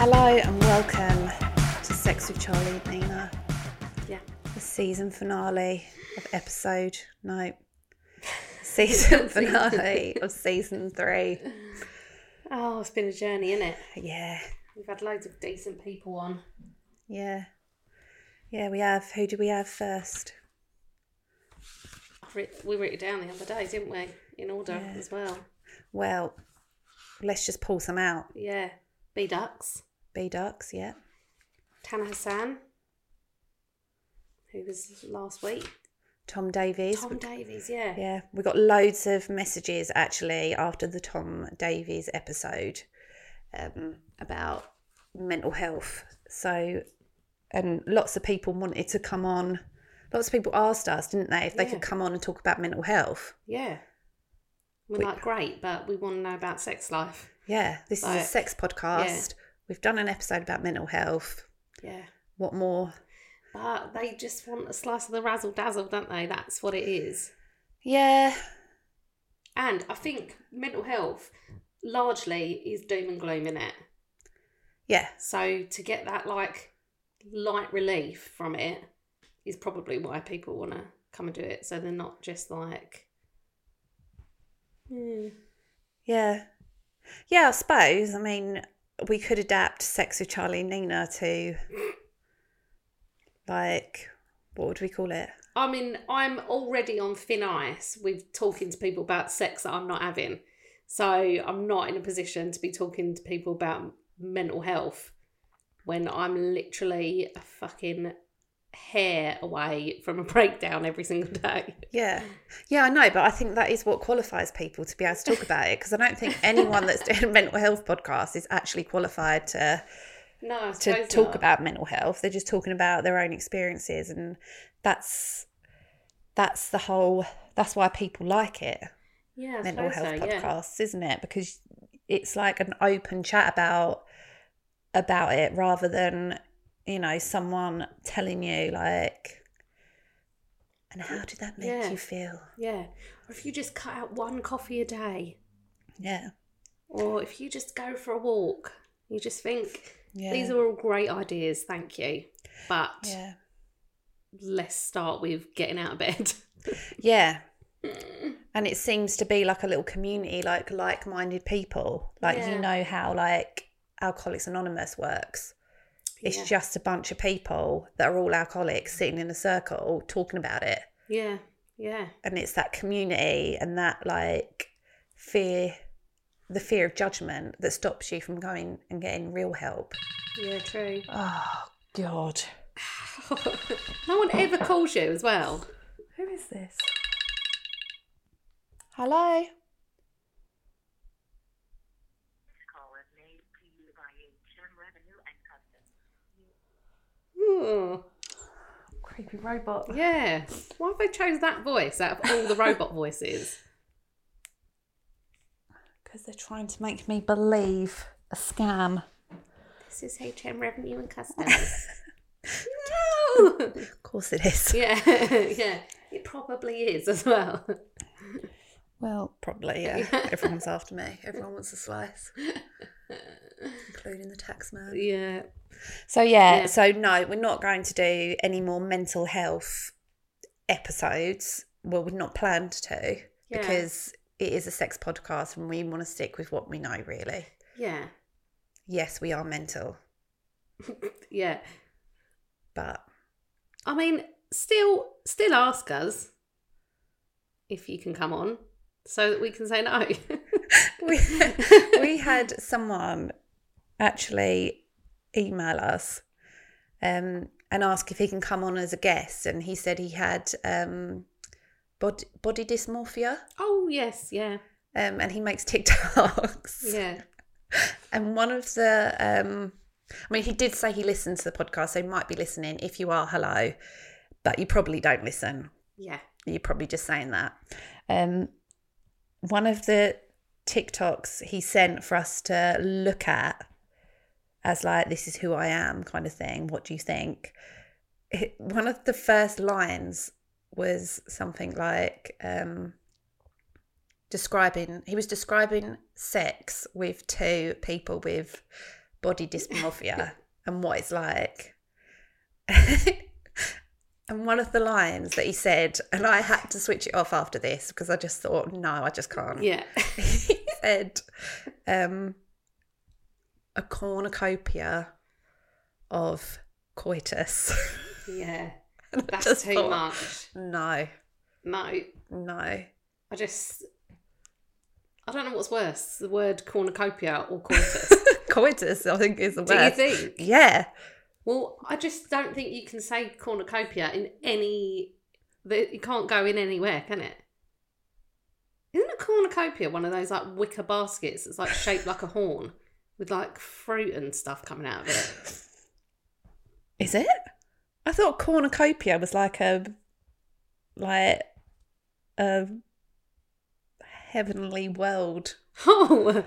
Hello and welcome to Sex with Charlie and Nina, Yeah. the season finale of episode no, season finale of season three. Oh, it's been a journey, isn't it? Yeah, We've had loads of decent people on. yeah, yeah. We have. Who do we have first? I've writ- We wrote it down the other day, didn't we? In order Yeah. as well. Well, let's just pull some out. Yeah. B Ducks, B ducks. Yeah, Tana Hassan, who was last week. Tom Davies. Tom Davies, yeah. Yeah, we got loads of messages actually after the Tom Davies episode um, about mental health. So, and lots of people wanted to come on. Lots of people asked us, didn't they, if they could Yeah. come on and talk about mental health. Yeah. We're We- like, great, but we want to know about sex life. Yeah, this is Like, a sex podcast. We've done an episode about mental health. Yeah. What more? But they just want a slice of the razzle dazzle, don't they? That's what it is. Yeah, And I think mental health largely is doom and gloom in it. yeah, So to get that like light relief from it is probably why people want to come and do it. So they're not just like, "Hmm, yeah, yeah. I suppose. I mean, we could adapt "Sex with Charlie and Nina" to like what would we call it? I mean, I'm already on thin ice with talking to people about sex that I'm not having. So I'm not in a position to be talking to people about mental health when I'm literally a fucking hair away from a breakdown every single day. Yeah. Yeah, I know, but I think that is what qualifies people to be able to talk about it because I don't think anyone that's doing a mental health podcast is actually qualified to No, I to suppose talk not. about mental health. They're just talking about their own experiences and that's that's the whole that's why people like it. yeah, I mental suppose health so, yeah. podcasts, isn't it? Because it's like an open chat about about it rather than, you know, someone telling you like and how did that make Yeah. you feel? Yeah. Or if you just cut out one coffee a day, Yeah. or if you just go for a walk, you just think, Yeah. these are all great ideas, thank you. But Yeah. let's start with getting out of bed. Yeah. And it seems to be like a little community, like like minded people. Like you Yeah. know how like Alcoholics Anonymous works. It's yeah. just a bunch of people that are all alcoholics sitting in a circle talking about it. Yeah. Yeah. And it's that community and that like fear the fear of judgment that stops you from going and getting real help. Yeah, true. Oh God. no one ever calls you as well. Who is this? Hello. Ooh, Creepy robot. yeah. Why have they chose that voice out of all the robot voices? Because they're trying to make me believe a scam. This is HM Revenue and Customs. no! Of course it is. Yeah, yeah. It probably is as well. Well, probably, yeah. Everyone's after me. Everyone wants a slice, including the tax man. Yeah. So, yeah, Yeah. so no, we're not going to do any more mental health episodes. Well, we're not planned to Yeah. because it is a sex podcast and we want to stick with what we know, really. Yeah. Yes, we are mental, Yeah. but I mean, still still ask us if you can come on so that we can say no. we, we had someone actually email us um, and ask if he can come on as a guest. And he said he had um, body, body dysmorphia Oh yes, yeah, um, and he makes TikToks. yeah. And one of the, um, I mean, he did say he listened to the podcast, so he might be listening. If you are, hello, but you probably don't listen. Yeah. You're probably just saying that. Um, one of the TikToks he sent for us to look at as like, this is who I am kind of thing. What do you think? It- one of the first lines was something like, um, describing, he was describing sex with two people with body dysmorphia and what it's like. And one of the lines that he said, and I had to switch it off after this because I just thought, no, I just can't. Yeah. he said, um, a cornucopia of coitus. Yeah. And I That's just too thought, much. No, No. I no. just I don't know what's worse, the word cornucopia or coitus. coitus, I think, is the Do you word. think? Yeah. Well, I just don't think you can say cornucopia in any that you can't go in anywhere, can it? Isn't a cornucopia one of those like wicker baskets that's like shaped like a horn with like fruit and stuff coming out of it? Is it? I thought cornucopia was like a, like a heavenly world Oh,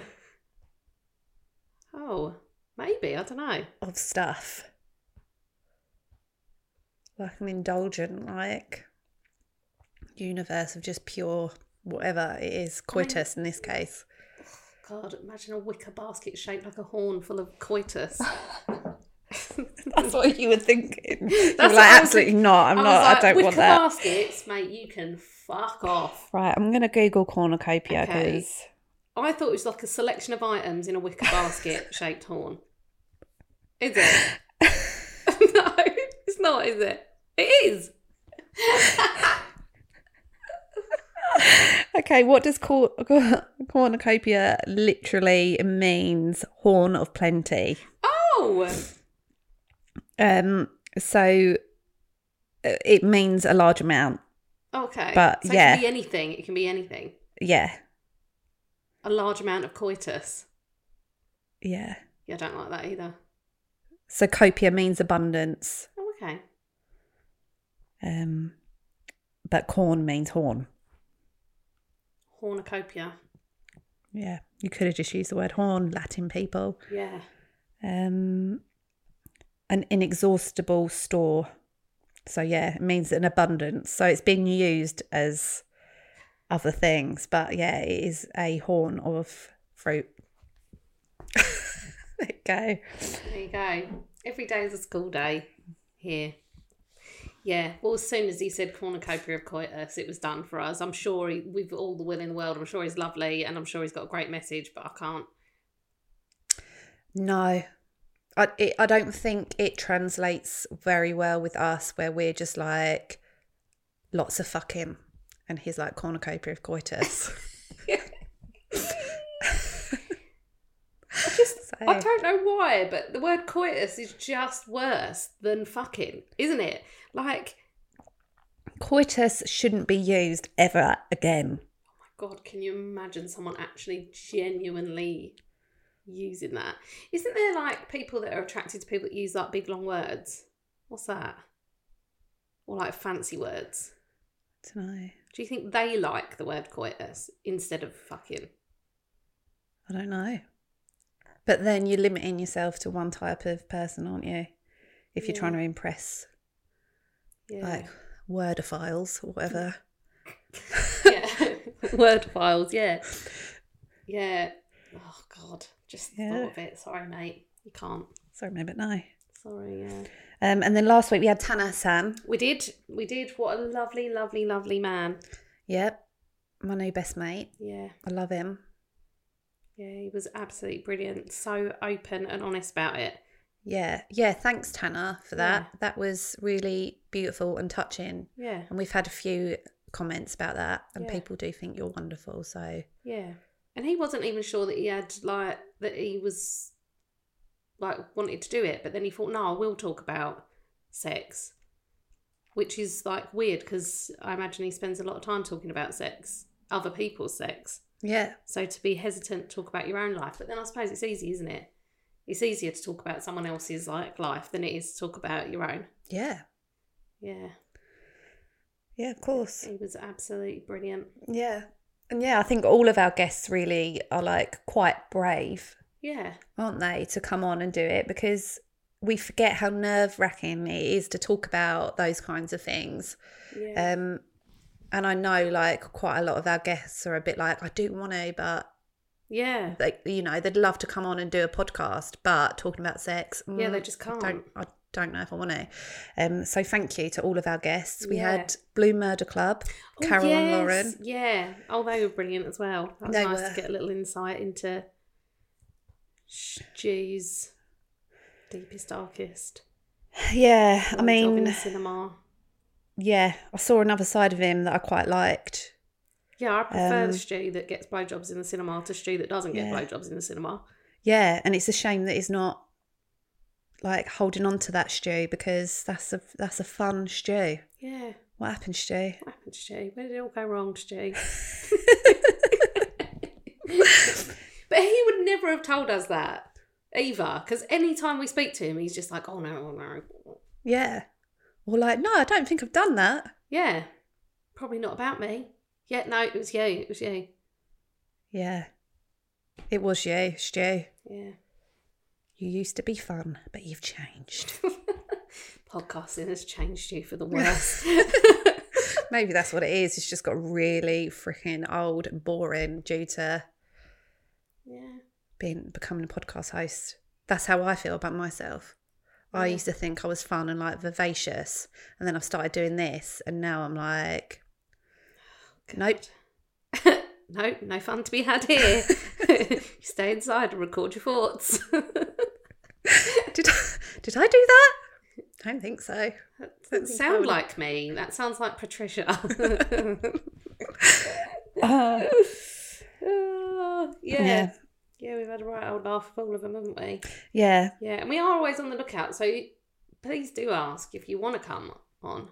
oh, maybe I don't know. of stuff. Like an indulgent, like universe of just pure whatever it is, coitus in this case. God, imagine a wicker basket shaped like a horn full of coitus. That's what you were thinking. you were like, That's what I was absolutely thinking. not. I'm was not. like, I don't wicker want that. baskets, mate. You can fuck off. Right, I'm going to Google cornucopia Okay. because I thought it was like a selection of items in a wicker basket shaped horn. Is it? no, it's not, is it? It is. Okay, what does cor- cornucopia literally means? Horn of plenty. Oh, Um, so uh, it means a large amount. okay. But, so yeah. it can be anything. It can be anything. Yeah, A large amount of coitus. yeah. Yeah, I don't like that either. So copia means abundance, Oh, okay. um, but corn means horn. Hornucopia. Yeah, you could have just used the word horn, Latin people. Yeah. Um, an inexhaustible store. So yeah, it means an abundance. So it's been used as other things, but yeah, it is a horn of fruit. there you go. There you go. Every day is a school day here. Yeah. Well, as soon as he said cornucopia of coitus, it was done for us. I'm sure he, we've all the will in the world. I'm sure he's lovely and I'm sure he's got a great message, but I can't. No, I it, I don't think it translates very well with us, where we're just like lots of fucking, and he's like cornucopia of coitus. Eh. I don't know why, but the word coitus is just worse than fucking, isn't it? Like, coitus shouldn't be used ever again. God, can you imagine someone actually genuinely using that? Isn't there like people that are attracted to people that use like big long words? What's that? Or like fancy words? I don't know. Do you think they like the word coitus instead of fucking? I don't know. But then you're limiting yourself to one type of person, aren't you? If you're Yeah. trying to impress Yeah. like wordophiles or whatever. yeah. word files, yeah. Yeah. Oh God. Just the Yeah. thought of it. Sorry, mate. You can't. Sorry, mate, but no. Sorry, yeah. Um, and then last week we had Tana San. We did. We did. What a lovely, lovely, lovely man. Yep. My new best mate. Yeah. I love him. Yeah, he was absolutely brilliant. So open and honest about it. Yeah. Yeah. Thanks, Tana, for that. That was really beautiful and touching. Yeah, And we've had a few comments about that, and Yeah. people do think you're wonderful. So, yeah. And he wasn't even sure that he had like that he was like wanted to do it, but then he thought, no, I will talk about sex, which is like weird because I imagine he spends a lot of time talking about sex, other people's sex. Yeah. So to be hesitant to talk about your own life, but then I suppose it's easy, isn't it? It's easier to talk about someone else's like life than it is to talk about your own. Yeah. Yeah, Yeah, of course. he was absolutely brilliant. Yeah. And yeah, I think all of our guests really are like quite brave, Yeah, aren't they, to come on and do it because we forget how nerve wracking it is to talk about those kinds of things. yeah, Um, and I know like quite a lot of our guests are a bit like, I do want to, but yeah. they, you know, they'd love to come on and do a podcast, but talking about sex, Yeah, they mm, just I Don't, can't. I don't know if I want to. Um, so thank you to all of our guests. We Yeah. had Blue Murder Club, Oh, Carol and yes, Lauren. Yeah. Oh, they were brilliant as well. That was They nice were. to get a little insight into Stu's deepest, darkest. Yeah, I love job in mean, cinema. yeah, I saw another side of him that I quite liked. Yeah, I prefer Um, the Stu that gets blowjobs in the cinema to Stu that doesn't get Yeah. blowjobs in the cinema. Yeah, and it's a shame that he's not like holding on to that stew because that's a that's a fun stew. Yeah. What happened, stew? What happened to Stu? Where did it all go wrong, Stu? but he would never have told us that either, because any time we speak to him, he's just like, "Oh no, oh no." Yeah, or like, no, I don't think I've done that. Yeah, probably not about me. Yeah, no, it was you. It was you. Yeah, it was you, stew. Yeah. You used to be fun, but you've changed. Podcasting has changed you for the worse. Maybe that's what it is. It's just got really freaking old and boring due to yeah. being becoming a podcast host. That's how I feel about myself. I Yeah. used to think I was fun and like vivacious, and then I've started doing this, and now I'm like, nope. No, no fun to be had here. Stay inside and record your thoughts. Did I, did I do that? I don't think so. That sound like me. That sounds like Patricia. Oh, yeah. yeah. Yeah. we've had a right old laugh of all of them, haven't we? yeah, Yeah, and we are always on the lookout. So please do ask if you want to come on.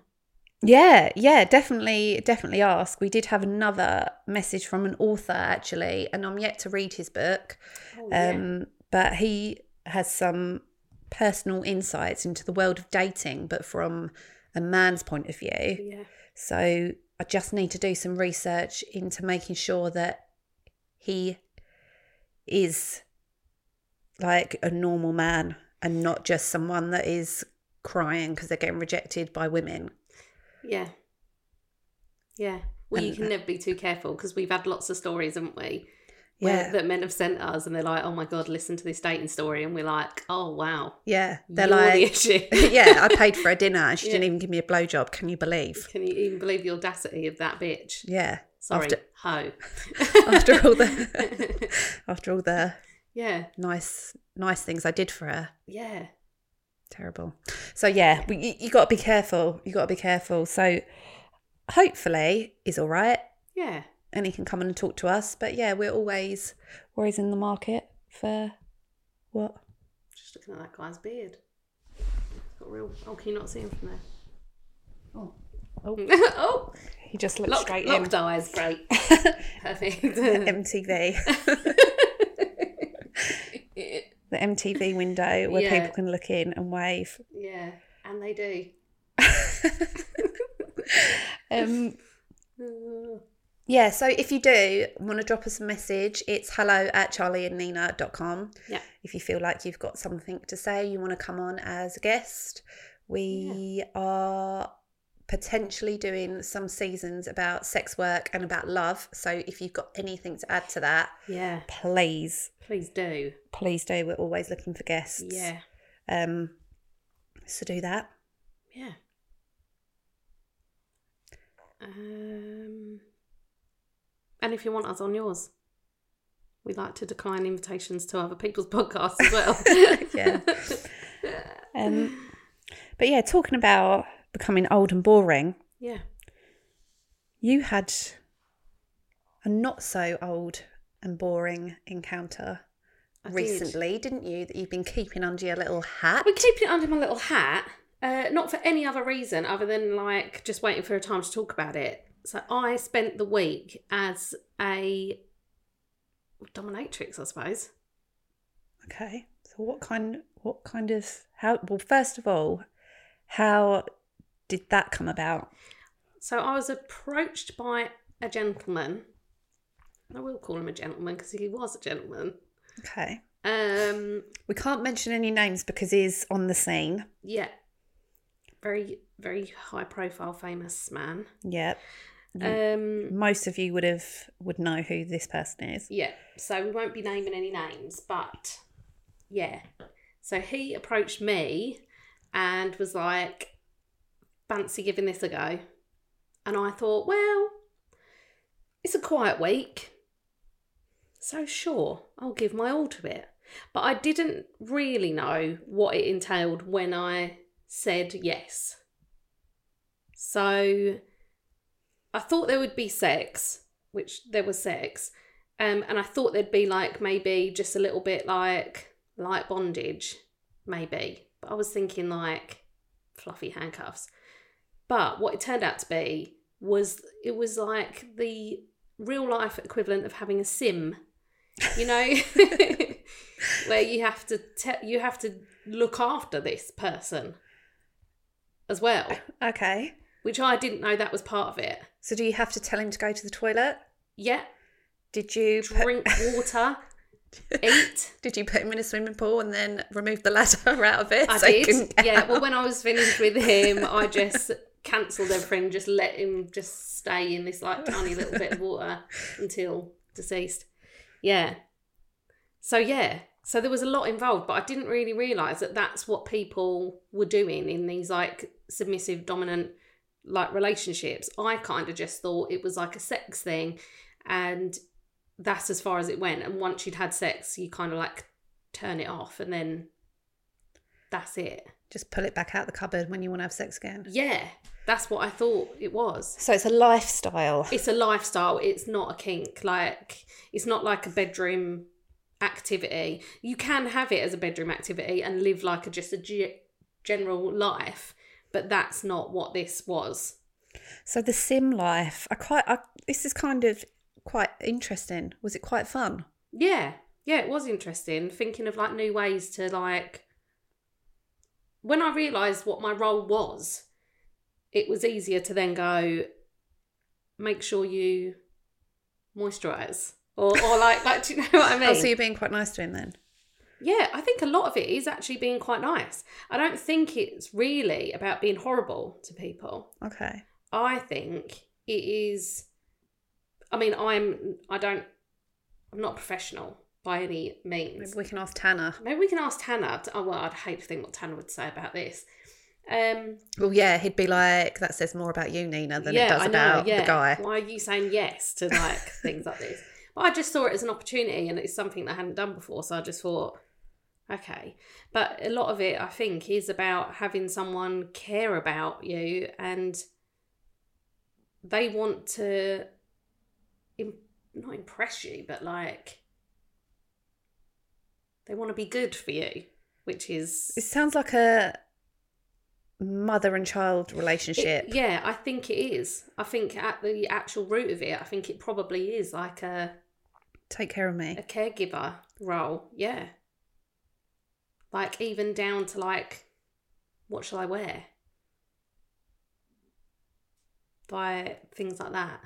yeah, yeah. Definitely, definitely ask. We did have another message from an author actually, and I'm yet to read his book. Oh, yeah. Um, but he has some personal insights into the world of dating, but from a man's point of view. yeah. So I just need to do some research into making sure that he is like a normal man and not just someone that is crying because they're getting rejected by women. Yeah. Yeah. Well, you And- can never be too careful because we've had lots of stories, haven't we? Where, Yeah. That men have sent us and they're like, oh my God, listen to this dating story. And we're like, oh wow. Yeah. They're you're the like, issue. yeah, I paid for a dinner and she Yeah. didn't even give me a blowjob. Can you believe? Can you even believe the audacity of that bitch? Yeah. Sorry, After, ho. after all the after all the yeah, nice nice things I did for her. yeah. Terrible. So yeah, we, you, you got to be careful. You got to be careful. So hopefully he's all right Yeah. and he can come and talk to us. But yeah, we're always we're always in the market for what? Just looking at that guy's beard. It's got real. Oh, can you not see him from there? Oh. oh, He just looked lock, straight locked eyes. Great. Perfect. in. MTV, the MTV window where Yeah. people can look in and wave. yeah, and they do. Um, Uh, yeah, so if you do want to drop us a message, it's hello at charlieandnina.com. Yeah. if you feel like you've got something to say, you want to come on as a guest, we are potentially doing some seasons about sex work and about love. So if you've got anything to add to that, Yeah. please, Please do. please do. We're always looking for guests. Yeah. Um, so do that. Yeah. Um, and if you want us on yours, we like to decline invitations to other people's podcasts as well. Yeah. um, but yeah, talking about becoming old and boring, yeah. you had a not so old and boring encounter I did. recently, did. not you? That you've been keeping under your little hat. I've been keeping it under my little hat Uh, not for any other reason other than like just waiting for a time to talk about it. So I spent the week as a dominatrix, I suppose. Okay. So what kind what kind of how well first of all, how did that come about? So I was approached by a gentleman. I will call him a gentleman because he was a gentleman. Okay. Um, We can't mention any names because he's on the scene. yeah, very very high profile, famous man. Yep. Um, Most of you would have would know who this person is. Yeah, so we won't be naming any names, but yeah. So he approached me and was like, fancy giving this a go. And I thought, well, it's a quiet week. So sure, I'll give my all to it. But I didn't really know what it entailed when I said yes. So I thought there would be sex, which there was sex. Um, and I thought there'd be like maybe just a little bit like light bondage, maybe. But I was thinking like fluffy handcuffs. But what it turned out to be was it was like the real life equivalent of having a sim, you know, where you have to te- you have to look after this person as well, Okay. which I didn't know that was part of it. So do you have to tell him to go to the toilet? Yeah, Did you put- drink water, eat. Did you put him in a swimming pool and then remove the ladder out of it? I so he did. couldn't get Yeah. Well, out? when I was finished with him, I just cancelled everything, just let him just stay in this like tiny little bit of water until deceased. Yeah. So yeah. So there was a lot involved, but I didn't really realise that that's what people were doing in these like submissive, dominant like relationships. I kind of just thought it was like a sex thing, and that's as far as it went. And once you'd had sex, you kind of like turn it off, and then that's it. Just pull it back out the cupboard when you want to have sex again. Yeah, that's what I thought it was. So it's a lifestyle. It's a lifestyle. It's not a kink. Like it's not like a bedroom activity. You can have it as a bedroom activity and live like a, just a ge- general life, but that's not what this was. So the sim life. I quite. I, this is kind of quite interesting. Was it quite fun? Yeah, yeah, it was interesting thinking of like new ways to like. When I realised what my role was, it was easier to then go. Make sure you moisturise, or or like like do you know what I mean? Oh, so you're being quite nice to him then. Yeah, I think a lot of it is actually being quite nice. I don't think it's really about being horrible to people. Okay. I think it is. I mean, I'm. I don't. I'm not professional by any Maybe means. we can ask Tanner. Maybe we can ask Tanner. To, oh well, I'd hate to think what Tanner would say about this. Um, Well, yeah, he'd be like, "That says more about you, Nina, than yeah, it does I know, about yeah. the guy." Why are you saying yes to like things like this? But I just saw it as an opportunity, and it's something that I hadn't done before. So I just thought, okay. But a lot of it, I think, is about having someone care about you, and they want to, im- not impress you, but like they want to be good for you, which is It sounds like a mother and child relationship. It- yeah, I think it is. I think at the actual root of it, I think it probably is like a, Take care of me. a caregiver role. Yeah. Like even down to like, what shall I wear? By things like that.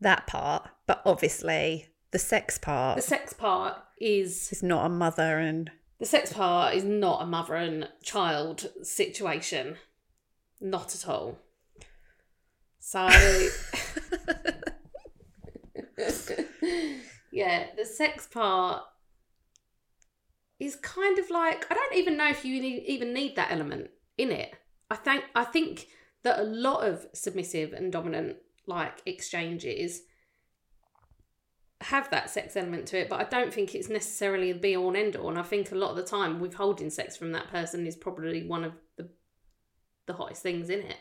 That part, but obviously the sex part The sex part is is not a mother and the sex part is not a mother and child situation. Not at all. So Yeah, the sex part is kind of like I don't even know if you need, even need that element in it. I think I think that a lot of submissive and dominant like exchanges have that sex element to it, but I don't think it's necessarily the be all and end all. And I think a lot of the time withholding sex from that person is probably one of the the hottest things in it.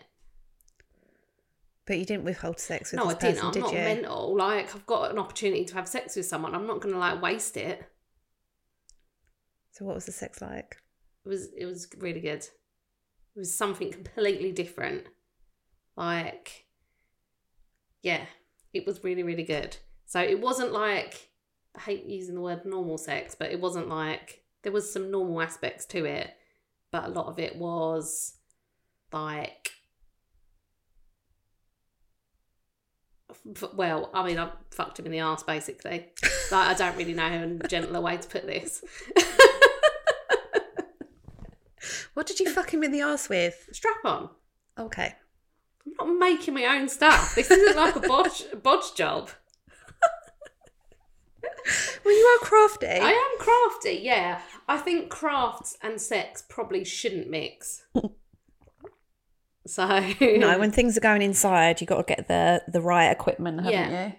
But you didn't withhold sex with no, I this didn't. person, I'm did not you? mental. Like I've got an opportunity to have sex with someone. I'm not gonna like waste it. So what was the sex like? It was it was really good. It was something completely different. Like, yeah, it was really, really good. So it wasn't like, I hate using the word normal sex, but it wasn't like, there was some normal aspects to it, but a lot of it was like, f- well, I mean, I fucked him in the ass basically. Like, I don't really know a gentler way to put this. What did you fuck him in the ass with? Strap on. Okay. I'm not making my own stuff. This isn't like a bodge, bodge job. Well, you are crafty. I am crafty, yeah. I think crafts and sex probably shouldn't mix. So no, when things are going inside, you got to get the the right equipment, haven't Yeah. you?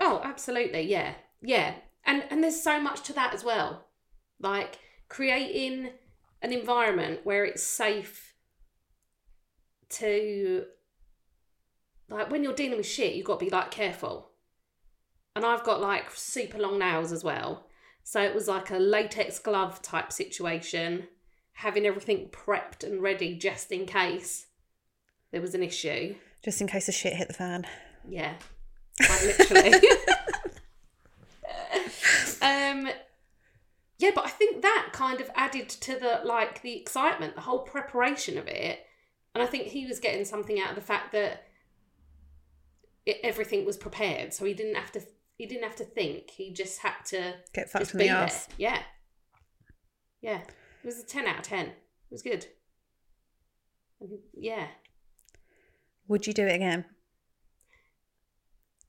Oh, absolutely, yeah. Yeah. And and there's so much to that as well. Like creating an environment where it's safe to like when you're dealing with shit, you've got to be like careful. And I've got like super long nails as well. So it was like a latex glove type situation, having everything prepped and ready just in case there was an issue. Just in case the shit hit the fan. Yeah, like literally. um, yeah, but I think that kind of added to the like the excitement, the whole preparation of it, and I think he was getting something out of the fact that it, everything was prepared, so he didn't have to. He didn't have to think. He just had to Get fucked just in the be there. arse. Yeah, yeah. It was a ten out of ten. It was good. And, Yeah. Would you do it again?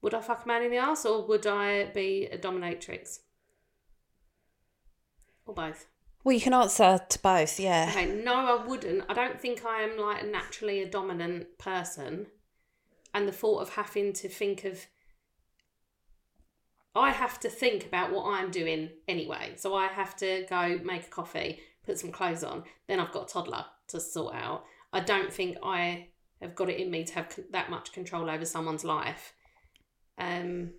Would I fuck a man in the ass or would I be a dominatrix? Or both. Well, you can answer to both. Yeah. Okay, no, I wouldn't. I don't think I am like naturally a dominant person. And the thought of having to think of. I have to think about what I'm doing anyway. So I have to go make a coffee, put some clothes on, then I've got a toddler to sort out. I don't think I have got it in me to have c- that much control over someone's life. Um,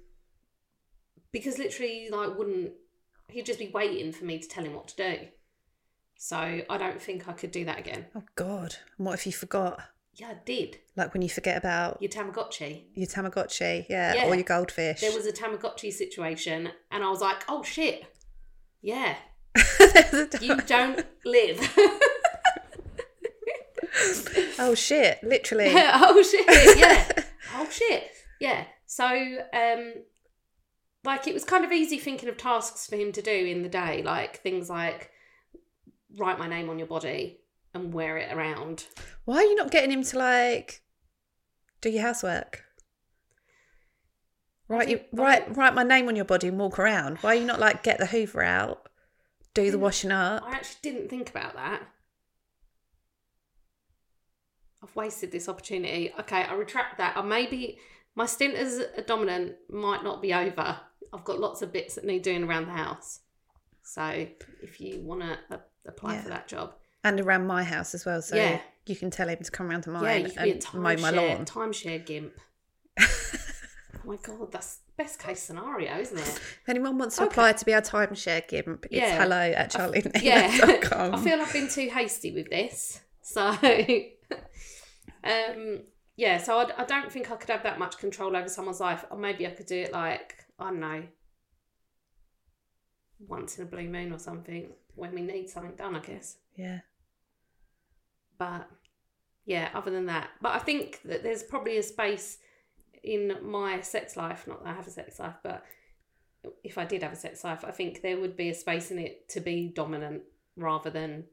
because literally, like, wouldn't. He'd just be waiting for me to tell him what to do. So I don't think I could do that again. Oh God! And what if you forgot? Yeah, I did. Like when you forget about Your Tamagotchi. your Tamagotchi, yeah, Yeah. or your goldfish. There was a Tamagotchi situation, and I was like, oh shit. Yeah, There was a Tam- you don't live. oh shit! Literally. Yeah, oh shit. Yeah. oh shit. Yeah. So, um, like, it was kind of easy thinking of tasks for him to do in the day, like things like write my name on your body and wear it around. Why are you not getting him to like do your housework? Write you think- write write my name on your body and walk around. Why are you not like get the Hoover out, do the washing up? I actually didn't think about that. I've wasted this opportunity. Okay, I retract that. I maybe my stint as a dominant might not be over. I've got lots of bits that need doing around the house. So if you want to apply for Yeah. that job, and around my house as well. So Yeah. you can tell him to come around to yeah, mine you could be a and mow my timeshare lawn. timeshare gimp. oh my god, that's best case scenario, isn't it? If anyone wants to Okay. apply to be our timeshare gimp, it's Yeah. hello at yeah, charlieandnina.com. I feel I've been too hasty with this. So, um, yeah, so I, I don't think I could have that much control over someone's life. Or maybe I could do it like, I don't know, once in a blue moon or something when we need something done, I guess. yeah. But yeah, other than that, but I think that there's probably a space in my sex life, not that I have a sex life, but if I did have a sex life, I think there would be a space in it to be dominant rather than,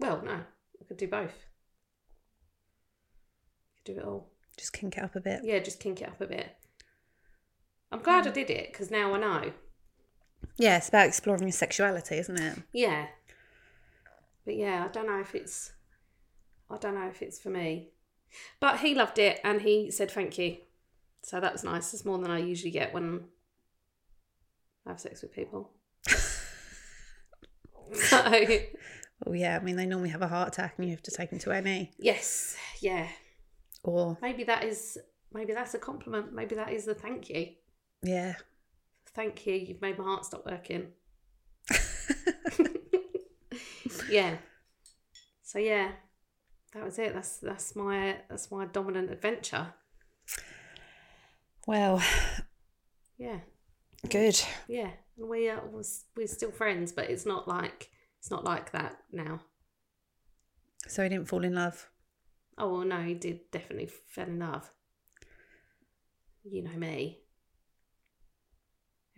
well, no, I could do both. could do it all. Just kink it up a bit. Yeah, just kink it up a bit. I'm glad I did it because now I know. Yeah, it's about exploring your sexuality, isn't it? Yeah. But yeah, I don't know if it's I don't know if it's for me. But he loved it and he said thank you. So that was nice. It's more than I usually get when I have sex with people. so Oh yeah, I mean they normally have a heart attack and you have to take them to ME yes, yeah. or Maybe that is maybe that's a compliment. Maybe that is the thank you. yeah. Thank you. You've made my heart stop working. yeah. So yeah, that was it. That's that's my that's my dominant adventure. Well, Yeah, good. yeah. And we are was we're still friends, but it's not like it's not like that now. So he didn't fall in love. Oh well, no, he did definitely fell in love. You know me.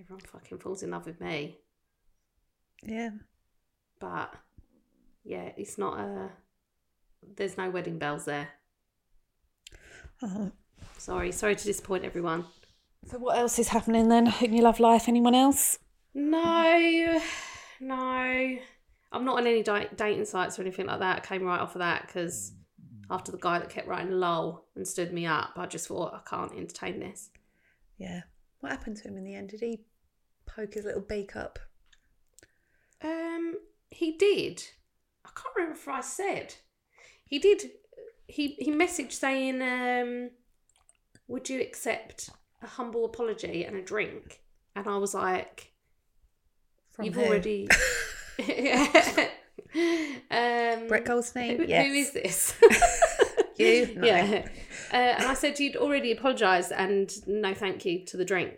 Everyone fucking falls in love with me, Yeah. but yeah, it's not a. There's no wedding bells there. Oh. Sorry, sorry to disappoint everyone. So what else is happening then in your love life? Anyone else? No, no. I'm not on any di- dating sites or anything like that. I came right off of that because after the guy that kept writing lol and stood me up, I just thought, I can't entertain this. Yeah. What happened to him in the end? Did he poke his little beak up? Um, he did. I can't remember if I said. He did. He, he messaged saying, um, would you accept a humble apology and a drink? And I was like, You've who? already. um, Brett Goldstein? Who, Yes. who is this? You? No. Yeah. Uh, and I said you'd already apologised and no thank you to the drink.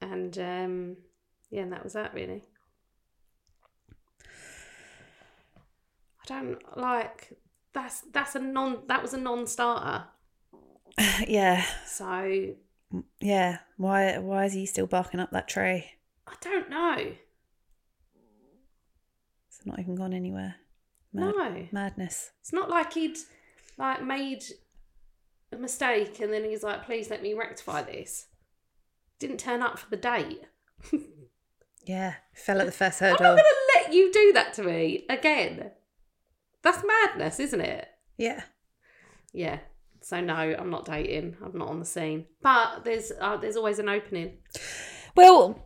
And um, yeah, and that was that really. I don't like that's that's a non that was a non-starter. Yeah. So Yeah. Why why is he still barking up that tree? I don't know. It's not even gone anywhere. No. Madness. It's not like he'd like made a mistake and then he's like, please let me rectify this. Didn't turn up for the date. Yeah. Fell at the first I'm not hurdle. gonna let you do that to me again. That's madness, isn't it? Yeah. Yeah. So no, I'm not dating. I'm not on the scene. But there's uh, there's always an opening. Well,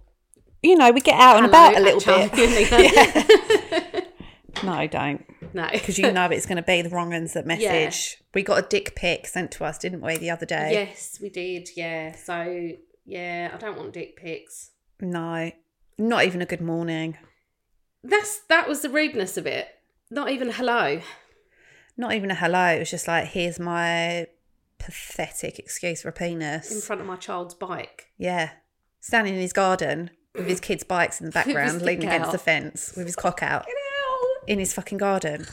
you know, we get out and Hello, about a little at bit. Charlie. no, don't. no, Because you know it's going to be the wrong ones that message. We got a dick pic sent to us, didn't we, the other day? Yes, we did. Yeah. So yeah, I don't want dick pics. No. Not even a good morning. That's that was the rudeness of it. Not even hello. Not even a hello. It was just like, here's my pathetic excuse for a penis. in front of my child's bike. Yeah. Standing in his garden with his kids' bikes in the With his background, leaning dick against out. the fence with his cock out in his fucking garden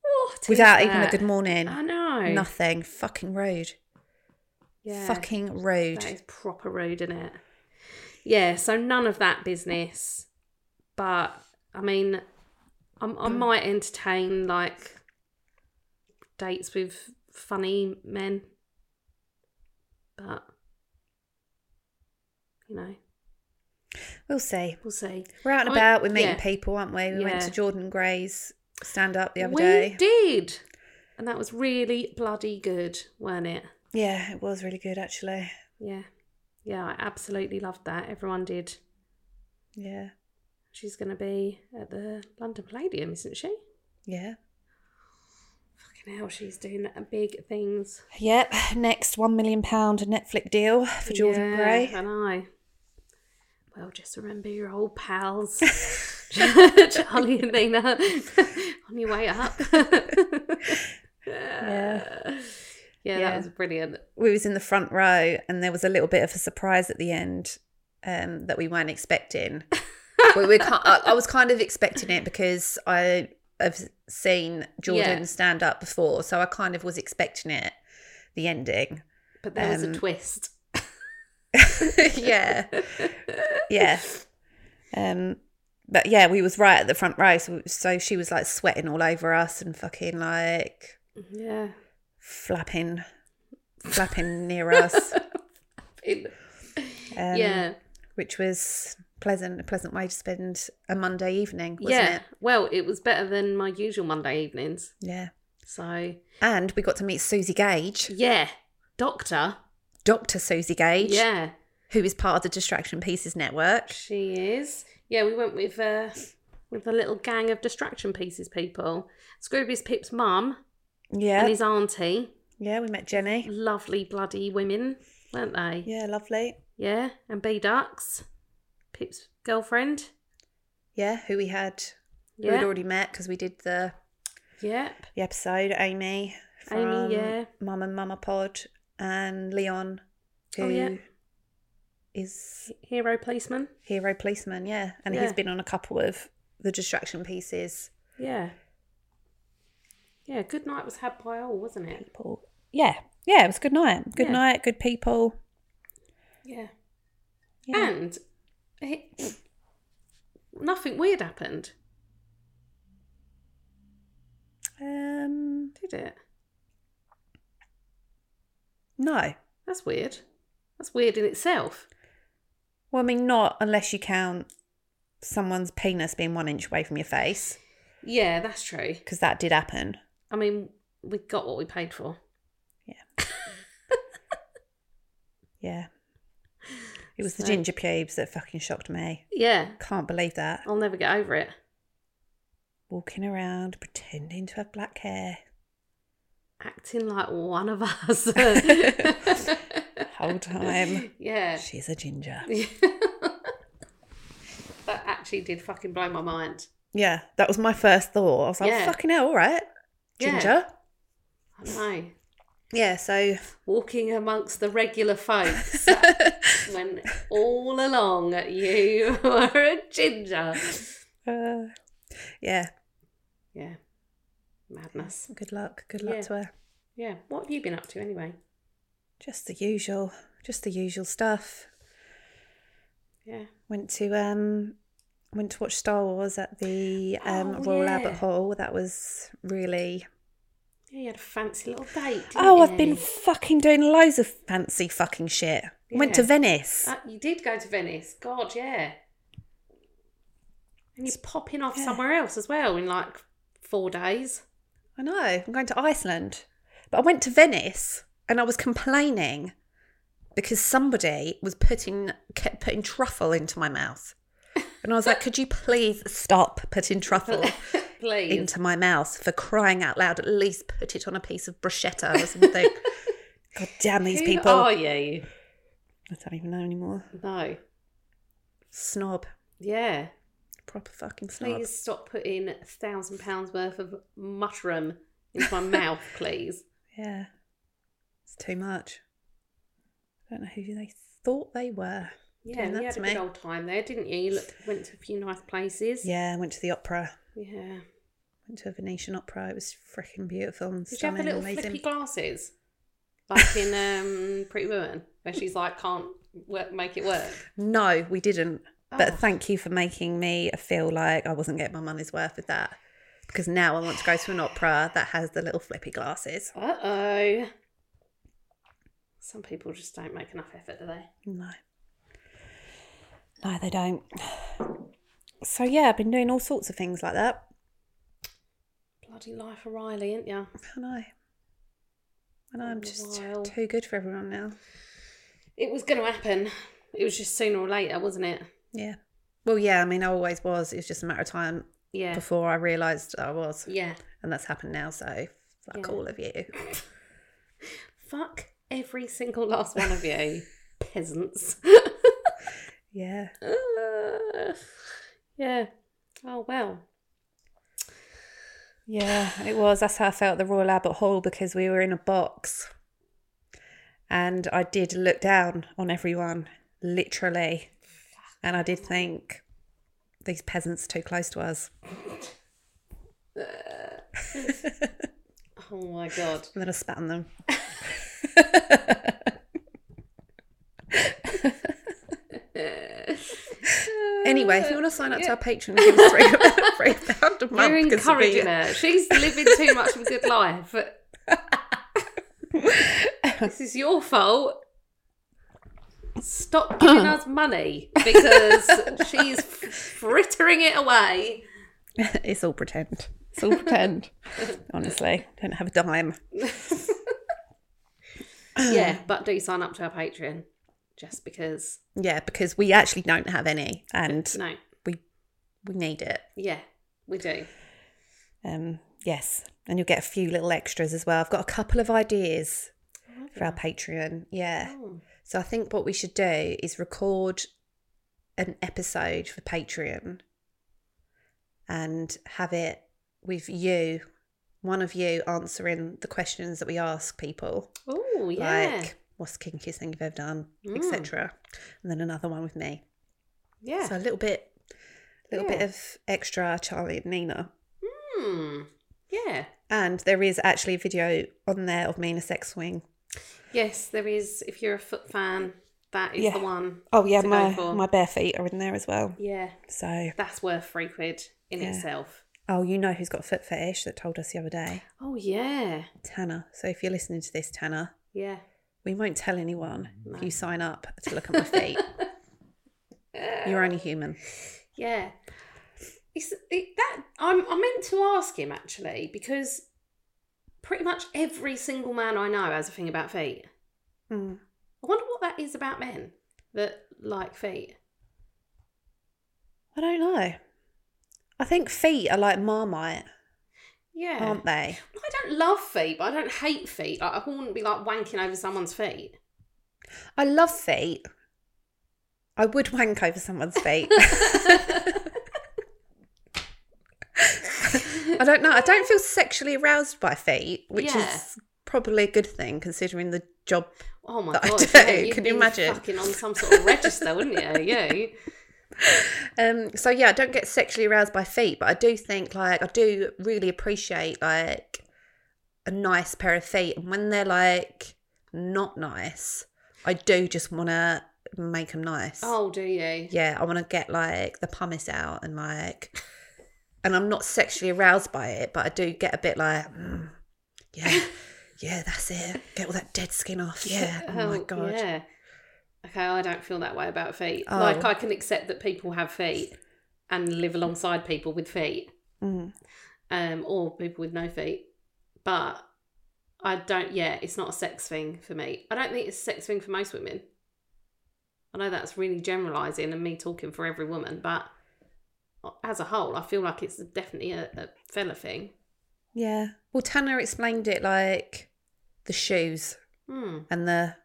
What is without even a that? good morning. I know. Nothing. Fucking rude. Yeah, Fucking rude. That is proper rude, isn't it? Yeah. So none of that business. But I mean, I'm, Mm. I might entertain like dates with funny men, but you know, We'll see. we'll see. We're out and I mean, about. We're meeting yeah. people, aren't we? We went Yeah. to Jordan Gray's stand up the other we day. did, and that was really bloody good, weren't it? Yeah, it was really good actually. Yeah. Yeah, I absolutely loved that. Everyone did. Yeah. She's going to be at the London Palladium, isn't she? Yeah. Fucking hell, she's doing big things. Yep. Next one million pound Netflix deal for Jordan Yeah, Gray. I know. Well, just remember your old pals, Charlie and Nina, on your way up. Yeah. Yeah, Yeah. that was brilliant. We was in the front row and there was a little bit of a surprise at the end um, that we weren't expecting. we, we can't, I, I was kind of expecting it because I have seen Jordan Yeah. stand up before, so I kind of was expecting it. The ending. But there was Um, a twist. yeah. yeah um but yeah we was right at the front row so, so she was like sweating all over us and fucking like Yeah. flapping flapping near us It- um, yeah. which was pleasant a pleasant way to spend a monday evening wasn't Yeah. it Well, it was better than my usual Monday evenings. yeah So, and we got to meet susie gage yeah. Doctor. dr susie gage Yeah. who is part of the distraction pieces network She is. Yeah, we went with uh, with a little gang of distraction pieces people. Scroobius Pip's mum yeah and his auntie. yeah we met jenny Lovely bloody women, weren't they? yeah lovely Yeah. And B Ducks, Pip's girlfriend. yeah who we had who had Yeah. already met because we did the, Yep. the episode, Amy from yeah. Mum and Mama Pod, and Leon, who Oh, is yeah. Hero policeman. Hero Policeman, yeah. And Yeah. he's been on a couple of the distraction pieces. Yeah. Yeah, good night was had by all, wasn't it? People. Yeah. Yeah, it was a good night. Good Yeah. night, good people. Yeah. Yeah. And it, nothing weird happened, Um, did it? no. That's weird. That's weird in itself. Well, I mean, not unless you count someone's penis being one inch away from your face, Yeah, that's true. because that did happen. I mean, we got what we paid for. Yeah. It was the So- ginger pubes that fucking shocked me. Yeah. Can't believe that. I'll never get over it. Walking around pretending to have black hair, Acting like one of us. whole time. Yeah. She's a ginger. That actually did fucking blow my mind. Yeah, that was my first thought. I was like, Yeah. fucking hell, all right, Yeah. ginger. I know. Yeah, so Walking amongst the regular folks when all along you were a ginger. uh, yeah, Yeah. Madness. good luck, good luck Yeah. to her. Yeah. What have you been up to anyway? Just the usual, just the usual stuff. Yeah. Went to um, went to watch Star Wars at the um, Oh, Royal yeah. Albert Hall. That was really. Yeah, you had a fancy little date. Didn't Oh, I've you? been fucking doing loads of fancy fucking shit. Went to Yeah. Venice. Uh, you did go to Venice. God, yeah. And you're popping off Yeah. somewhere else as well in like four days. I know. I'm going to Iceland. But I went to Venice and I was complaining because somebody was putting kept putting truffle into my mouth. And I was like, could you please stop putting truffle Please. into my mouth for crying out loud? At least put it on a piece of bruschetta or something. God damn these Who people. are you? I don't even know anymore. No. Snob. Yeah. Proper fucking snob. Please stop putting a thousand pounds worth of mushroom into my mouth, please. Yeah. It's too much. I don't know who they thought they were. Yeah, Doing that you had to a me. good old time there, didn't you? You looked, went to a few nice places. Yeah, I went to the opera. Yeah. Went to a Venetian opera. It was freaking beautiful and Did you have stunning. the little amazing. flippy glasses? Like in um, Pretty Woman, where she's like, can't work, make it work. No, we didn't. Oh. But thank you for making me feel like I wasn't getting my money's worth with that. Because now I want to go to an opera that has the little flippy glasses. Uh oh. Some people just don't make enough effort, do they? No. No, they don't. So yeah, I've been doing all sorts of things like that. Bloody life of Riley, ain't ya? I know. And I'm just Wild. too good for everyone now. It was going to happen. It was just sooner or later, wasn't it? Yeah. Well, yeah, I mean, I always was. It was just a matter of time Yeah. before I realised I was. Yeah. And that's happened now, so fuck Yeah. all of you. Fuck every single last one of you, peasants. Yeah. Ugh. yeah. Oh well. Yeah, it was. That's how I felt at the Royal Albert Hall because we were in a box. And I did look down on everyone, literally. And I did think these peasants too close to us. Oh my god. And then I spat on them. anyway, if you want to sign up to our Patreon, give us three, three pound a month. You're 'cause it'll be- encouraging her. She's living too much of a good life. this is your fault. Stop giving us money because she's frittering it away. it's all pretend. It's all pretend. Honestly, don't have a dime. Yeah, but do sign up to our Patreon just because. Yeah, because we actually don't have any, and No, we we need it. yeah, we do. Um, yes, and you'll get a few little extras as well. I've got a couple of ideas for our Patreon. Yeah, Oh. so I think what we should do is record an episode for Patreon, and have it with you, one of you answering the questions that we ask people, Oh, yeah. like what's the kinkiest thing you've ever done, Mm. etc. And then another one with me. yeah. So a little bit, little bit Yeah. of extra Charlie and Nina. Hmm. Yeah. And there is actually a video on there of me in a sex swing. Yes, there is. If you're a foot fan, that is Yeah. the one. Oh yeah, to go my for. my bare feet are in there as well. Yeah. So That's worth three quid in Yeah. itself. oh, you know who's got a foot fetish that told us the other day, Oh, yeah. Tanner. So if you're listening to this, Tanner, Yeah. we won't tell anyone if you sign up to look at my feet. You're only human. Yeah. It's it, that I'm I meant to ask him actually because pretty much every single man I know has a thing about feet. Mm. I wonder what that is about men that like feet. I don't know. I think feet are like marmite, Yeah. aren't they? I don't love feet, but I don't hate feet. Like I wouldn't be like wanking over someone's feet. I love feet. I would wank over someone's feet. I don't know. I don't feel sexually aroused by feet, which Yeah. is probably a good thing considering the job. Oh my That I god! do. yeah, you'd Can you be imagine? Fucking on some sort of register, wouldn't you? Yeah. Um, so yeah, I don't get sexually aroused by feet, but I do think like I do really appreciate like a nice pair of feet, and when they're like not nice, I do just want to make them nice. Oh, do you? yeah, I want to get like the pumice out and like, and I'm not sexually aroused by it, but I do get a bit like, mm, yeah, yeah, that's it. Get all that dead skin off. Yeah. Oh, my god. Yeah. Okay, I don't feel that way about feet. Oh. Like I can accept that people have feet and live alongside people with feet, Mm. um, or people with no feet. But I don't. Yeah, it's not a sex thing for me. I don't think it's a sex thing for most women. I know that's really generalising and me talking for every woman, but as a whole, I feel like it's definitely a, a fella thing. Yeah. Well, Tanner explained it like the shoes Hmm. and the.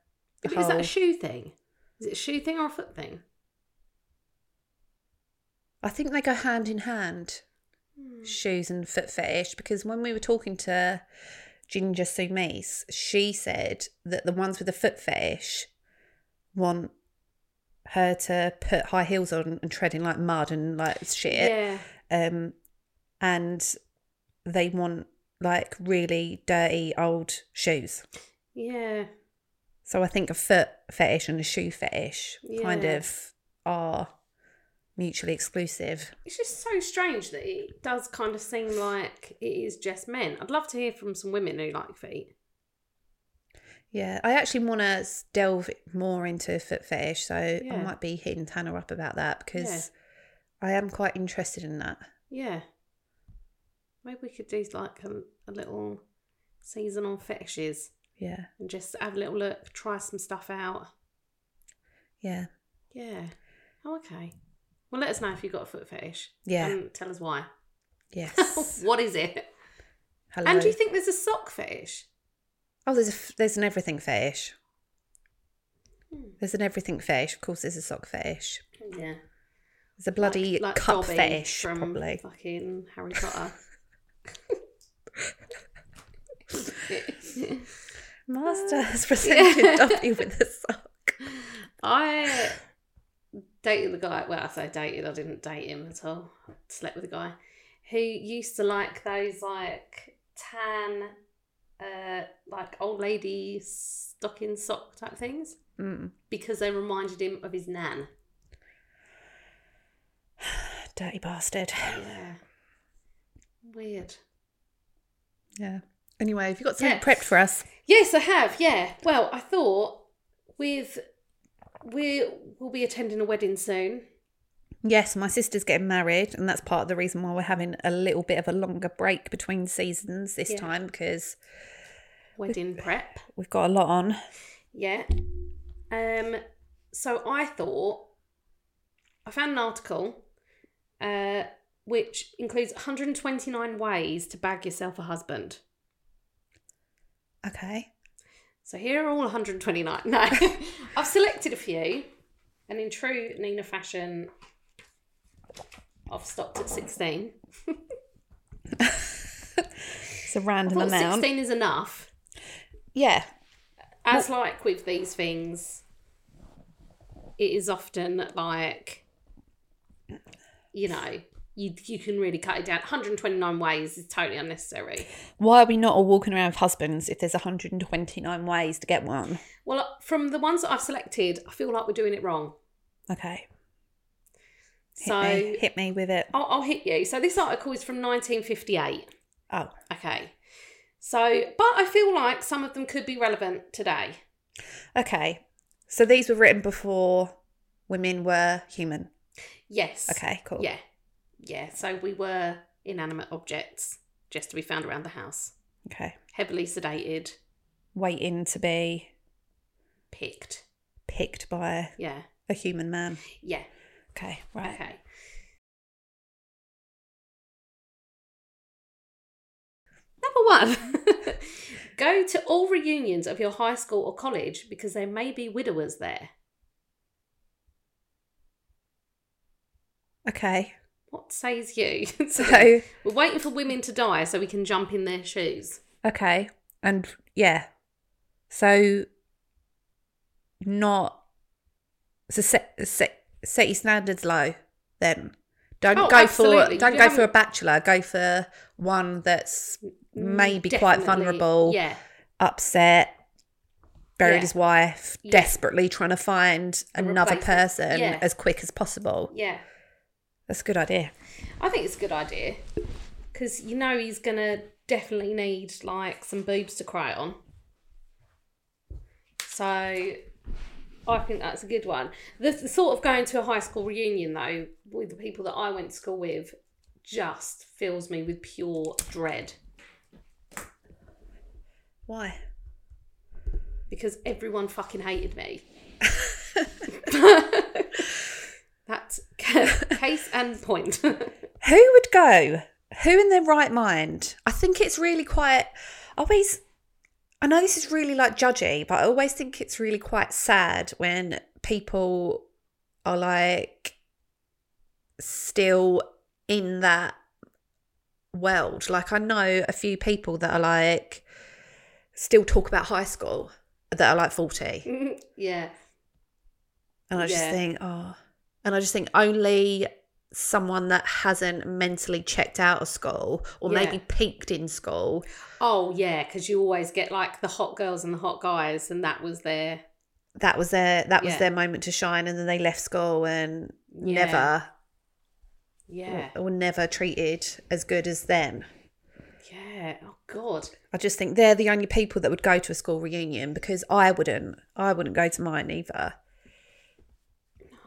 the But is that whole- a shoe thing? Is it a shoe thing or a foot thing? I think they go hand in hand, Hmm. shoes and foot fetish. Because when we were talking to Ginger Sumise, she said that the ones with the foot fetish want her to put high heels on and tread in like mud and like shit. Yeah. Um, and they want like really dirty old shoes. Yeah. So I think a foot fetish and a shoe fetish kind Yeah. of are mutually exclusive. It's just so strange that it does kind of seem like it is just men. I'd love to hear from some women who like feet. Yeah, I actually want to delve more into foot fetish, so I Yeah. might be hitting Tanner up about that because I am quite interested in that. Yeah. Maybe we could do like a, a little season on fetishes Yeah, and just have a little look, try some stuff out. yeah, Yeah. Oh, okay. Well, let us know if you've got a foot fetish. Yeah. And tell us why. yes. what is it? Hello. And do you think there's a sock fetish? oh, there's a f there's an everything fetish. Hmm. There's an everything fetish. Of course, there's a sock fetish. Yeah. There's a bloody Like- like cup Dobby fetish, from probably. Fucking Harry Potter. Master has presented Dobby with a sock. I dated the guy. Well, I say dated. I didn't date him at all. I slept with a guy who used to like those like tan, uh, like old lady stocking sock type things Mm. because they reminded him of his nan. Dirty bastard. Yeah. Weird. Yeah. Anyway, have you got something Yeah. prepped for us? Yes, I have. Yeah. Well, I thought with we we'll be attending a wedding soon. Yes, my sister's getting married, and that's part of the reason why we're having a little bit of a longer break between seasons this Yeah. time because Wedding prep. we've got a lot on. Yeah. Um. So I thought I found an article, uh, which includes 129 ways to bag yourself a husband. Okay. So here are all 129. No, I've selected a few, and in true Nina fashion, I've stopped at 16. it's a I random thought amount. 16 is enough. Yeah. As like with these things, it is often like, you know, you, you can really cut it down. 129 ways is totally unnecessary. Why are we not all walking around with husbands if there's 129 ways to get one? Well, uh, from the ones that I've selected, I feel like we're doing it wrong. Okay. Hit So me. hit me with it. I'll, I'll hit you. So this article is from 1958. Oh. Okay. So, but I feel like some of them could be relevant today. Okay. So these were written before women were human. Yes. Okay, cool. Yeah. Yeah. So we were inanimate objects just to be found around the house, Okay. heavily sedated, Waiting to be picked. picked by Yeah. a human man. Yeah. Okay, right. Okay. Number one, go to all reunions of your high school or college because there may be widowers there. Okay. What says you? So, we're waiting for women to die so we can jump in their shoes. okay. And yeah. So, not. So set, set, set your standards low then. Don't Oh, go absolutely. for don't You go for a haven't- bachelor. Go for one that's maybe quite Mm, Definitely, vulnerable. Yeah. upset, buried Yeah. his wife, Yeah. desperately trying to find A another replacement. person Yeah. as quick as possible. Yeah. That's a good idea. I think it's a good idea because you know he's gonna definitely need like some boobs to cry on. So I think that's a good one. The the thought of going to a high school reunion though with the people that I went to school with just fills me with pure dread Why? because everyone fucking hated me. That's ca- case and point. Who would go? Who in their right mind? I think it's really quite. I always, I know this is really like judgy, but I always think it's really quite sad when people are like still in that world. Like I know a few people that are like still talk about high school that are like forty. yeah. And I just Yeah. think, oh, and I just think only someone that hasn't mentally checked out of school or Yeah. maybe peaked in school. Oh yeah, because you always get like the hot girls and the hot guys, and that was their That was their that was Yeah. their moment to shine, and then they left school and Yeah. never yeah, or never treated as good as them. yeah. Oh god, I just think they're the only people that would go to a school reunion because I wouldn't. I wouldn't go to mine either.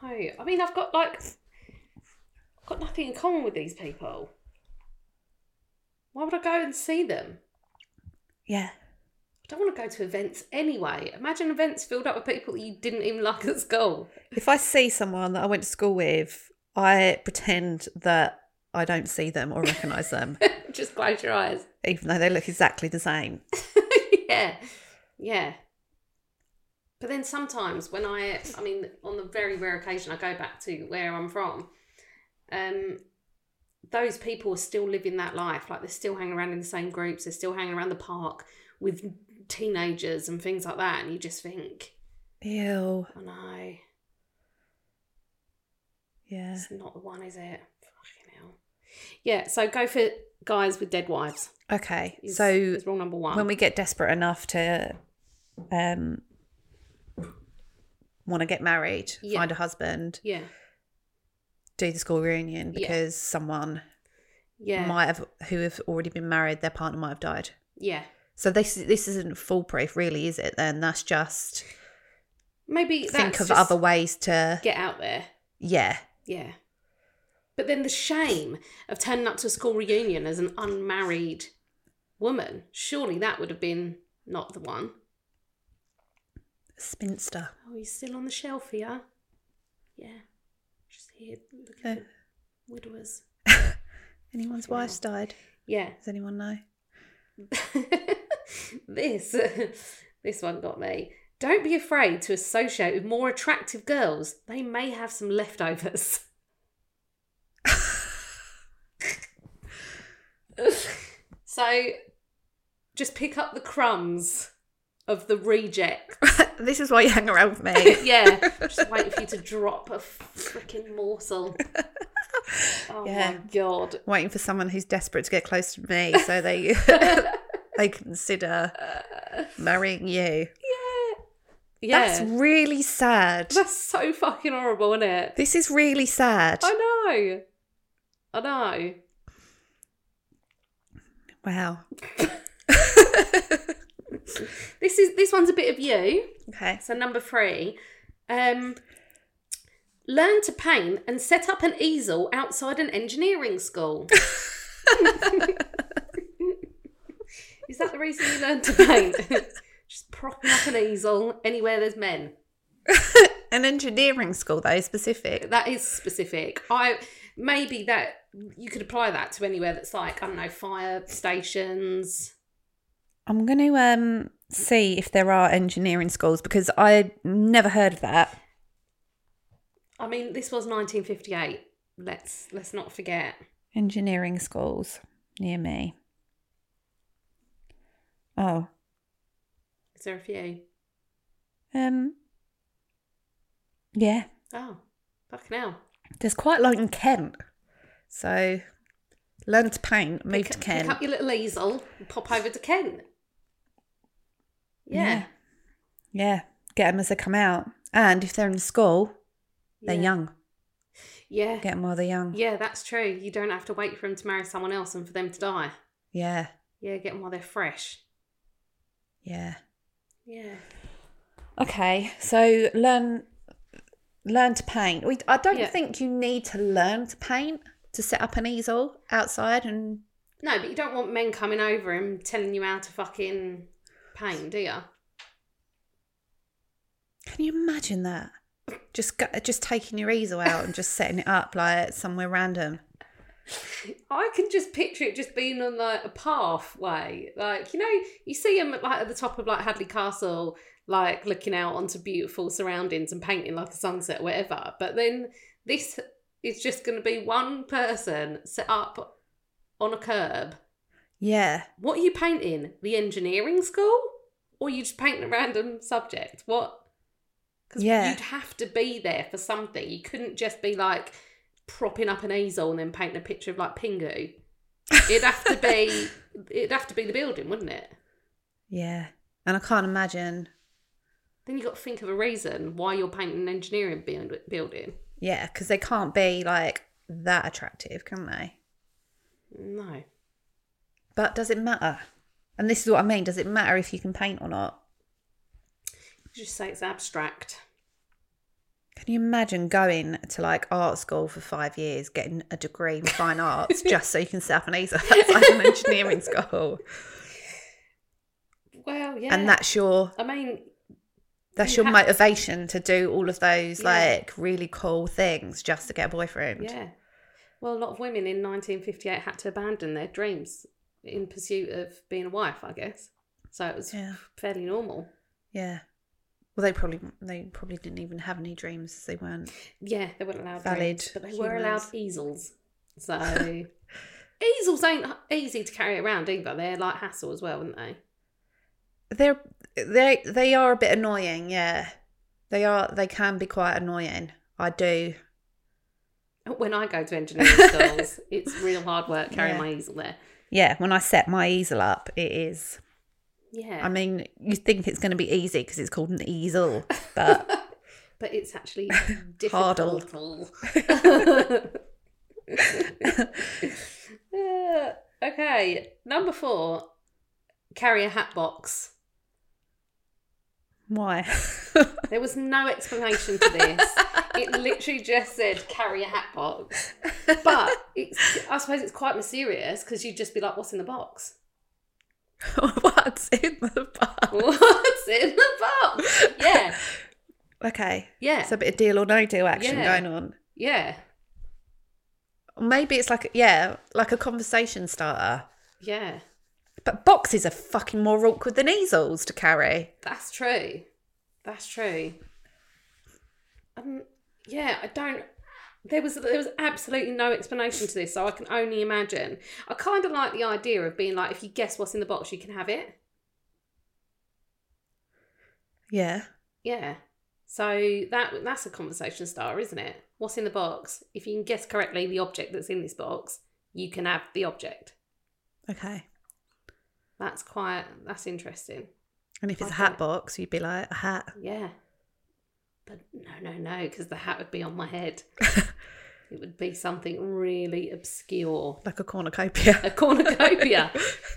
no. I mean, I've got like I've got nothing in common with these people. Why would I go and see them? Yeah. I don't want to go to events anyway. Imagine events filled up with people that you didn't even like at school. If I see someone that I went to school with, I pretend that I don't see them or recognise them. Just close your eyes. even though they look exactly the same. yeah, yeah. But then sometimes when I, I mean, on the very rare occasion I go back to where I'm from, um, those people are still living that life. Like they're still hanging around in the same groups. They're still hanging around the park with teenagers and things like that. And you just think, Ew. oh no, Yeah. it's not the one, is it? Fucking hell. Yeah. So go for guys with dead wives. Okay. Is, so is rule number one. when we get desperate enough to um want to get married, Yeah. find a husband, yeah, do the school reunion Yeah. because someone yeah, might have who have already been married, their partner might have died. yeah. So this this isn't foolproof, really, is it? Then that's just Maybe think that's of just- other ways to get out there. yeah. Yeah. But then the shame of turning up to a school reunion as an unmarried woman, surely that would have been not the one. Spinster. Oh, he's still on the shelf here. Yeah. Just here looking Yeah. for widowers. Anyone's wife's died. Yeah. Does anyone know? this this one got me. Don't be afraid to associate with more attractive girls. They may have some leftovers. so just pick up the crumbs of the reject. this is why you hang around with me. yeah, just waiting for you to drop a freaking morsel. Oh Yeah. my god. Waiting for someone who's desperate to get close to me so they they consider marrying you. Yeah. That's really sad. That's so fucking horrible, isn't it? This is really sad. I know. I know. Wow. This is this one's a bit of you. Okay. So number three, um, learn to paint and set up an easel outside an engineering school. is that the reason you learned to paint? Just propping up an easel anywhere there's men. An engineering school though, specific. That is specific. I maybe that you could apply that to anywhere that's like I don't know fire stations. I'm gonna um see if there are engineering schools because I never heard of that. I mean, this was 1958. Let's let's not forget. Engineering schools near me. Oh. Is there a few? Um Yeah. Oh, fucking hell. There's quite a lot in Kent. So learn to paint, move pick, to Kent. Pick up your little easel and pop over to Kent. Yeah. Yeah. Yeah. Get them as they come out. And if they're in school, they're Yeah. young. Yeah. Get them while they're young. Yeah, that's true. You don't have to wait for them to marry someone else and for them to die. Yeah. Yeah, get them while they're fresh. Yeah. Yeah. Okay. So learn learn to paint. We, I don't Yeah. think you need to learn to paint to set up an easel outside and No, but you don't want men coming over and telling you how to fucking paint, do you? can you imagine that? Just go, just taking your easel out and just setting it up like somewhere random. I can just picture it just being on like a pathway, like you know, you see him at, like at the top of like Hadley Castle, like looking out onto beautiful surroundings and painting like a sunset, or whatever. But then this is just going to be one person set up on a curb. Yeah. What are you painting? The engineering school, or you just painting a random subject? What? Because Yeah. you'd have to be there for something. You couldn't just be like propping up an easel and then painting a picture of like Pingu. It'd have to be it'd have to be the building, wouldn't it? Yeah. And I can't imagine. Then you got to think of a reason why you're painting an engineering build- building. Yeah, because they can't be like that attractive, can they? No, But does it matter? And this is what I mean. Does it matter if you can paint or not? you just say it's abstract. Can you imagine going to like art school for five years, getting a degree in fine arts just so you can set up an easel outside an engineering school? Well, yeah, And that's your I mean, that's You your have- motivation to do all of those Yeah. like really cool things just to get a boyfriend. Yeah. Well, a lot of women in 1958 had to abandon their dreams in pursuit of being a wife, I guess. So it was Yeah. fairly normal. Yeah. Well, they probably they probably didn't even have any dreams. They weren't. Yeah, they weren't allowed Valid dreams, but they were allowed humans. easels. So easels ain't easy to carry around either. They're like hassle as well, aren't they? They're they they are a bit annoying. Yeah, they are. They can be quite annoying. I do. When I go to engineering schools, it's real hard work carrying Yeah. my easel there. Yeah, when I set my easel up, it is. Yeah, I mean, you think it's going to be easy because it's called an easel, but but it's actually Hardle. difficult. Uh, okay, number four, carry a hat box. why? There was no explanation to this. it literally just said carry a hat box. But it's, I suppose it's quite mysterious because you'd just be like, what's in the box? What's in the bar? What's in the box? Yeah, Okay, yeah, it's a bit of deal or no deal action Yeah. going on. yeah, Or Maybe it's like yeah, like a conversation starter. yeah. But boxes are fucking more awkward than easels to carry. That's true. That's true. Um, yeah, I don't. there was there was absolutely no explanation to this, so I can only imagine. I kind of like the idea of being like, if you guess what's in the box, you can have it. Yeah. Yeah. So that that's a conversation starter, isn't it? What's in the box? If you can guess correctly the object that's in this box, you can have the object. Okay. That's quite that's interesting. And if it's I a hat think- box, you'd be like, a hat. Yeah. But no, no, no, because the hat would be on my head. it would be something really obscure. Like a cornucopia. A cornucopia.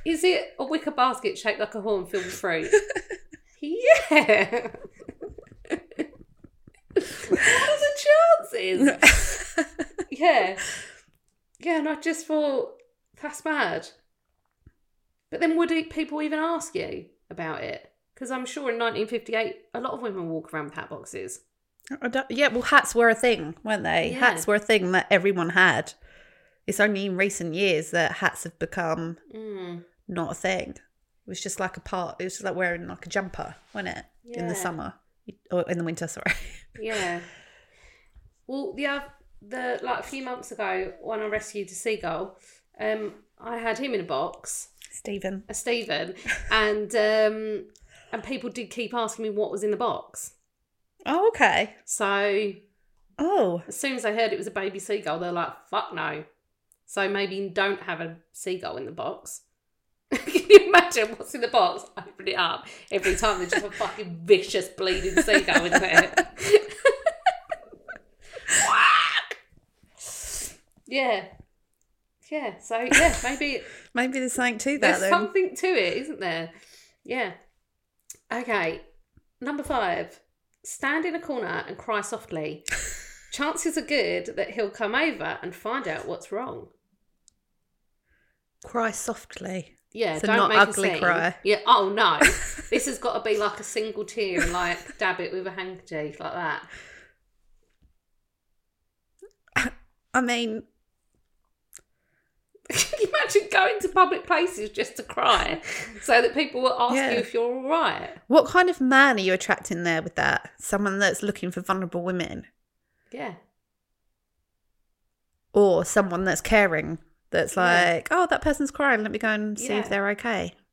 Is it a wicker basket shaped like a horn filled with fruit? yeah. what are the chances? yeah. Yeah, and I just thought, that's mad. But then would it- people even ask you about it? Because I'm sure in 1958, a lot of women walk around with hat boxes. I don't- yeah, well, hats were a thing, weren't they? Yeah. Hats were a thing that everyone had. It's only in recent years that hats have become Mm. not a thing. It was just like a part. It was just like wearing like a jumper, wasn't it? In the Yeah. summer or in the winter. Sorry. Yeah. Well, the oth- the like a few months ago when I rescued a seagull, um, I had him in a box, Stephen. a Stephen, and um, and people did keep asking me what was in the box. Oh, okay. So Oh, As soon as they heard it was a baby seagull, they're like, fuck no. So maybe don't have a seagull in the box. Can you imagine what's in the box? Open it up. Every time there's just a fucking vicious bleeding seagull in there. Whack! yeah. Yeah, so yeah, maybe maybe there's something to that there's then. something to it, isn't there? Yeah. Okay. Number five. Stand in a corner and cry softly. Chances are good that he'll come over and find out what's wrong. Cry softly. Yeah, So don't not make a ugly scene. cry. Yeah. Oh no, this has got to be like a single tear and like dab it with a handkerchief like that. I mean, Can you imagine going to public places just to cry, so that people will ask Yeah. you if you're all right? what kind of man are you attracting there with that? Someone that's looking for vulnerable women, Yeah. or someone that's caring. That's Yeah. like, oh, that person's crying. Let me go and see Yeah. if they're okay.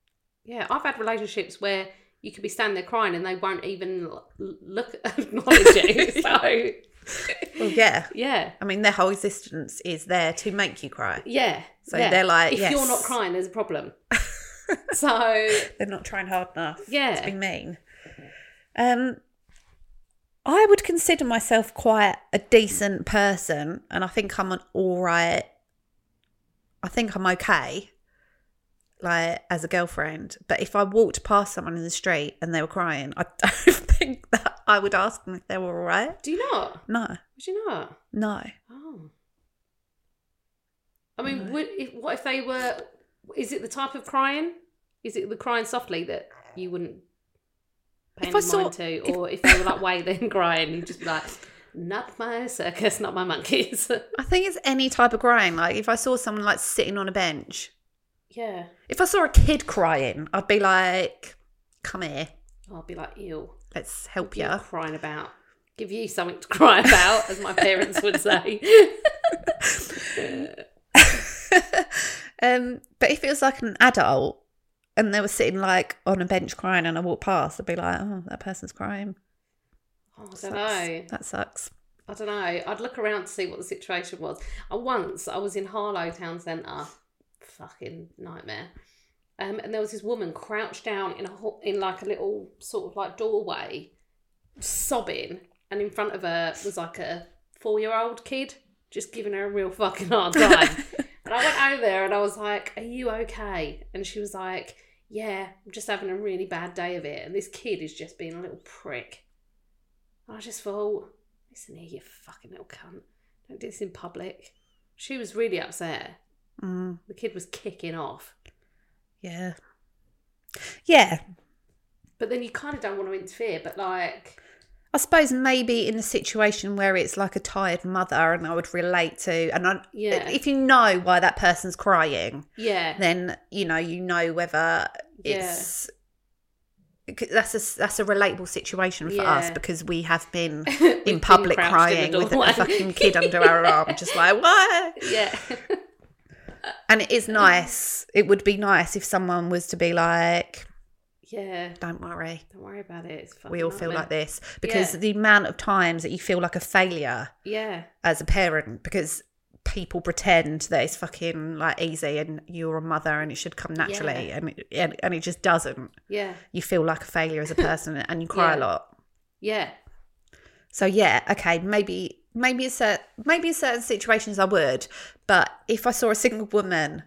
Yeah, I've had relationships where you could be standing there crying and they won't even l- look acknowledge you. So Well, yeah. yeah, I mean, their whole existence is there to make you cry. yeah. So yeah. they're like, if you're yes. not crying, there's a problem. so They're not trying hard enough. Yeah. To be mean. Um, I would consider myself quite a decent person, and I think I'm an all right. I think I'm okay, like as a girlfriend. But if I walked past someone in the street and they were crying, I don't think that I would ask them if they were all right. do you not? No, Would you not? no. Oh, I mean, would, if, what if they were? Is it the type of crying? Is it the crying softly that you wouldn't pay If any I saw- mind to, or if, they were like wailing, crying, you'd just be like, "Not my circus, not my monkeys." I think it's any type of crying. Like if I saw someone like sitting on a bench, yeah. if I saw a kid crying, I'd be like, "Come here, I'll be like, ew, let's help what are you you." crying about. Give you something to cry about, as my parents would say. Oh, um, but if it was like an adult and they were sitting like on a bench crying, and I walked past, I'd be like, "Oh, that person's crying." Oh, I Sucks. don't know. That sucks. I don't know. I'd look around to see what the situation was. I once I was in Harlow Town Centre, fucking nightmare. Um, and there was this woman crouched down in a ho- in like a little sort of like doorway, sobbing, and in front of her was like a four year old kid just giving her a real fucking hard time. and I went over there and I was like, "Are you okay?" And she was like, "Yeah, I'm just having a really bad day of it." And this kid is just being a little prick. And I just thought, Listen here, you fucking little cunt. Don't do this in public. She was really upset. Mm, The kid was kicking off. yeah, yeah. But then you kind of don't want to interfere, but like, I suppose maybe in a situation where it's like a tired mother, and I would relate to, and I, Yeah. if you know why that person's crying, yeah. then you know you know whether Yeah. it's that's a that's a relatable situation for us Yeah. because we have been been in public crouched crying in the with a doorway. fucking kid under our arm, just like what? Yeah. And it is nice. It would be nice if someone was to be like, yeah. "Don't worry, Don't worry about it. It's we all fucking feel nightmare. like this." Because Yeah. the amount of times that you feel like a failure Yeah. as a parent because people pretend that it's fucking like easy and you're a mother and it should come naturally Yeah. and, it, and and it just doesn't. Yeah. You feel like a failure as a person and you cry a Yeah. lot. Yeah. So yeah, okay, maybe maybe it's a, maybe in certain situations I would, but if I saw a single woman,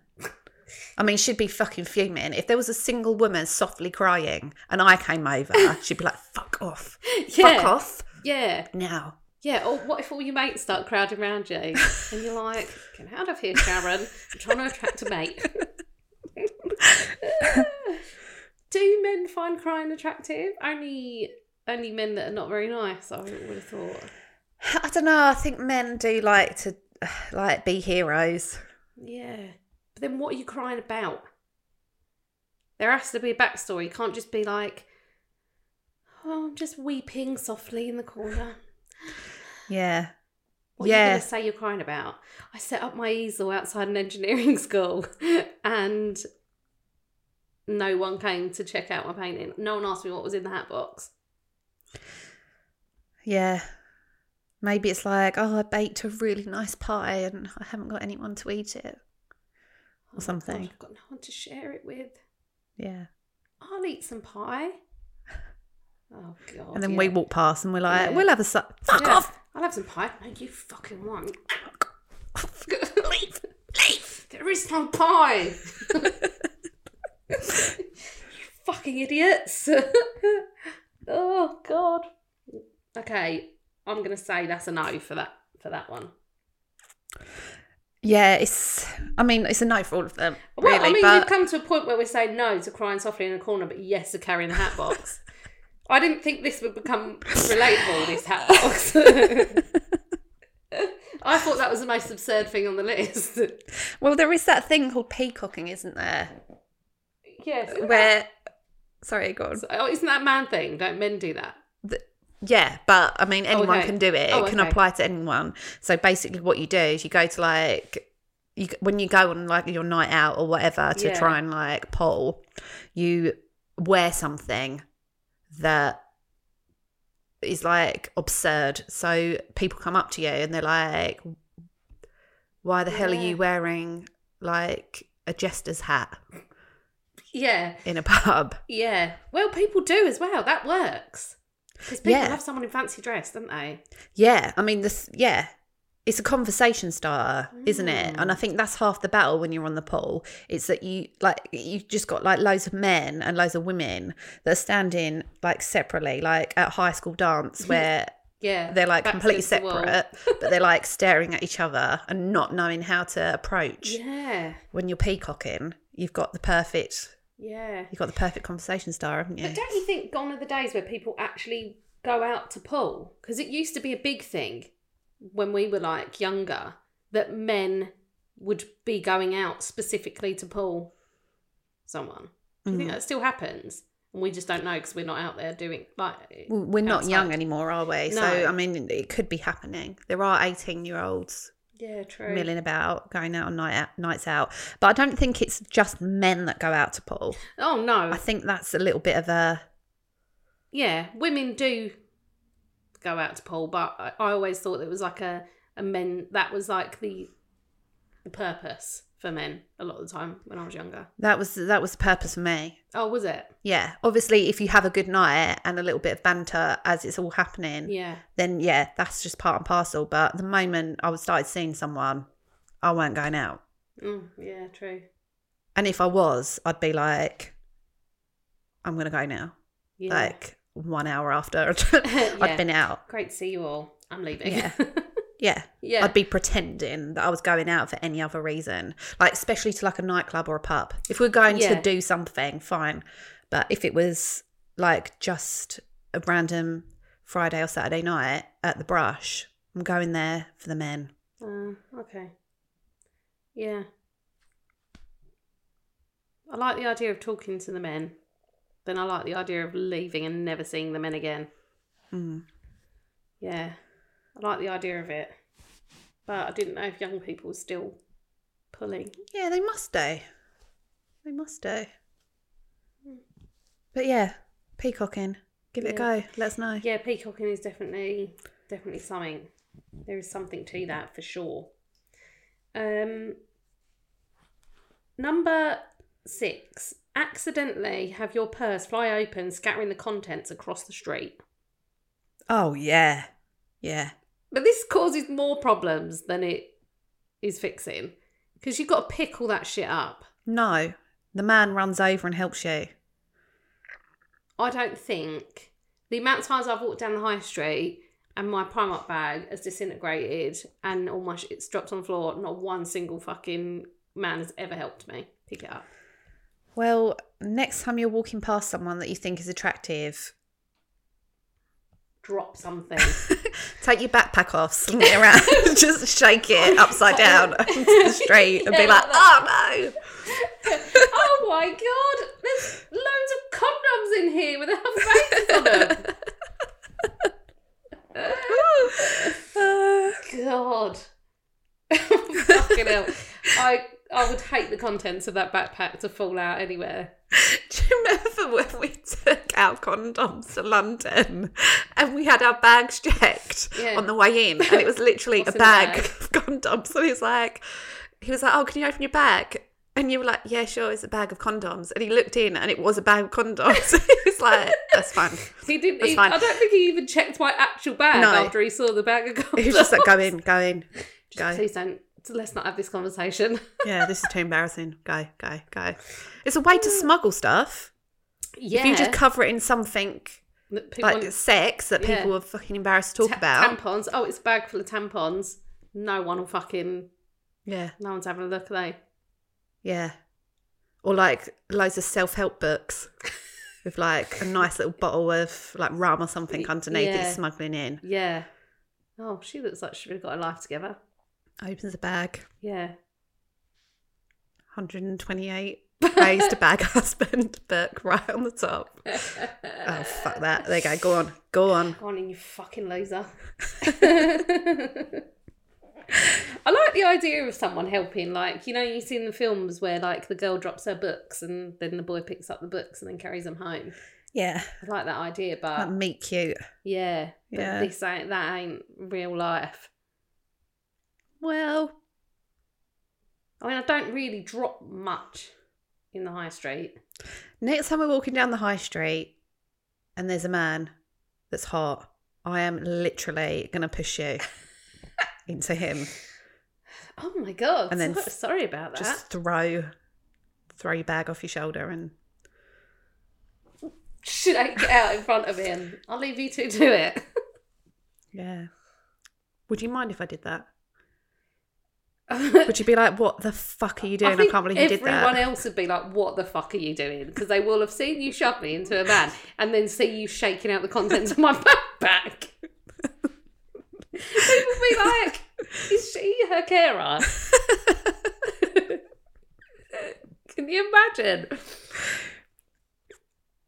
I mean, she'd be fucking fuming. If there was a single woman softly crying and I came over, she'd be like, "Fuck off, Yeah. fuck off Yeah. now." Yeah. Or what if all your mates start crowding around you and you're like, get out of here, Sharon. I'm trying to attract a mate. Do men find crying attractive? Only only men that are not very nice, I would have thought. I don't know. I think men do like to like be heroes. Yeah. But then what are you crying about? There has to be a backstory. You can't just be like, oh, I'm just weeping softly in the corner. Yeah, What are you Yeah. going to say you're crying about? I set up my easel outside an engineering school and no one came to check out my painting. No one asked me what was in the hat box. yeah. Maybe it's like, oh, I baked a really nice pie and I haven't got anyone to eat it. Oh my God, something. I've got no one to share it with. Yeah. I'll eat some pie. Oh, God. and then yeah. we walk past and we're like, Yeah. we'll have a su- fuck Yeah, off. I'll have some pie. No, you fucking won't. leave, leave. There is no pie. you fucking idiots. oh god. Okay, I'm gonna say that's a no for that for that one. Yeah, it's. I mean, it's a no for all of them, Well, really. I mean, we've but come to a point where we're saying no to crying softly in a corner, but yes to carrying the hat box. I didn't think this would become relatable. This hat box. I thought that was the most absurd thing on the list. well, there is that thing called peacocking, isn't there? yes. Where, sorry, go on. Oh, isn't that a man thing? Don't men do that? Th- yeah, but I mean, anyone okay. can do it. Oh, it can okay. apply to anyone. So basically, what you do is you go to like. You, when you go on like your night out or whatever to Yeah. try and like poll, you wear something that is like absurd. So people come up to you and they're like, "Why the hell are Yeah. you wearing like a jester's hat Yeah, in a pub?" yeah. Well, people do as well. That works because people Yeah. have someone in fancy dress, don't they? Yeah, I mean this. Yeah, it's a conversation starter, isn't it? Mm. And I think that's half the battle when you're on the poll. It's that you like you've just got like loads of men and loads of women that are standing like separately, like at high school dance where Yeah, they're like backs completely against the wall. separate, but they're like staring at each other and not knowing how to approach. Yeah, When you're peacocking, you've got the perfect. yeah. You've got the perfect conversation star, haven't you? But don't you think gone are the days where people actually go out to pool? Because it used to be a big thing when we were like younger that men would be going out specifically to pool someone. Do you think Mm-hmm. that still happens? And we just don't know because we're not out there doing like Well, We're not young outside. anymore, are we? So, No. I mean, it could be happening. There are 18 year olds Yeah, true. milling about, going out on night out, nights out. But I don't think it's just men that go out to pool. Oh no. I think that's a little bit of a. yeah, women do go out to pool, but I, I always thought it was like a, a men that was like the the purpose for men a lot of the time when I was younger. That was that was the purpose for me. Oh, was it? Yeah, obviously, if you have a good night and a little bit of banter as it's all happening, Yeah. then yeah, that's just part and parcel. But the moment I was started seeing someone, I weren't going out. Mm, yeah, true. And if I was, I'd be like, I'm gonna go now. Yeah. Like one hour after Yeah. I'd been out. Great to see you all. I'm leaving. Yeah. Yeah. Yeah. I'd be pretending that I was going out for any other reason, like especially to like a nightclub or a pub. If we're going Yeah. to do something, fine. But if it was like just a random Friday or Saturday night at the brush, I'm going there for the men. Um, okay. Yeah. I like the idea of talking to the men. then I like the idea of leaving and never seeing the men again. Mm. Yeah, I like the idea of it, but I didn't know if young people were still pulling. Yeah, they must do. They must do. But yeah, peacocking. Give it Yeah. a go. Let us know. Yeah, peacocking is definitely definitely something. There is something to that for sure. Um, number six: accidentally have your purse fly open, scattering the contents across the street. Oh yeah, yeah. But this causes more problems than it is fixing because you've got to pick all that shit up. No, the man runs over and helps you. I don't think the amount of times I've walked down the high street and my Primark bag has disintegrated and all my shit's dropped on the floor, not one single fucking man has ever helped me pick it up. Well, next time you're walking past someone that you think is attractive, Drop something. take your backpack off, sling it around, just shake it upside down onto the street, and be Yeah, like, like "Oh oh my god, there's loads of condoms in here with our faces on no!" them. God. Fucking hell. I I would hate the contents of that backpack to fall out anywhere. Do you remember when we took our condoms to London and we had our bags checked Yeah. on the way in? And it was literally a What's in the bag, bag? of condoms. So he was like, he was like, oh, can you open your bag? And you were like, yeah, sure, it's a bag of condoms. And he looked in and it was a bag of condoms. he was like, that's fine. He didn't. That's He, fine. I don't think he even checked my actual bag No. after he saw the bag of condoms. He was just like, go in, go in, Just go. Please don't. Let's not have this conversation. Yeah, this is too embarrassing. Go, go, go. It's a way to smuggle stuff. yeah. If you just cover it in something That people like want- sex that Yeah. people are fucking embarrassed to talk ta- about. tampons. Oh, it's a bag full of tampons. No one will fucking. Yeah. No one's having a look. Are they? Yeah. Or like loads of self help books with like a nice little bottle of like rum or something underneath that Yeah. you're smuggling in. Yeah. Oh, she looks like she's really got her life together. Opens a bag, Yeah. 128 ways to bag husband book right on the top. Oh, fuck that. There you go. Go on. Go on. Go on in, you fucking loser. I like the idea of someone helping. Like, you know, you see in the films where, like, the girl drops her books and then the boy picks up the books and then carries them home. Yeah. Uh, I like that idea, Like but meet cute. yeah, but Yeah. this ain't that ain't real life. Well, I mean, I don't really drop much in the high street. next time we're walking down the high street and there's a man that's hot, I am literally going to push you into him. Oh my god! And then so- sorry about that. just throw throw your bag off your shoulder and Should I get out in front of him? I'll leave you two to it. yeah would you mind if i did that would you be like what the fuck are you doing i, think can't believe you did Everyone that else would be like, "What the fuck are you doing?" Because they will have seen you shove me into a van and then see you shaking out the contents of my backpack. People would be like, "Is she her carer?" Can you imagine?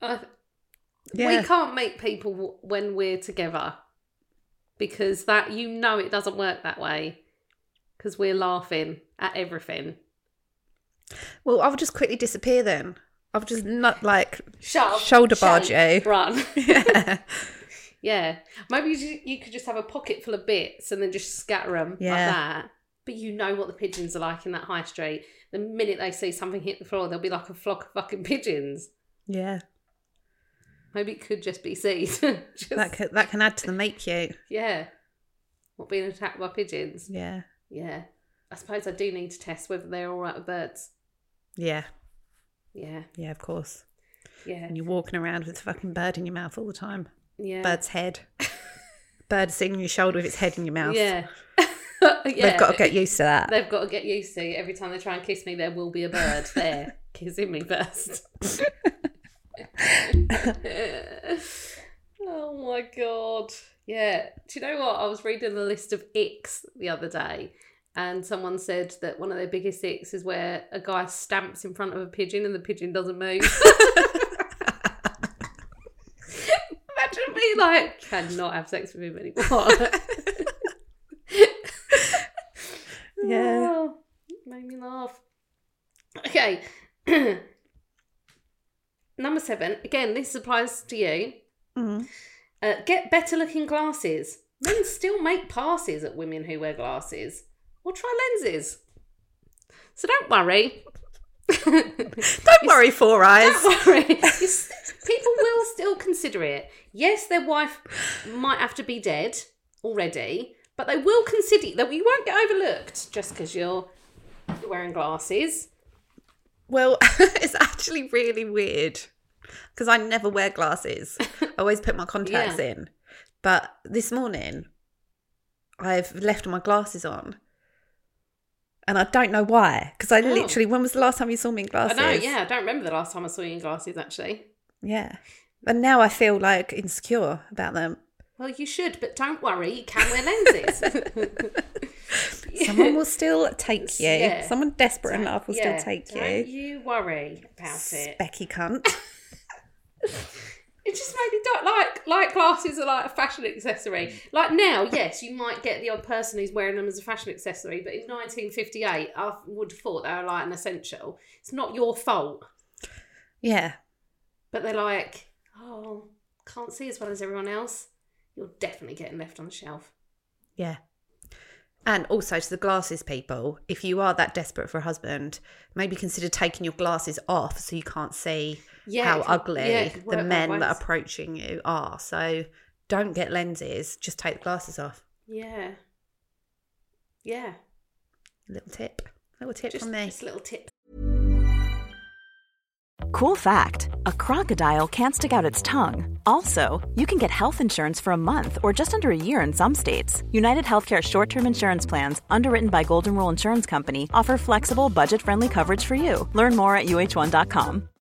I yeah we can't make people w- when we're together because that you know it doesn't work that way because we're laughing at everything. well i'll just quickly disappear then i'll just not like Shut up, Shoulder barge, shake, eh? Run. yeah yeah. Maybe you, ju- you could just have a pocket full of bits and then just scatter them like Yeah. that. But you know what the pigeons are like in that high street. The minute they see something hit the floor, they'll be like a flock of fucking pigeons. yeah Maybe it could just be seed. just, that can, that can add to the make you yeah. Not being attacked by pigeons. yeah Yeah. I suppose I do need to test whether they're all right with birds. yeah Yeah. yeah of course Yeah. and you're walking around with a fucking bird in your mouth all the time Yeah. bird's head bird sitting on your shoulder with its head in your mouth Yeah. they've got to get used to that They've got to get used to every time they try and kiss me, there will be a bird there kissing me first. oh my god! Yeah, do you know what? I was reading the list of icks the other day, and someone said that one of their biggest icks is where a guy stamps in front of a pigeon and the pigeon doesn't move. probably like cannot have sex with him anymore. Yeah. Oh, made me laugh. Okay. Number seven. Again, this applies to you. Mm. Uh, get better looking glasses. Men still make passes at women who wear glasses or try lenses. So don't worry. Don't worry, Four Eyes. Don't worry. It's- People will still consider it. Yes, their wife might have to be dead already, but they will consider that you won't get overlooked just because you're you're wearing glasses. Well, it's actually really weird because I never wear glasses. I always put my contacts Yeah. in. But this morning, I've left my glasses on. And I don't know why. Because I Oh. literally, when was the last time you saw me in glasses? I know, yeah. I don't remember the last time I saw you in glasses, actually. Yeah. And now I feel like insecure about them. Well, you should, but don't worry. You can wear lenses. Someone will still take you. Yeah. Someone desperate enough will Yeah, still take Don't you. you worry about it. Specky cunt. It just made me don't like like glasses are like a fashion accessory. Like now, yes, you might get the odd person who's wearing them as a fashion accessory, but in 1958, I would have thought they were like an essential. It's not your fault, yeah. but they're like, oh, can't see as well as everyone else. You're definitely getting left on the shelf. Yeah. And also to the glasses people, if you are that desperate for a husband, maybe consider taking your glasses off so you can't see Yeah, how it could- ugly yeah, it could work the both men that are ways. approaching you are. So don't get lenses, just take the glasses off. Yeah, yeah. Little tip. Little tip Just, from me. just a little tip. Cool fact a crocodile can't stick out its tongue. Also, you can get health insurance for a month or just under a year in some states. United Healthcare short term insurance plans, underwritten by Golden Rule Insurance Company, offer flexible, budget friendly coverage for you. Learn more at uh1.com.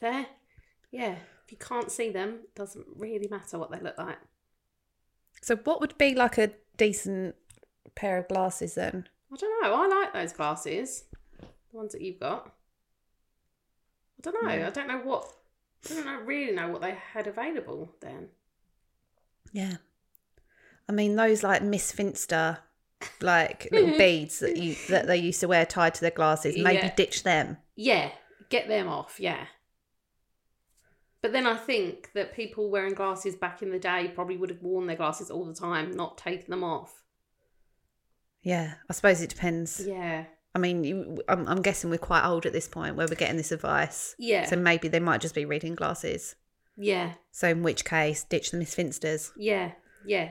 There, yeah. If you can't see them, it doesn't really matter what they look like. So what would be like a decent pair of glasses then? I don't know. I like those glasses, the ones that you've got. I don't know. I don't know what. I don't know, really know what they had available then. Yeah. I mean those like Miss Finster like little beads that you that they used to wear tied to their glasses, maybe Yeah. ditch them. Yeah, get them off. Yeah. But then I think that people wearing glasses back in the day probably would have worn their glasses all the time, not taken them off. Yeah. I suppose it depends. Yeah. I mean, you, I'm, I'm guessing we're quite old at this point where we're getting this advice. Yeah. So maybe they might just be reading glasses. Yeah. So in which case, ditch the Miss Finsters. Yeah, yeah.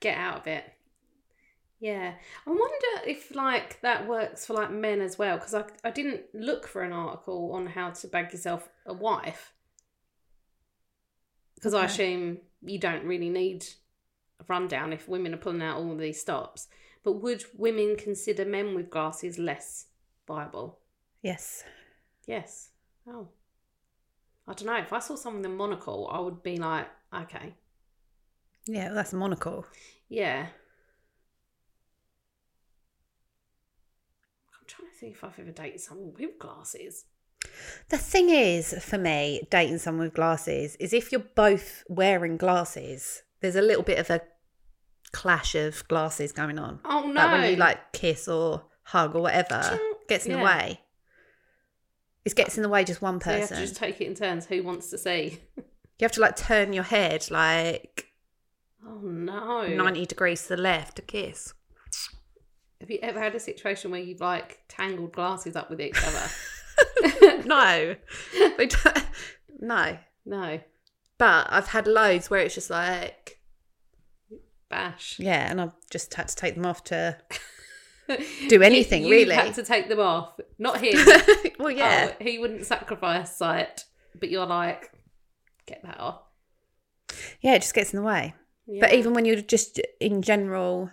Get out of it. Yeah. I wonder if like that works for like men as well because I I didn't look for an article on how to bag yourself a wife because I Okay. assume you don't really need a rundown if women are pulling out all these stops. But would women consider men with glasses less viable? Yes. Yes. Oh. I don't know. If I saw someone in monocle, I would be like, okay, Yeah, well, that's a monocle. Yeah. I'm trying to think if I've ever dated someone with glasses. The thing is, for me, dating someone with glasses is if you're both wearing glasses, there's a little bit of a clash of glasses going on. Oh, Like when you no. like kiss or hug or whatever, Choo. gets in the Yeah. way. It gets in the way just one So you have person. to just take it in turns who wants to see. you have to like turn your head like Oh no. 90 degrees to the left to kiss. Have you ever had a situation where you've like tangled glasses up with each other? No. They don't- no. no. But I've had loads where it's just like. Bash. Yeah, and I've just had to take them off to do anything, you, really. You had to take them off. Not him. well, yeah. Oh, he wouldn't sacrifice sight, but you're like, get that off. Yeah, it just gets in the way. But Yeah. even when you're just in general,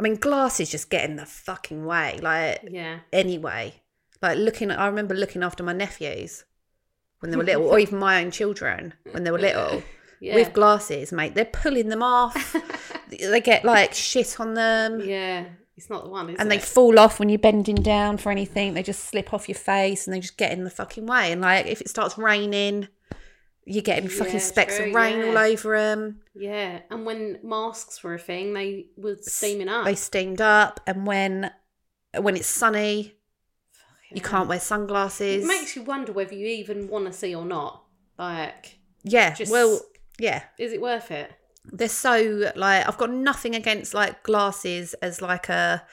I mean, glasses just get in the fucking way. Like, yeah, anyway. Like looking, I remember looking after my nephews when they were little, or even my own children when they were little yeah, with glasses, mate. They're pulling them off. they get like shit on them, yeah, it's not the one, is and they it? fall off when you're bending down for anything. They just slip off your face, and they just get in the fucking way. And like if it starts raining, you're getting fucking Yeah, specks true, of rain yeah. all over them. yeah, and when masks were a thing, they were steaming up. They steamed up, and when when it's sunny, you can't wear sunglasses. It makes you wonder whether you even want to see or not. Like, yeah, just- well, yeah. is it worth it? they're so like I've got nothing against like glasses as like a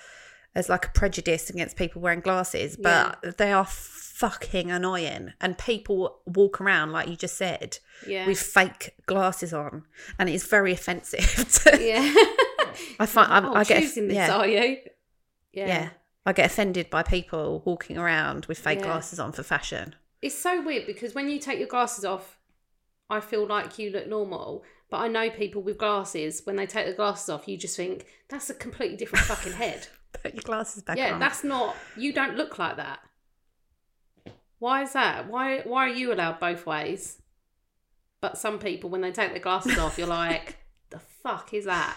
as like a prejudice against people wearing glasses, but they are fucking annoying. And people walk around like you just said Yeah, with fake glasses on, and it's very offensive. to- yeah. I find I'm, oh, I get choosing this, yeah, are you? yeah. I get offended by people walking around with fake Yeah. glasses on for fashion. It's so weird because when you take your glasses off, I feel like you look normal. But I know people with glasses, when they take their glasses off, you just think, that's a completely different fucking head. Put your glasses back yeah, on. that's not, you don't look like that. Why is that? Why, why are you allowed both ways? But some people, when they take their glasses off, you're like, the fuck is that?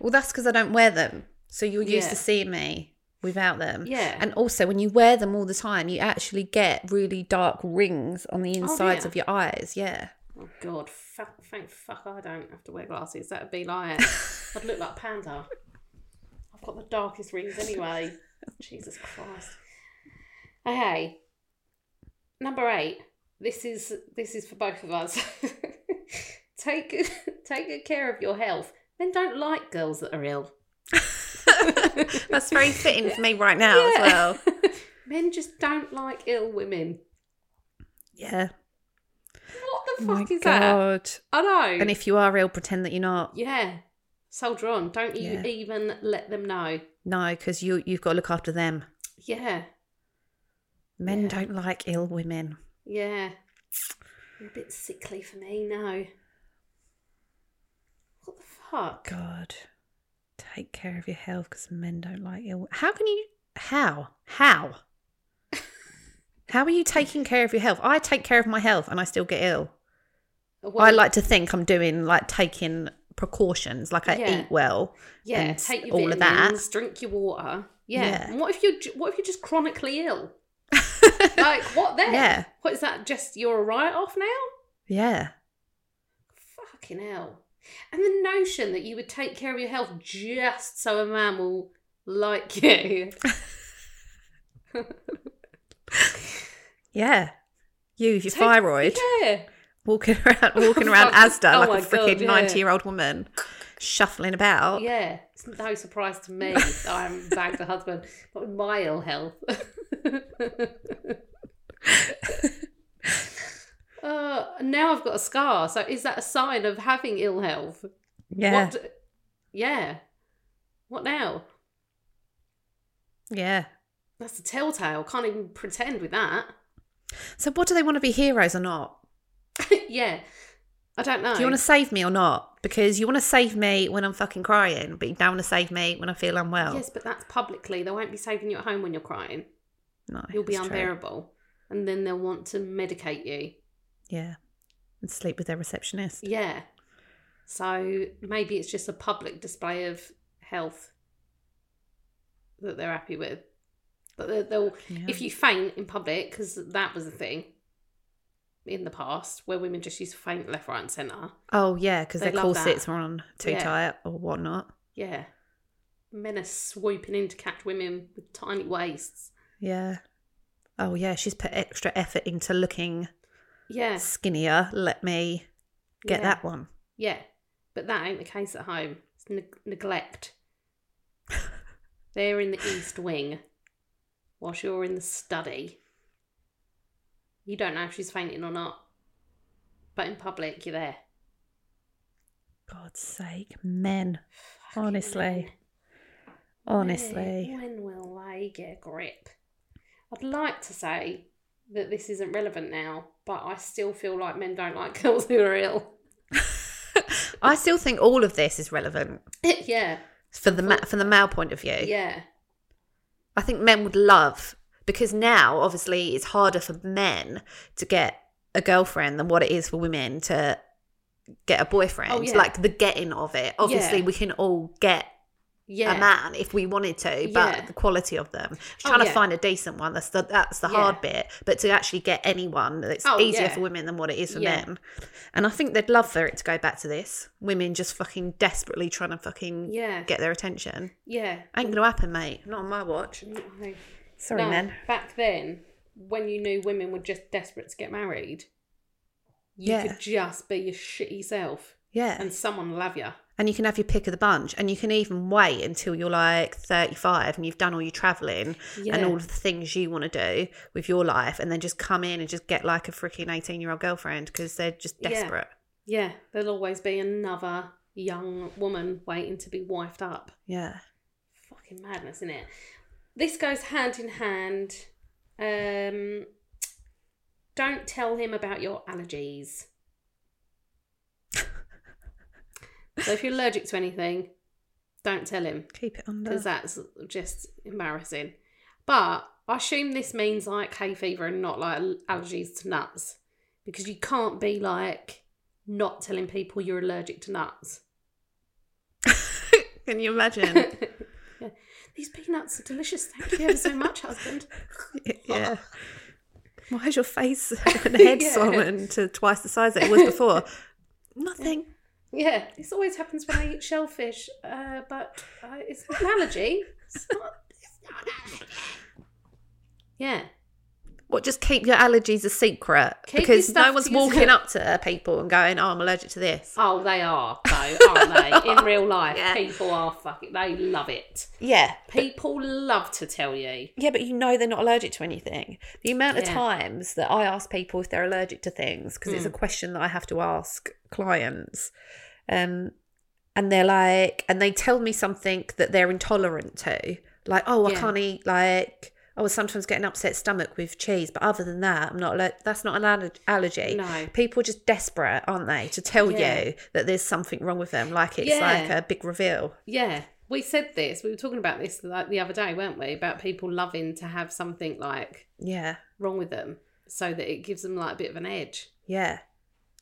Well, that's because I don't wear them. So you're used Yeah. to seeing me without them. Yeah. And also, when you wear them all the time, you actually get really dark rings on the Oh, insides yeah. of your eyes. Yeah. Oh, God. Fuck, thank fuck I don't have to wear glasses. That would be like, I'd look like Panda. I've got the darkest rings anyway. Jesus Christ. Okay. Number eight. This is this is for both of us. take take good care of your health. Then don't like girls that are ill. That's very fitting for me right now as Yeah. well. Men just don't like ill women. Yeah. What the Oh fuck my is that? God. I know. And if you are ill, pretend that you're not. yeah, soldier on. Don't you Yeah. even let them know. No, because you, you've got to look after them. Yeah, Men Yeah. don't like ill women. yeah. You're a bit sickly for me, no. What the fuck? God. Take care of your health because men don't like ill. How can you? How? How? How are you taking care of your health? I take care of my health and I still get ill. Well, I like to think I'm doing like taking precautions, like I Yeah. eat well. yeah. and Take your all of that. vitamins, drink your water. Yeah. Yeah. And what if you are what if you're just chronically ill? like what then? Yeah. What is that? Just you're a write off now? Yeah. Fucking hell. And the notion that you would take care of your health just so a man will like you. Yeah. You with your Take- thyroid Yeah. walking around walking around Fuck. Asda Oh like my a God, freaking yeah. 90 year old woman shuffling about. Yeah, it's no surprise to me that I'm bagged a husband, but with my ill health. uh, now I've got a scar, so is that a sign of having ill health? Yeah. What d- yeah. What now? Yeah. That's a telltale. Can't even pretend with that. So what do they want to be heroes or not? yeah. I don't know. Do you want to save me or not? Because you want to save me when I'm fucking crying, but you don't want to save me when I feel unwell. Yes, but that's publicly. They won't be saving you at home when you're crying. no, You'll be Oh, that's true. unbearable. And then they'll want to medicate you. Yeah, and sleep with their receptionist. Yeah. So maybe it's just a public display of health that they're happy with. But they- they'll, Yeah. if you faint in public, because that was a thing in the past where women just used to faint left, right, and centre. Oh yeah, because They their love corsets that. were on too Yeah. tight or whatnot. Yeah. Men are swooping in to catch women with tiny waists. Yeah. Oh yeah, she's put extra effort into looking Yeah. skinnier. Let me get Yeah. that one. Yeah, but that ain't the case at home. It's neg- neglect. They're in the east wing, whilst you're in the study. You don't know if she's fainting or not, but in public, you're there. God's sake, men. Fucking Honestly. men. Honestly. When, when will they get a grip? I'd like to say that this isn't relevant now, but I still feel like men don't like girls who are ill. I still think all of this is relevant yeah, for the ma- from the male point of view. yeah, I think men would love because now obviously it's harder for men to get a girlfriend than what it is for women to get a boyfriend. Oh, yeah. Like the getting of it. Obviously, Yeah. we can all get yeah. a man if we wanted to, but Yeah. the quality of them. Just Oh, trying yeah. to find a decent one. That's the that's the Yeah. hard bit. But to actually get anyone, it's Oh, easier yeah. for women than what it is for Yeah. men. And I think they'd love for it to go back to this. Women just fucking desperately trying to fucking Yeah. get their attention. Yeah. Ain't gonna happen, mate. Not on my watch. No. Sorry, No, men. Back then, when you knew women were just desperate to get married, you Yeah. could just be your shitty self Yeah. and someone will love you. and you can have your pick of the bunch and you can even wait until you're like 35 and you've done all your traveling and Yeah. all of the things you want to do with your life and then just come in and just get like a freaking 18 year old girlfriend because they're just Yeah. desperate Yeah. There'll always be another young woman waiting to be wifed up. yeah, Fucking madness, isn't it? This goes hand in hand. Um, don't tell him about your allergies. so if you're allergic to anything, don't tell him. keep it under because that's just embarrassing. But I assume this means like hay fever and not like allergies to nuts because you can't be like not telling people you're allergic to nuts. can you imagine These peanuts are delicious. Thank you ever so much, husband. yeah Oh. why is your face and head Yeah. swollen to twice the size that it was before nothing Yeah, this always happens when I eat shellfish, uh, but uh, it's an allergy. It's not, it's not an allergy. Yeah. What, just keep your allergies a secret? Keep because your no stuff one's to yourself. walking up to people and going, oh, I'm allergic to this. Oh, they are though, aren't they? In real life, Yeah. people are fucking. They love it. Yeah. People love to tell you. Yeah, but you know they're not allergic to anything. The amount of Yeah. Mm. times that I ask people if they're allergic to things, because it's a question that I have to ask clients, um, and they're like, and they tell me something that they're intolerant to, like, oh, I Yeah. can't eat, like, "Oh, I was sometimes getting upset stomach with cheese, but other than that, I'm not. Aller- that's not an aller- allergy. No. people are just desperate, aren't they, to tell Yeah. you that there's something wrong with them, like it's Yeah. like a big reveal. Yeah, we said this. We were talking about this like the other day, weren't we? About people loving to have something like Yeah. wrong with them, so that it gives them like a bit of an edge. Yeah.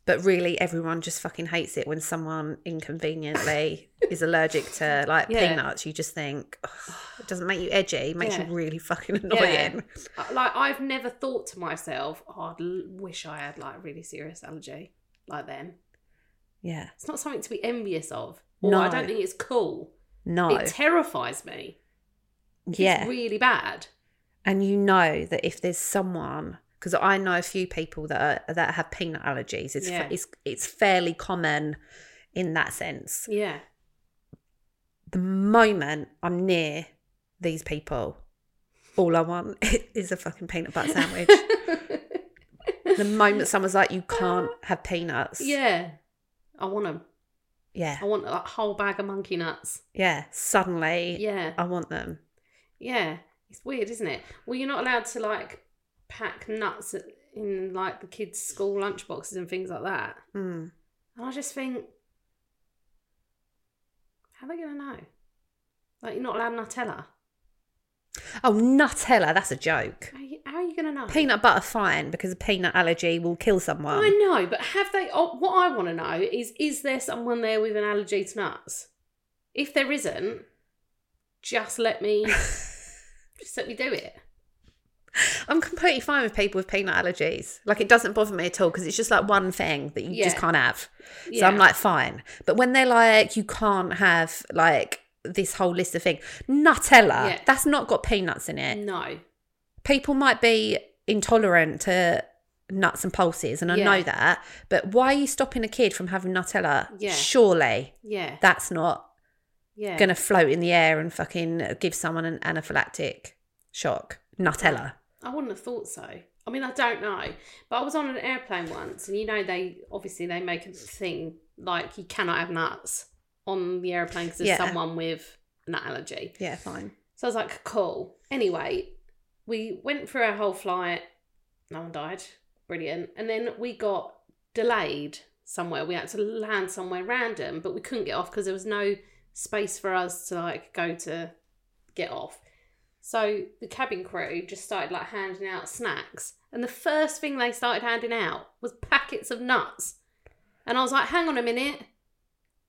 But really, everyone just fucking hates it when someone inconveniently is allergic to like Yeah. peanuts. You just think "Ugh, it doesn't make you edgy, it makes Yeah. you really fucking Yeah. annoying. Uh, Like I've never thought to myself, oh, I'd l- wish I had like a really serious allergy like them. Yeah. It's not something to be envious of. Or No. I don't think it's cool. No. It terrifies me. yeah. It's really bad. and you know that if there's someone because I know a few people that are, that have peanut allergies, it's, Yeah. fa- it's it's fairly common in that sense. Yeah. The moment I'm near these people, all I want is a fucking peanut butter sandwich. the moment someone's like, you can't have peanuts. yeah. I want them. Yeah. I want a whole bag of monkey nuts. Yeah. Suddenly, Yeah. I want them. Yeah, it's weird, isn't it? Well, you're not allowed to like pack nuts in like the kids' school lunchboxes and things like that. Mm. And I just think, how are they going to know? Like, you're not allowed Nutella. Oh, Nutella, that's a joke. How are you, how are you going to know? Peanut butter, fine, because a peanut allergy will kill someone. I know, but have they? Oh, what I want to know is is there someone there with an allergy to nuts? If there isn't, just let me. just let me do it. I'm completely fine with people with peanut allergies. Like, it doesn't bother me at all because it's just like one thing that you just Yeah. can't have. So Yeah. I'm like, fine. But when they're like, you can't have like this whole list of things, Nutella, Yeah. that's not got peanuts in it. No. people might be intolerant to nuts and pulses, and I Yeah. know that, but why are you stopping a kid from having Nutella? Yeah. Surely Yeah. that's not yeah. going to float in the air and fucking give someone an anaphylactic shock. Nutella. I wouldn't have thought so. I mean, I don't know, but I was on an airplane once, and you know they obviously they make a thing like you cannot have nuts on the airplane because there's Yeah. someone with an nut allergy. Yeah, fine. So I was like, cool. Anyway, we went through our whole flight. No one died. Brilliant. And then we got delayed somewhere. We had to land somewhere random, but we couldn't get off because there was no space for us to like go to get off. So the cabin crew just started like handing out snacks. And the first thing they started handing out was packets of nuts. And I was like, hang on a minute.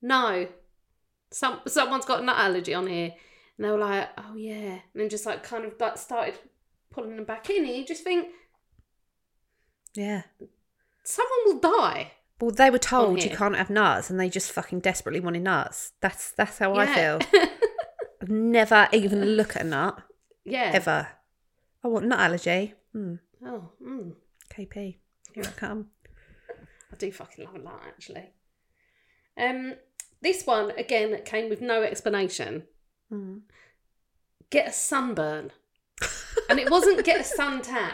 No. Some someone's got a nut allergy on here. And they were like, oh yeah. And then just like kind of like started pulling them back in. And you just think, Yeah. someone will die. Well, they were told you here. can't have nuts, and they just fucking desperately wanted nuts. That's that's how I Yeah. feel. I'd never even look at a nut yeah. ever. I want nut allergy. Hmm. Oh, mm. KP, here I come. I do fucking love that actually. Um, this one again came with no explanation. Hmm. Get a sunburn, and it wasn't get a suntan,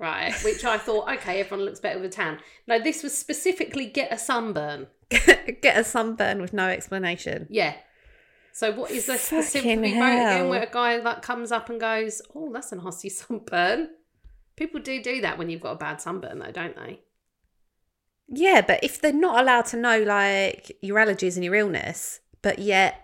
right? Which I thought, okay, everyone looks better with a tan. No, this was specifically get a sunburn. Get a sunburn with no explanation. Yeah. So what is the Fucking specifically vote again hell. where a guy that comes up and goes, "Oh, that's a nasty sunburn." People do do that when you've got a bad sunburn, though, don't they? Yeah, but if they're not allowed to know like your allergies and your illness, but yet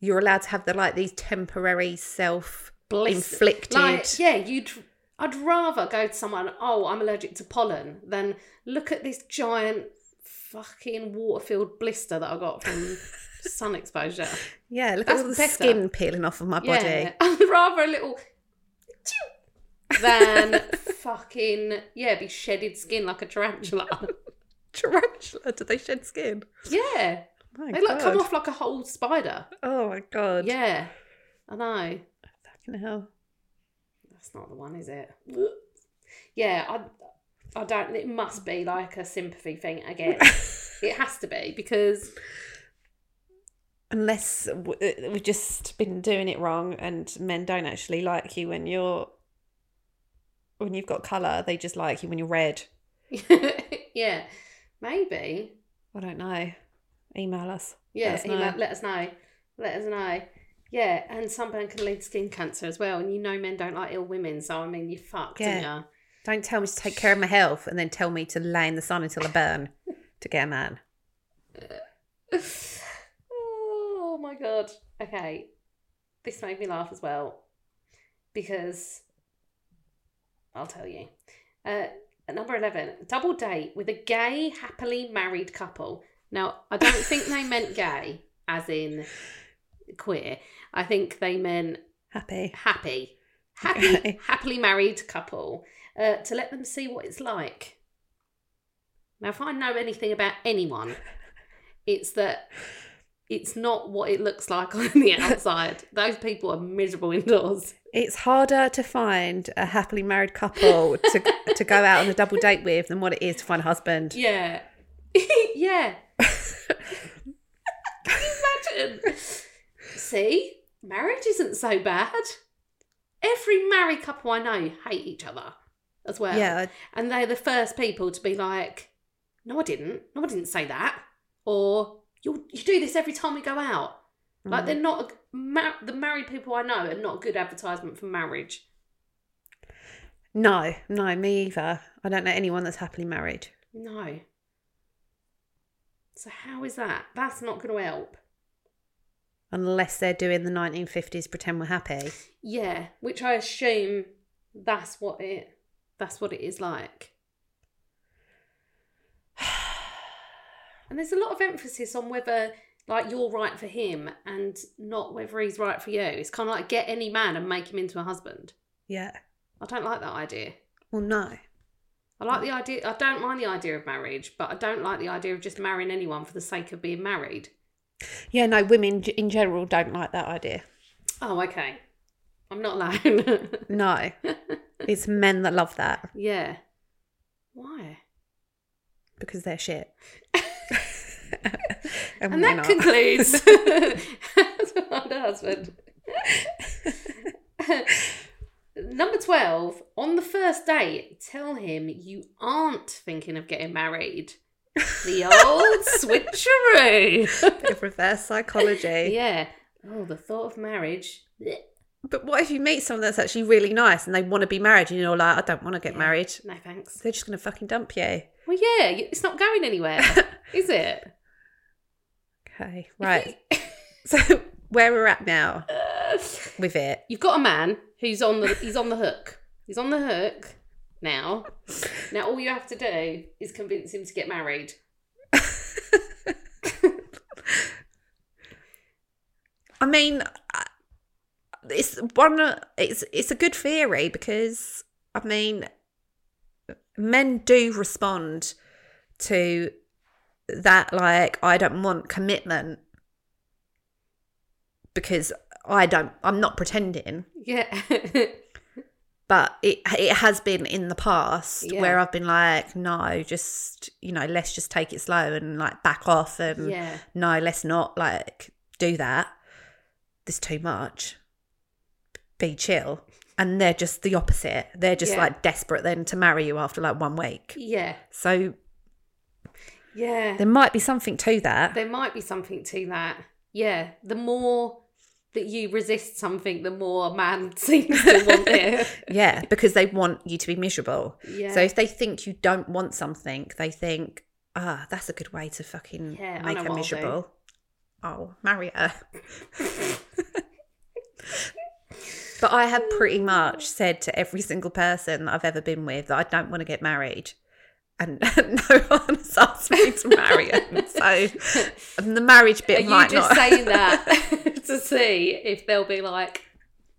you're allowed to have the like these temporary self Bliss- inflicted. Like, yeah, you'd. I'd rather go to someone. Oh, I'm allergic to pollen. Than look at this giant fucking water-filled blister that I got from sun exposure. Yeah, look That's at all the better. skin peeling off of my body. Yeah, I'd rather a little. chew Than fucking yeah, be shedded skin like a tarantula. Tarantula, do they shed skin? yeah, My they like come God. off like a whole spider. Oh my god. Yeah, I know. Fucking hell. That's not the one, is it? Yeah, I, I don't. It must be like a sympathy thing again. it has to be because Unless w- uh, we've just been doing it wrong and men don't actually like you when you're when you've got colour, they just like you when you're red. yeah, maybe I don't know. Email us. yeah. Let us know. email- let us know. Let us know. Yeah, and sunburn can lead to skin cancer as well. And you know, men don't like ill women, so I mean, you fucked, Yeah. yeah. Don't tell me to take care of my health and then tell me to lay in the sun until I burn to get a man. oh my god. Okay. This made me laugh as well because I'll tell you. Uh, at number 11, double date with a gay, happily married couple. Now, I don't think they meant gay as in queer. I think they meant Happy. happy, happy, Okay. happily married couple uh, to let them see what it's like. Now, if I know anything about anyone, it's that it's not what it looks like on the outside. Those people are miserable indoors. It's harder to find a happily married couple to to go out on a double date with than what it is to find a husband. Yeah, yeah. Can you imagine? See, marriage isn't so bad. Every married couple I know hate each other as well. Yeah. And they're the first people to be like, no, I didn't. No, I didn't say that. Or you you do this every time we go out. Mm. Like they're not a, ma- the married people I know are not a good advertisement for marriage. No, no, me either. I don't know anyone that's happily married. No. So how is that? That's not going to help. Unless they're doing the 1950s pretend we're happy. Yeah, which I assume that's what it that's what it is like. And there's a lot of emphasis on whether like you're right for him and not whether he's right for you. It's kind of like get any man and make him into a husband. Yeah. I don't like that idea. Well, no. I like the idea I don't mind the idea of marriage, but I don't like the idea of just marrying anyone for the sake of being married. Yeah, no, women g- in general don't like that idea. Oh, okay. I'm not alone. No. it's men that love that yeah. Why? because they're shit. And, we're that not. concludes How's Hard Husband. Number 12, on the first date, tell him you aren't thinking of getting married. The old switcheroo. Bit of reverse psychology. yeah. Oh, the thought of marriage. bleh. But what if you meet someone that's actually really nice and they want to be married and you're like, I don't want to get Yeah. married? No thanks. They're just going to fucking dump you. Well, yeah, y- it's not going anywhere, is it? Okay, right. so where we're at now with it. You've got a man who's on the he's on the hook. He's on the hook now. Now all you have to do is convince him to get married. I mean, I- it's one. It's it's a good theory because I mean, men do respond to that. Like, I don't want commitment because I don't. I'm not pretending. Yeah. but it it has been in the past Yeah. where I've been like, no, just you know, let's just take it slow and like back off and Yeah. no, let's not like do that. There's too much. Be chill. And they're just the opposite. They're just Yeah. like desperate then to marry you after like one week. yeah. So Yeah. there might be something to that. There might be something to that. Yeah. The more that you resist something, the more a man seems to want it. yeah, because they want you to be miserable. Yeah. So if they think you don't want something, they think, ah, that's a good way to fucking Yeah, I make know her what I'll do. miserable. Oh, marry her. but I have pretty much said to every single person that I've ever been with that I don't want to get married. And no one's asked me to marry them. So and the marriage Are bit you might just not. saying that to see if they'll be like,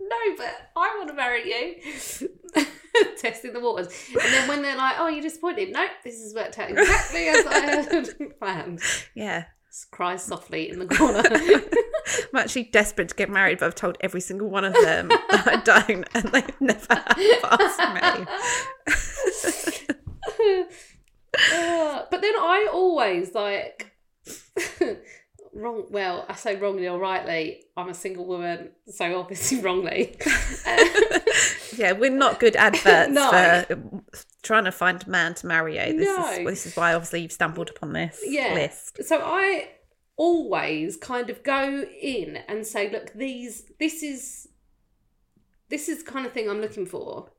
no, but I want to marry you? Testing the waters. And then when they're like, oh, you're disappointed. No, this has worked out exactly as I had planned. yeah. Cries softly in the corner. I'm actually desperate to get married, but I've told every single one of them that I don't, and they've never have asked me. Uh, but then I always like wrong. Well, I say wrongly or rightly. I'm a single woman, so obviously wrongly. Yeah, we're not good adverts No. for um, trying to find a man to marry you. This, is, No. this is why, obviously, you've stumbled upon this yeah. list. So I always kind of go in and say, look, these this is this is the kind of thing I'm looking for.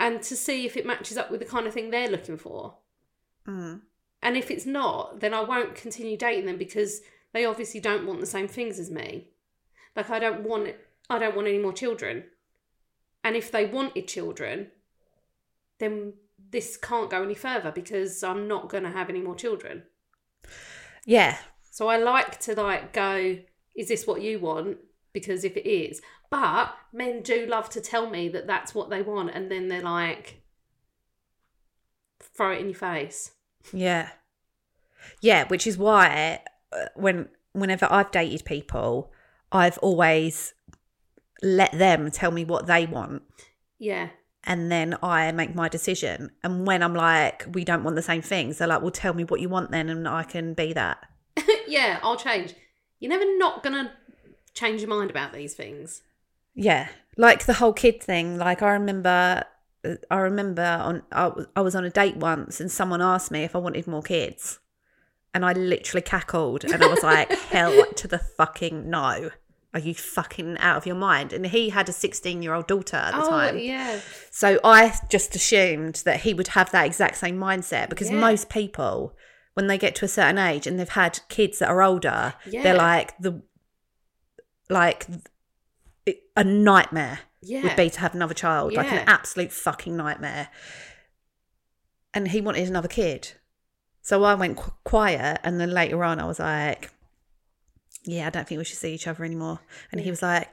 And to see if it matches up with the kind of thing they're looking for. Mm. And if it's not, then I won't continue dating them because they obviously don't want the same things as me. Like I don't want I don't want any more children. And if they wanted children, then this can't go any further because I'm not going to have any more children. Yeah, So I like to like go, is this what you want? Because if it is, but men do love to tell me that that's what they want, and then they're like, throw it in your face. yeah, yeah. Which is why uh, when whenever I've dated people, I've always let them tell me what they want. Yeah, and then I make my decision. And when I'm like, we don't want the same things, they're like, well, tell me what you want then, and I can be that. yeah, I'll change. You're never not gonna change your mind about these things. Yeah, like the whole kid thing. Like I remember, uh, I remember on I was- I was on a date once, and someone asked me if I wanted more kids, and I literally cackled, and I was like, hell to the fucking no. Are you fucking out of your mind? And he had a 16 year old daughter at the oh time. yeah, So I just assumed that he would have that exact same mindset because Yeah. most people, when they get to a certain age and they've had kids that are older, Yeah. they're like the like it- a nightmare yeah, would be to have another child, like Yeah. an absolute fucking nightmare. And he wanted another kid, so I went qu- quiet, and then later on, I was like, "Yeah, I don't think we should see each other anymore." And Mm. he was like,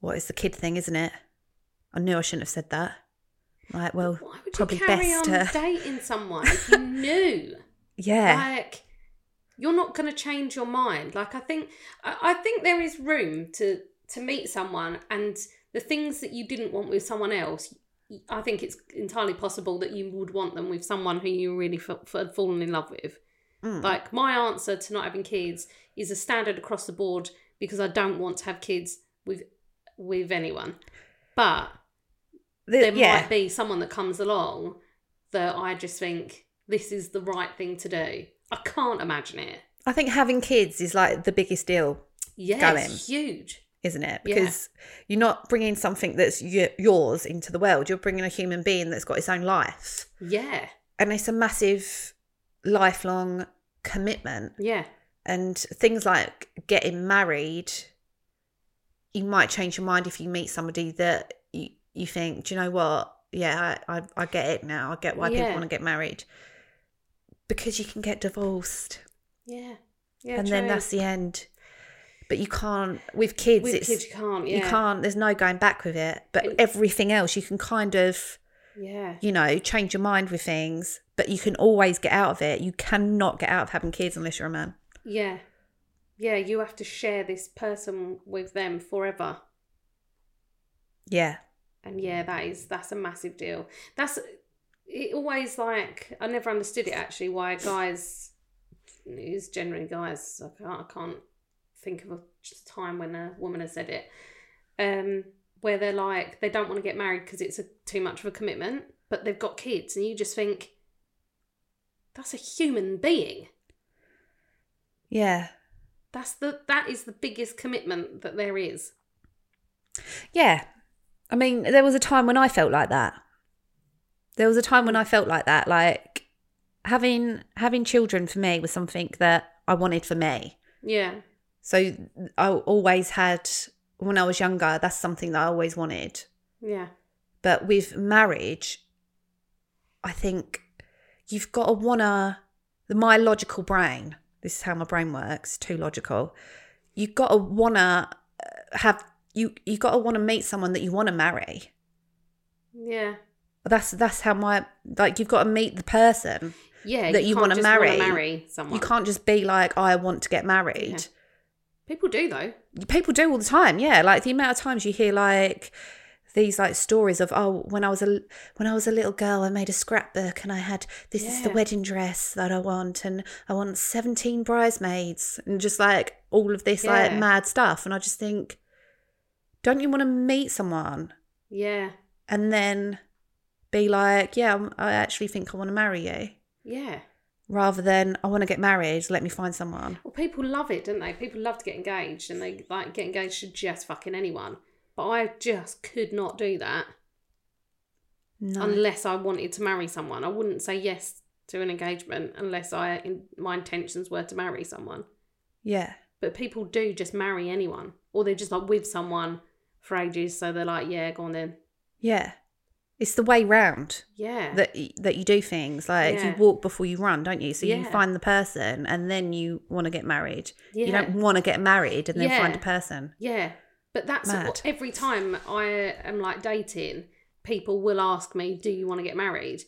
"What is the kid thing, isn't it?" I knew I shouldn't have said that. Like, well, Why would probably you carry best on to, dating someone if you knew? yeah, Like you're not going to change your mind. Like I think I I think there is room to to meet someone and the things that you didn't want with someone else. I think it's entirely possible that you would want them with someone who you really f- had fallen in love with. Like my answer to not having kids is a standard across the board because I don't want to have kids with with anyone. But The- there yeah, might be someone that comes along that I just think this is the right thing to do. I can't imagine it. I think having kids is like the biggest deal. Yeah, Gallon. it's huge. isn't it? Yeah. Because you're not bringing something that's y- yours into the world. You're bringing a human being that's got its own life. Yeah. And it's a massive lifelong commitment. Yeah. And things like getting married, you might change your mind if you meet somebody that you, you think, do you know what? Yeah, I, I, I get it now. I get why people Yeah. want to get married. Because you can get divorced Yeah. Yeah. and then true. that's the end. But you can't with kids. With it's, kids, you can't, You yeah. can't. There's no going back with it. But It- everything else, you can kind of, Yeah. you know, change your mind with things. But you can always get out of it. You cannot get out of having kids unless you're a man. Yeah. Yeah. You have to share this person with them forever. Yeah, and yeah that is that's a massive deal that's it always like i never understood it actually why guys it's generally guys i can't, I can't think of a time when a woman has said it um where they're like they don't want to get married because it's a, too much of a commitment but they've got kids and you just think that's a human being yeah, that's the that is the biggest commitment that there is yeah. I mean, there was a time when I felt like that. There was a time when I felt like that. Like having having children for me was something that I wanted for me. yeah So I always had when I was younger. That's something that I always wanted. yeah But with marriage, I think you've got to wanna my logical brain. This is how my brain works. Too logical. You've got to wanna uh, have you. You got to wanna meet someone that you wanna marry. yeah That's that's how my like. You've got to meet the person. yeah That you can't wanna just wanna marry. marry someone You can't just be like, I want to get married. Yeah. People do though. people do all the time yeah like the amount of times you hear like these like stories of oh when i was a when i was a little girl i made a scrapbook and i had this is the Yeah. wedding dress that i want and i want 17 bridesmaids and just like all of this like Yeah. mad stuff and i just think don't you want to meet someone Yeah, and then be like yeah I'm- i actually think i want to marry you yeah. rather than i want to get married let me find someone Well, people love it, don't they? People love to get engaged, and they like get engaged to just fucking anyone. But I just could not do that no unless I wanted to marry someone. I wouldn't say yes to an engagement unless I in, my intentions were to marry someone. yeah But people do just marry anyone, or they're just like with someone for ages, so they're like, yeah, go on then. yeah it's the way round Yeah, that y- that you do things like you Yeah. walk before you run don't you so you Yeah. find the person and then you want to get married you Yeah. don't want to get married and then find a Yeah. person Yeah, but that's Mad. what, every time I am like dating, people will ask me, "Do you want to get married?"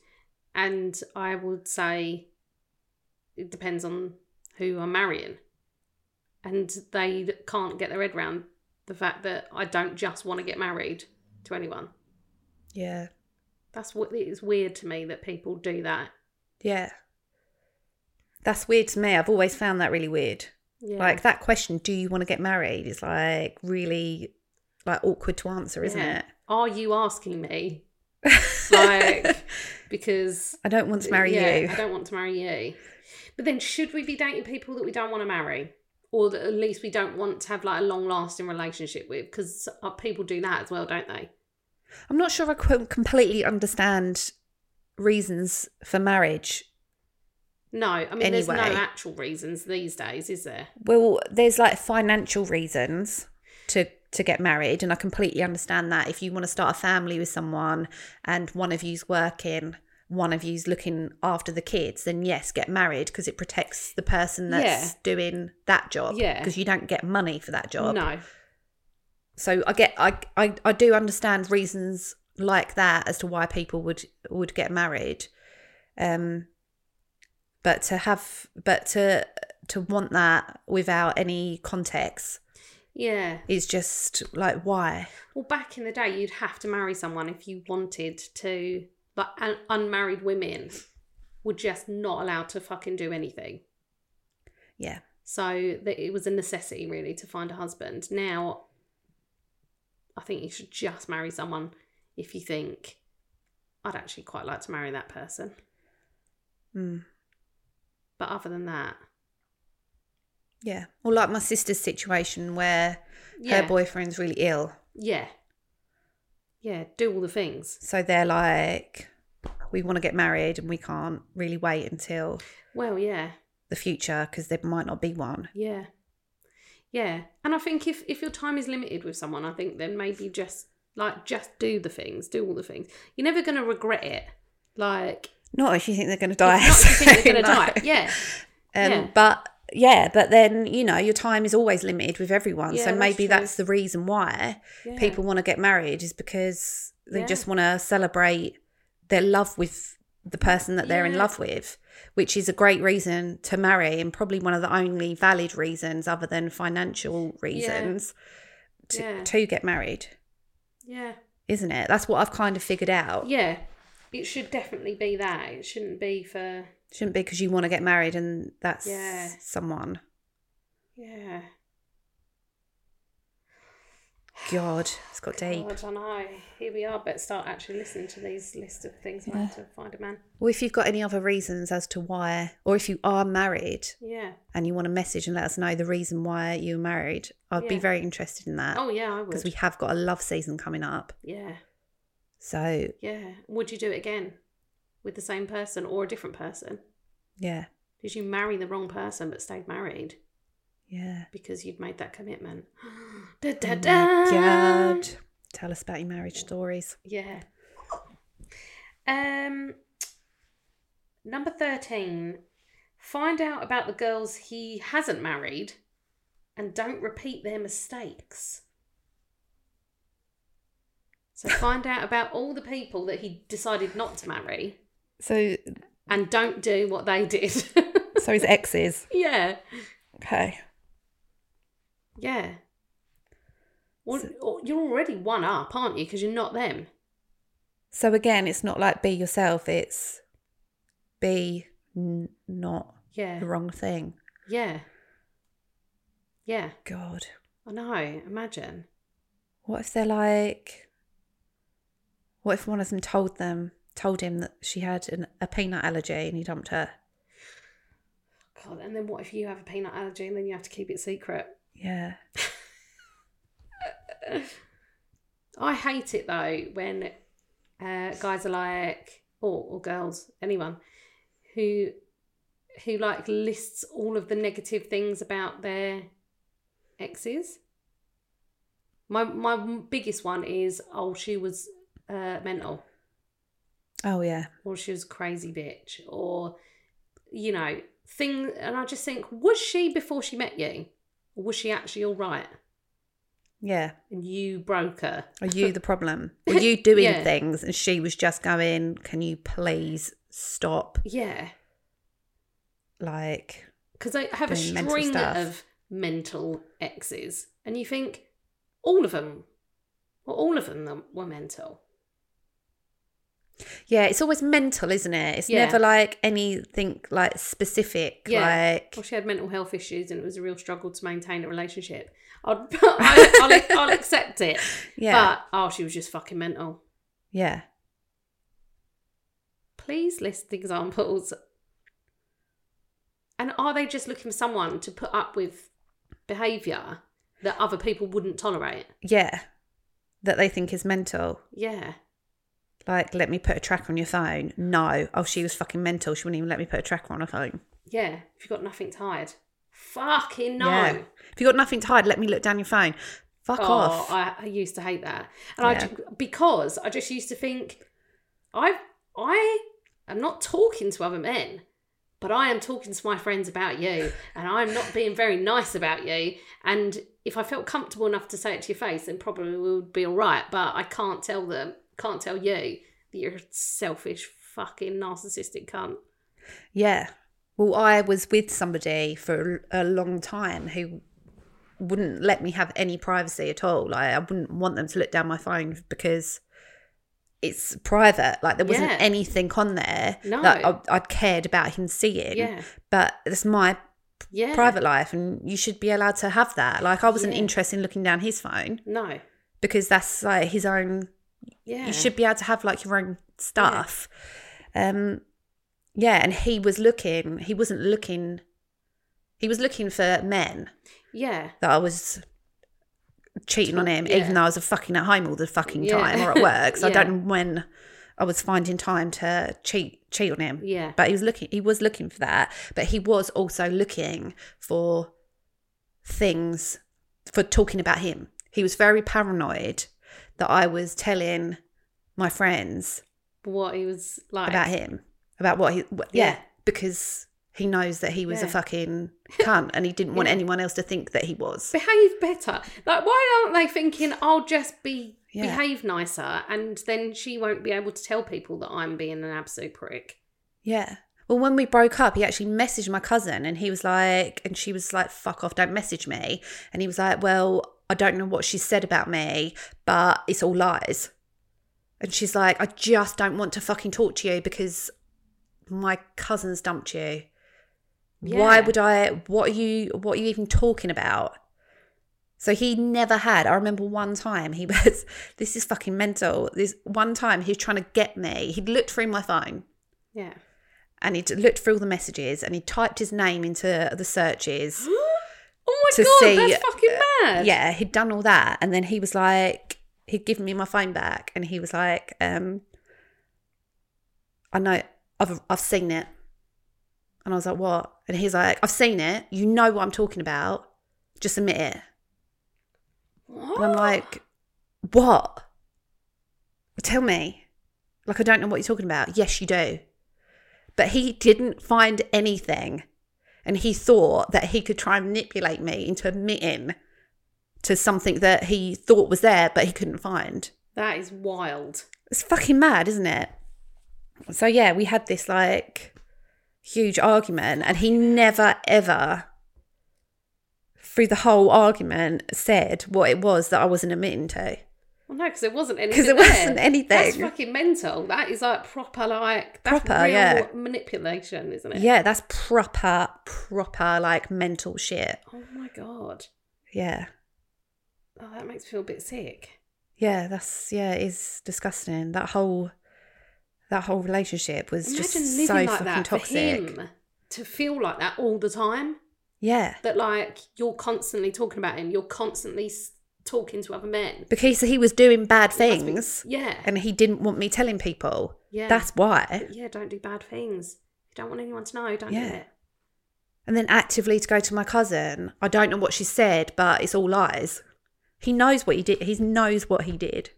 And I would say, "It depends on who I'm marrying," and they can't get their head round the fact that I don't just want to get married to anyone. yeah That's what it is weird to me that people do that. yeah that's weird to me i've always found that really weird Yeah. like that question do you want to get married is like really like awkward to answer isn't Yeah. it Are you asking me? like because i don't want to marry Uh, Yeah, you I don't want to marry you. But then, should we be dating people that we don't want to marry, or that at least we don't want to have like a long-lasting relationship with? Because people do that as well, don't they? i'm not sure i qu- completely understand reasons for marriage No, I mean, there's no Anyway. actual reasons these days, is there? Well, there's like financial reasons to to get married, and I completely understand that. If you want to start a family with someone, and one of you's working, one of you's looking after the kids, then yes, get married because it protects the person that's Yeah. doing that job. Yeah. because you don't get money for that job. No, So I get I, I I do understand reasons like that as to why people would would get married. Um but to have but to to want that without any context yeah. is just like why? Well, back in the day, you'd have to marry someone if you wanted to. Like un- unmarried women were just not allowed to fucking do anything. Yeah. So that it was a necessity really to find a husband. Now, I think you should just marry someone if you think I'd actually quite like to marry that person. Mm. But other than that, Yeah. Or like my sister's situation where Yeah. her boyfriend's really ill. Yeah. Yeah, do all the things. So they're like, we want to get married and we can't really wait until Well, yeah. the future because there might not be one. Yeah. Yeah. And I think if if your time is limited with someone, I think then maybe just like just do the things, do all the things. You're never going to regret it. Like Not if you think they're going to if die. not, you think you're going to No. die. Yeah. Um, Yeah. But yeah, but then you know your time is always limited with everyone. Yeah, so that's maybe true. that's the reason why Yeah. people want to get married is because they Yeah. just want to celebrate their love with the person that they're in Yeah. love with, which is a great reason to marry and probably one of the only valid reasons other than financial reasons to, Yeah. to get married, Yeah. isn't it? That's what I've kind of figured out. Yeah. It should definitely be that. It shouldn't be for Shouldn't be because you want to get married and that's Yeah. someone. yeah. God, it's got deep. God, Oh, I know. Here we are, but start actually listening to these list of things I have to find a man. Well, if you've got any other reasons as to why, or if you are married Yeah. and you want to message and let us know the reason why you were married, I'd be Yeah. very interested in that. Oh yeah, I would. Because Ah, we have got a love season coming up. yeah. So, Yeah. Would you do it again with the same person or a different person? yeah, Did you marry the wrong person but stayed married yeah. because you'd made that commitment? da, da, Oh da. my God. Tell us about your marriage stories. Yeah. Um number 13. Find out about the girls he hasn't married and don't repeat their mistakes. So find out about all the people that he decided not to marry So, and don't do what they did. so his exes. yeah. Okay. Yeah. Well, oh, you're already one up, aren't you? Because you're not them. So again, it's not like be yourself. It's be n- not Yeah. the wrong thing. Yeah. Yeah. God. I know. Imagine. What if they're like? What if one of them told them, told him that she had an, a peanut allergy and he dumped her? God, and then what if you have a peanut allergy and then you have to keep it secret? Yeah. I hate it though when uh, guys are like, or, or girls, anyone, who who like lists all of the negative things about their exes. My my biggest one is oh she was uh, mental Oh yeah. or she was a crazy bitch or you know thing and I just think was she before she met you or was she actually all right Yeah. and you broke her Are you the problem? Were you doing Yeah. things and she was just going, Can you please stop? yeah Like because I have a Doing mental string stuff. of mental exes, and you think all of them, well, all of them them were mental. yeah, it's always mental, isn't it? It's Yeah. never like anything like specific. Yeah, Like well, she had mental health issues, and it was a real struggle to maintain a relationship. I'd, I'll, I'll, I'll accept it, Yeah. but oh, she was just fucking mental. yeah. Please list the examples. And are they just looking for someone to put up with behaviour that other people wouldn't tolerate? Yeah. That they think is mental. Yeah. Like, let me put a tracker on your phone. No. Oh, she was fucking mental. She wouldn't even let me put a tracker on her phone. Yeah, if you've got nothing to hide. Fucking no. Yeah. If you got nothing to hide, let me look down your phone. Fuck oh, off. I, I used to hate that. And I Yeah. ju- because I just used to think I I am not talking to other men, but I am talking to my friends about you and I'm not being very nice about you and if I felt comfortable enough to say it to your face then probably we would be all right, but I can't tell them, can't tell you that you're a selfish fucking narcissistic cunt. yeah. Well, I was with somebody for a long time who wouldn't let me have any privacy at all. Like, I wouldn't want them to look down my phone because it's private. Like, there wasn't Yeah. anything on there No. that I, I cared about him seeing. Yeah. But it's my Yeah. private life and you should be allowed to have that. Like I wasn't Yeah. interested in looking down his phone No. because that's like his own Yeah. you should be able to have like your own stuff. Um yeah, and he was looking he wasn't looking He was looking for men Yeah. that I was cheating on him, Yeah. even though I was fucking at home all the fucking Yeah. time or at work. So I Yeah. don't know when I was finding time to cheat cheat on him. Yeah. But he was looking he was looking for that. But he was also looking for things for talking about him. He was very paranoid that I was telling my friends What he was like. about him about what he what, yeah. Yeah. because he knows that he was a Yeah. fucking cunt and he didn't want Yeah. anyone else to think that he was Behave better. Like, why aren't they thinking, I'll just be Yeah. behave nicer and then she won't be able to tell people that I'm being an absolute prick? Yeah. Well, when we broke up, he actually messaged my cousin and he was like, and she was like, fuck off, don't message me. And he was like, well, I don't know what she said about me, but it's all lies. And she's like, I just don't want to fucking talk to you because my cousin's dumped you. Why Yeah. would I? What are you? What are you even talking about? So he never had. I remember one time he was. This is fucking mental. This one time he was trying to get me. He'd looked through my phone Yeah. and he looked through all the messages and he typed his name into the searches. Oh my To god, see- uh, that's fucking mad. yeah, he'd done all that and then he was like, he'd given me my phone back and he was like, um, I know, I've I've seen it. And I was like, what? And he's like, I've seen it. You know what I'm talking about. Just admit it. What? And I'm like, what? Tell me. Like, I don't know what you're talking about. Yes, you do. But he didn't find anything. And he thought that he could try and manipulate me into admitting to something that he thought was there, but he couldn't find. that is wild. It's fucking mad, isn't it? So, yeah, we had this like huge argument, and he never, ever, through the whole argument, said what it was that I wasn't admitting to. Well, no, because it wasn't anything. 'Cause it there. wasn't anything. That's fucking mental. That is like proper, like that's Proper, real yeah. manipulation, isn't it? Yeah, that's proper, proper like mental shit. Oh my god. Yeah. Oh, that makes me feel a bit sick. Yeah, that's yeah, it is disgusting. That whole that whole relationship was Imagine just living so like fucking that toxic. for him to feel like that all the time. Yeah. That like you're constantly talking about him. You're constantly s- talking to other men. Because he was doing bad That's be- things Yeah. and he didn't want me telling people. Yeah. That's why. yeah. Don't do bad things. You don't want anyone to know. Don't Yeah. do it. And then actively to go to my cousin, I don't know what she said, but it's all lies. He knows what he did. He knows what he did.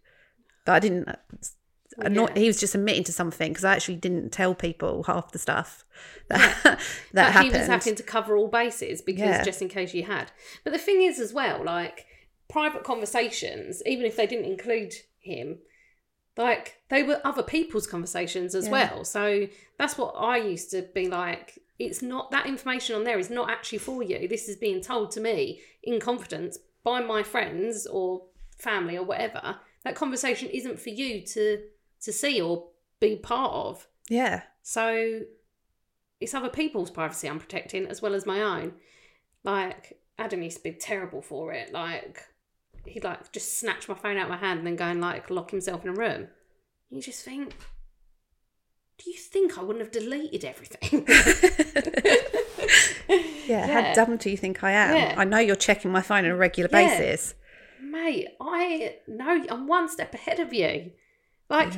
But I didn't. Well, anno- yeah. He was just admitting to something because I actually didn't tell people half the stuff that that But happened. he was having to cover all bases because Yeah. just in case you had. But the thing is, as well, like private conversations, even if they didn't include him, like they were other people's conversations as Yeah. well. So that's what I used to be like. It's not that information on there is not actually for you. This is being told to me in confidence by my friends or family or whatever. That conversation isn't for you to to see or be part of. yeah, So it's other people's privacy I'm protecting as well as my own. Like Adam used to be terrible for it. Like he'd like just snatch my phone out of my hand and then go and like lock himself in a room. You just think, do you think I wouldn't have deleted everything? yeah. How dumb do you think I am? Yeah. I know you're checking my phone on a regular Yeah. basis. mate, I know I'm one step ahead of you. Like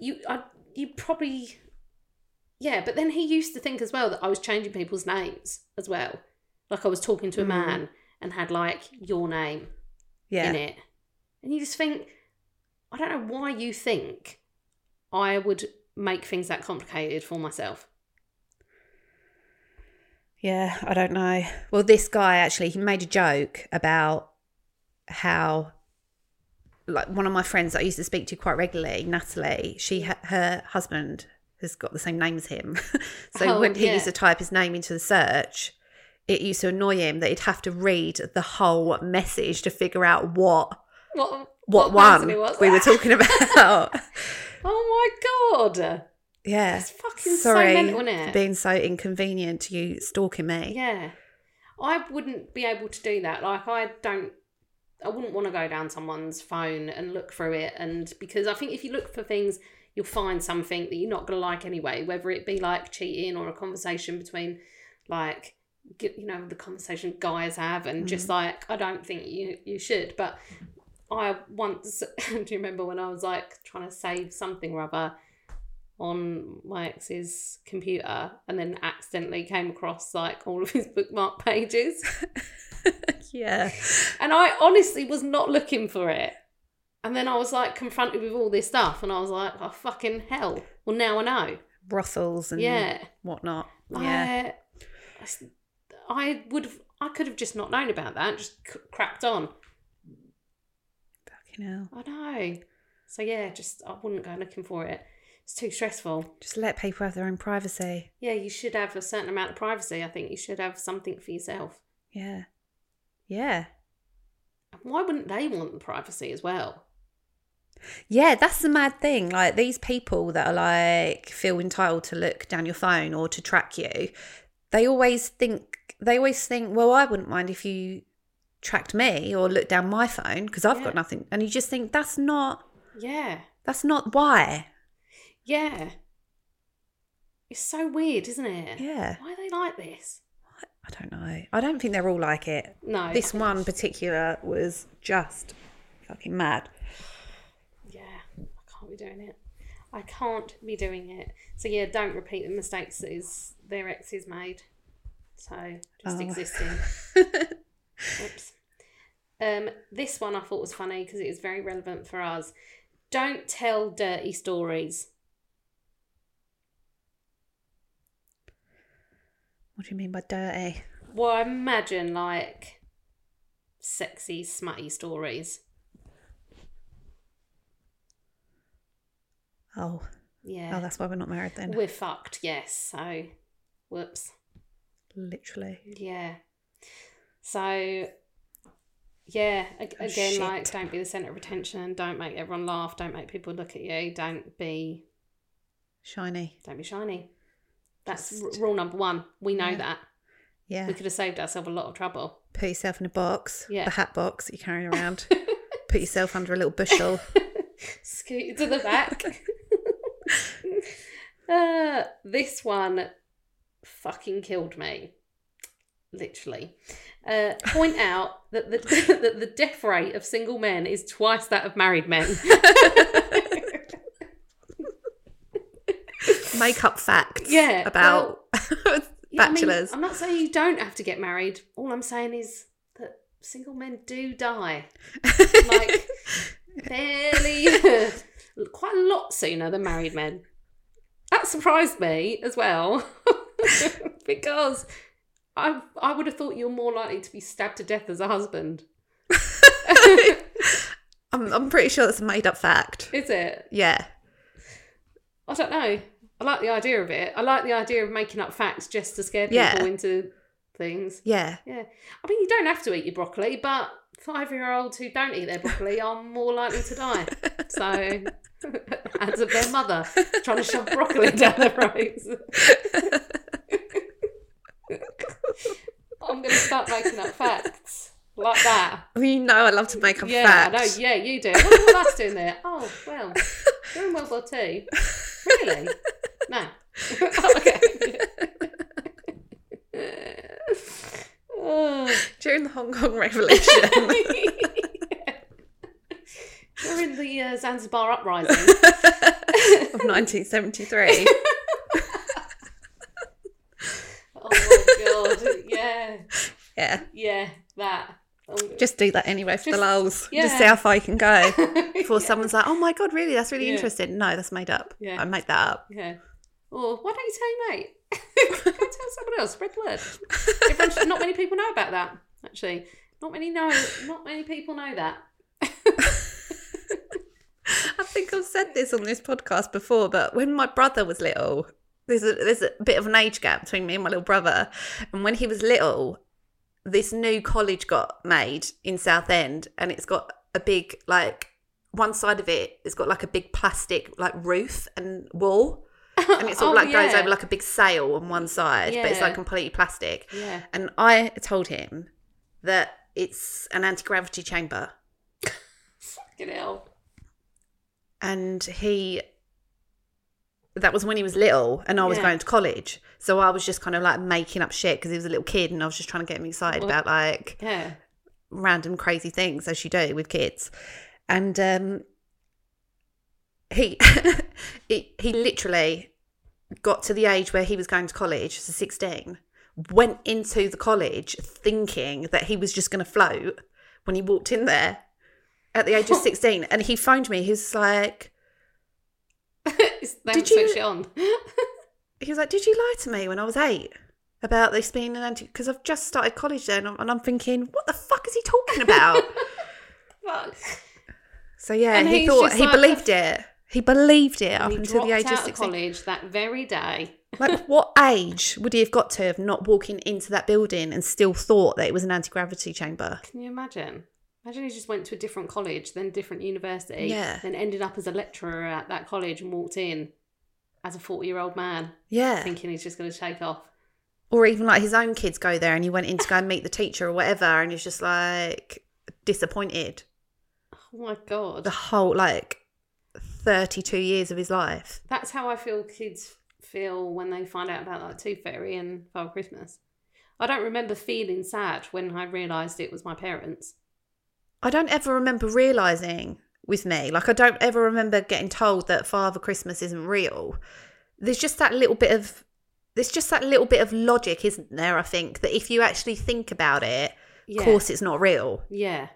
you, I, you probably, yeah. But then he used to think as well that I was changing people's names as well. Like I was talking to a Mm. man and had like your name Yeah, in it, and you just think, I don't know why you think I would make things that complicated for myself. yeah. I don't know. Well, this guy actually he made a joke about how like one of my friends that I used to speak to quite regularly, Natalie. She ha- her husband has got the same name as him, so Oh, when he yeah. used to type his name into the search. It used to annoy him that he'd have to read the whole message to figure out what What what, person one it was. we were talking about. Oh my god. Yeah. It's fucking so mental, innit? for being so inconvenient to you stalking me. Yeah. I wouldn't be able to do that. Like I don't I wouldn't want to go down someone's phone and look through it and because I think if you look for things you'll find something that you're not going to like anyway, whether it be like cheating or a conversation between like get- you know the conversation guys have and just like i don't think you you should but i once do you remember when i was like trying to save something or other on my ex's computer and then accidentally came across like all of his bookmark pages yeah. and I honestly was not looking for it. And then I was like confronted with all this stuff, and I was like, oh, fucking hell. Well, now I know. Brothels and Yeah. whatnot. Yeah. I, I would have, I could have just not known about that, and just c- cracked on. Fucking hell. I know. So, yeah, just, I wouldn't go looking for it. It's too stressful. Just let people have their own privacy. Yeah, you should have a certain amount of privacy. I think you should have something for yourself. Yeah. Yeah. Why wouldn't they want the privacy as well? Yeah, that's the mad thing. Like these people that are like feel entitled to look down your phone or to track you, they always think they always think, well, I wouldn't mind if you tracked me or looked down my phone because I've Yeah. got nothing. And you just think that's not Yeah. that's not why. Yeah. It's so weird, isn't it? Yeah. Why are they like this? I don't know. I don't think they're all like it. No. This one particular was just fucking mad. Yeah. I can't be doing it. I can't be doing it. So yeah, don't repeat the mistakes that is their exes made. So just Oh. existing. Oops. Um, this one I thought was funny because it is very relevant for us. Don't tell dirty stories. What do you mean by dirty? Well, I imagine like sexy, smutty stories. Oh, Yeah. oh, that's why we're not married then. We're fucked, yes. So, whoops. Literally. Yeah. So, yeah, a- Oh, again, shit. like, don't be the centre of attention. Don't make everyone laugh. Don't make people look at you. Don't be, Shiny. don't be shiny. That's r- Just- rule number one. We know Yeah. that. Yeah. We could have saved ourselves a lot of trouble. Put yourself in a box, Yeah. the hat box that you carry around. Put yourself under a little bushel. Scoot to the back. uh, this one fucking killed me. Literally. Uh, point out that the, that the death rate of single men is twice that of married men. Makeup facts. Yeah, About Yeah, I mean, bachelors. I'm not saying you don't have to get married. All I'm saying is that single men do die. Like, barely, quite a lot sooner than married men. That surprised me as well, because I I would have thought you're more likely to be stabbed to death as a husband. I'm, I'm pretty sure that's a made up fact. Is it? Yeah. I don't know. I like the idea of it. I like the idea of making up facts just to scare people Yeah. into things. Yeah. Yeah. I mean, you don't have to eat your broccoli, but five year olds who don't eat their broccoli are more likely to die. So, as of their mother trying to shove broccoli down their throats. I'm going to start making up facts like that. I mean, you know I love to make up yeah, I know. facts. Yeah, you do. What's all that's doing there? Oh, well, during World War Two. Really? No. okay. Oh. During the Hong Kong Revolution. During the uh, Zanzibar uprising. of 1973. oh my god! Yeah, Yeah. yeah, that. Oh, Just do that anyway for the Just- lulls. yeah. Just see how far you can go before someone's like, oh my God, really? That's really Yeah. interesting. No, that's made up. Yeah. I made that up. yeah. Or why don't you tell your mate? Go tell someone else. Spread the word. Everyone should- not many people know about that. Actually, not many know. Not many people know that. I think I've said this on this podcast before, but when my brother was little, there's a, there's a bit of an age gap between me and my little brother. And when he was little, this new college got made in Southend, and it's got a big, like, one side of it, it's got like a big plastic, like, roof and wall. And it sort Oh, of like goes yeah. over like a big sail on one side, but it's Yeah. like completely plastic. Yeah. And I told him that it's an anti gravity chamber. Fucking hell. and he that was when he was little and I was Yeah. going to college. So I was just kind of like making up shit because he was a little kid and I was just trying to get him excited about like Yeah. random crazy things as you do with kids. And um he he, he literally got to the age where he was going to college, so 16, went into the college thinking that he was just going to float when he walked in there at the age of 16 and he phoned me he was like they Did Did you... you- it on. he was like, "Did you lie to me when I was eight about this being an anti?" Because I've just started college then, and I'm, and I'm thinking, "What the fuck is he talking about?" Fuck. so yeah, And he he's thought just he like- believed it. He believed it up And he until the dropped age of out sixteen. college that very day. like, what age would he have got to have not walking into that building and still thought that it was an anti gravity chamber? Can you imagine? Imagine he just went to a different college, then different university, Yeah. then ended up as a lecturer at that college and walked in as a 40 year old man Yeah, thinking he's just going to take off. or even like his own kids go there, and he went in to go and meet the teacher or whatever, and he's just like disappointed Oh my God. the whole like thirty-two years of his life. That's how I feel kids feel when they find out about like Tooth Fairy and Father Christmas. I don't remember feeling sad when I realised it was my parents. I don't ever remember realizing with me, like I don't ever remember getting told that Father Christmas isn't real. There's just that little bit of there's just that little bit of logic, isn't there? I think that if you actually think about it, Yeah. of course it's not real. Yeah.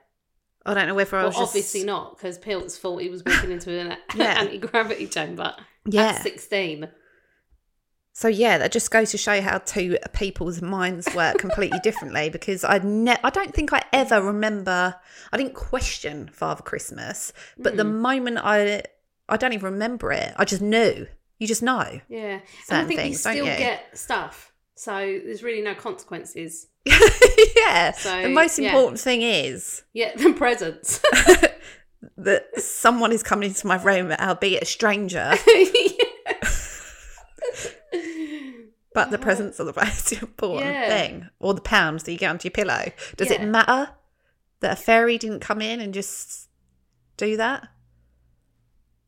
I don't know whether I Well, was just- obviously not, because Pilt's thought he was walking into an Yeah. anti gravity chamber Yeah. at 16. So yeah, that just goes to show how two people's minds work completely differently. Because I ne- I don't think I ever remember. I didn't question Father Christmas, but the Mm. moment I, I don't even remember it. I just knew. You just know. Yeah. and I certain think things, you don't still you? get stuff. So there's really no consequences. yeah. So, the most yeah. important thing is Yeah, the presents. that someone is coming into my room, albeit a stranger, but the presents are the most important Yeah. thing, or the pounds that you get onto your pillow. Does it Yeah. matter that a fairy didn't come in and just do that?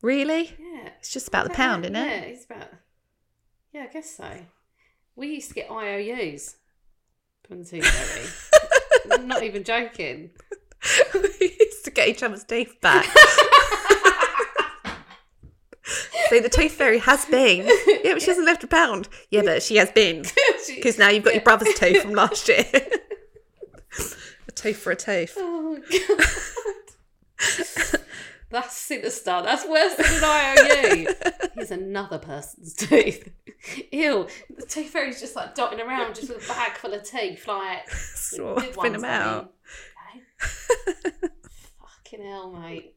Really? Yeah. It's just about the Okay, pound, isn't yeah, it? Yeah, it's about. Yeah, I guess so. We used to get IOUs from Tooth Fairy. I'm not even joking. we used to get each other's teeth back. so the tooth fairy has been. Yeah, but she hasn't left a pound. Yeah, but she has been. Because now you've got your brother's tooth from last year. a tooth for a tooth. Oh, God. That's sinister. That's worse than an IOU. Here's another person's tooth. Ew. The tooth fairy's just like dotting around just with a bag full of teeth, like So, good thin ones. them I mean. out. Okay. Fucking hell, mate.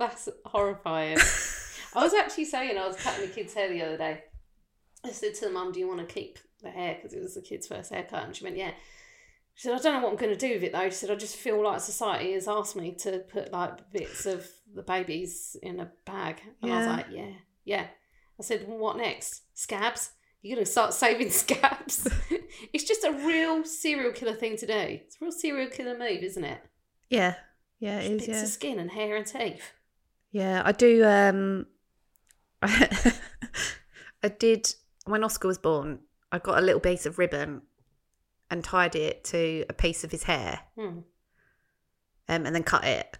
That's horrifying. I was actually saying I was cutting the kids' hair the other day. I said to the mum, "Do you want to keep the hair?" Because it was the kid's first haircut, and she went, "Yeah." She said, "I don't know what I'm going to do with it though." She said, "I just feel like society has asked me to put like bits of the babies in a bag," and I was Yeah. like, "Yeah, yeah." I said, well, "What next? Scabs? You're going to start saving scabs?" it's just a real serial killer thing to do. It's a real serial killer move, isn't it? Yeah. Yeah, it is. bits Yeah. of skin and hair and teeth. Yeah, I do. Um, I did when Oscar was born. I got a little piece of ribbon and tied it to a piece of his hair, Hmm. um, and then cut it.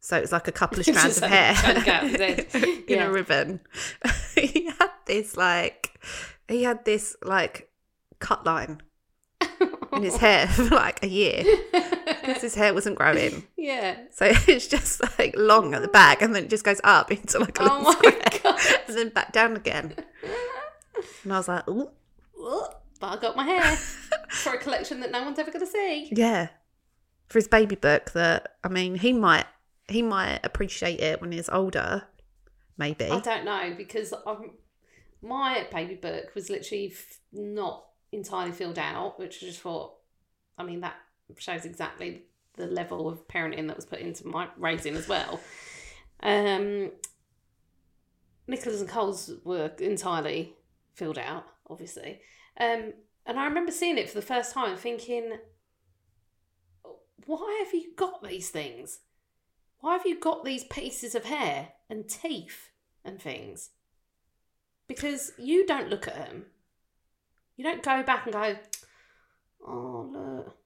So it was like a couple of Just strands of like hair chunk out of it. in Yeah. a ribbon. he had this like he had this like cut line in his hair for like a year because his hair wasn't growing. Yeah. So it's just like long at the back and then it just goes up into like a Oh little my square God. and then back down again. And I was like, Ooh, But I got my hair for a collection that no one's ever going to see. yeah. For his baby book that I mean he might he might appreciate it when he's older, maybe. I don't know because I'm, my baby book was literally f- not entirely filled out, which I just thought, I mean, that shows exactly the level of parenting that was put into my raising as well. Um, Nicholas and Cole's were entirely filled out, obviously. Um, and I remember seeing it for the first time and thinking, "Oh, why have you got these things? Why have you got these pieces of hair and teeth and things? because you don't look at them. You don't go back and go, oh, look,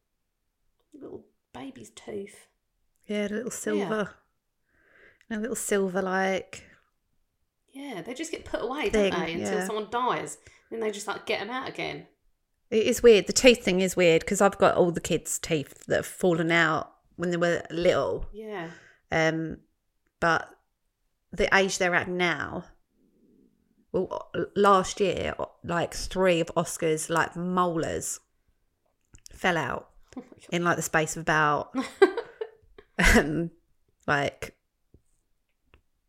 little baby's tooth. Yeah, the little silver. No little silver like Yeah, they just get put away, Thing, don't they, until yeah. someone dies. Then they just like get them out again. It is weird. The teeth thing is weird because I've got all the kids' teeth that have fallen out when they were little. Yeah. Um, but the age they're at now, well, last year, like three of Oscar's like molars fell out Oh my God. in like the space of about um, like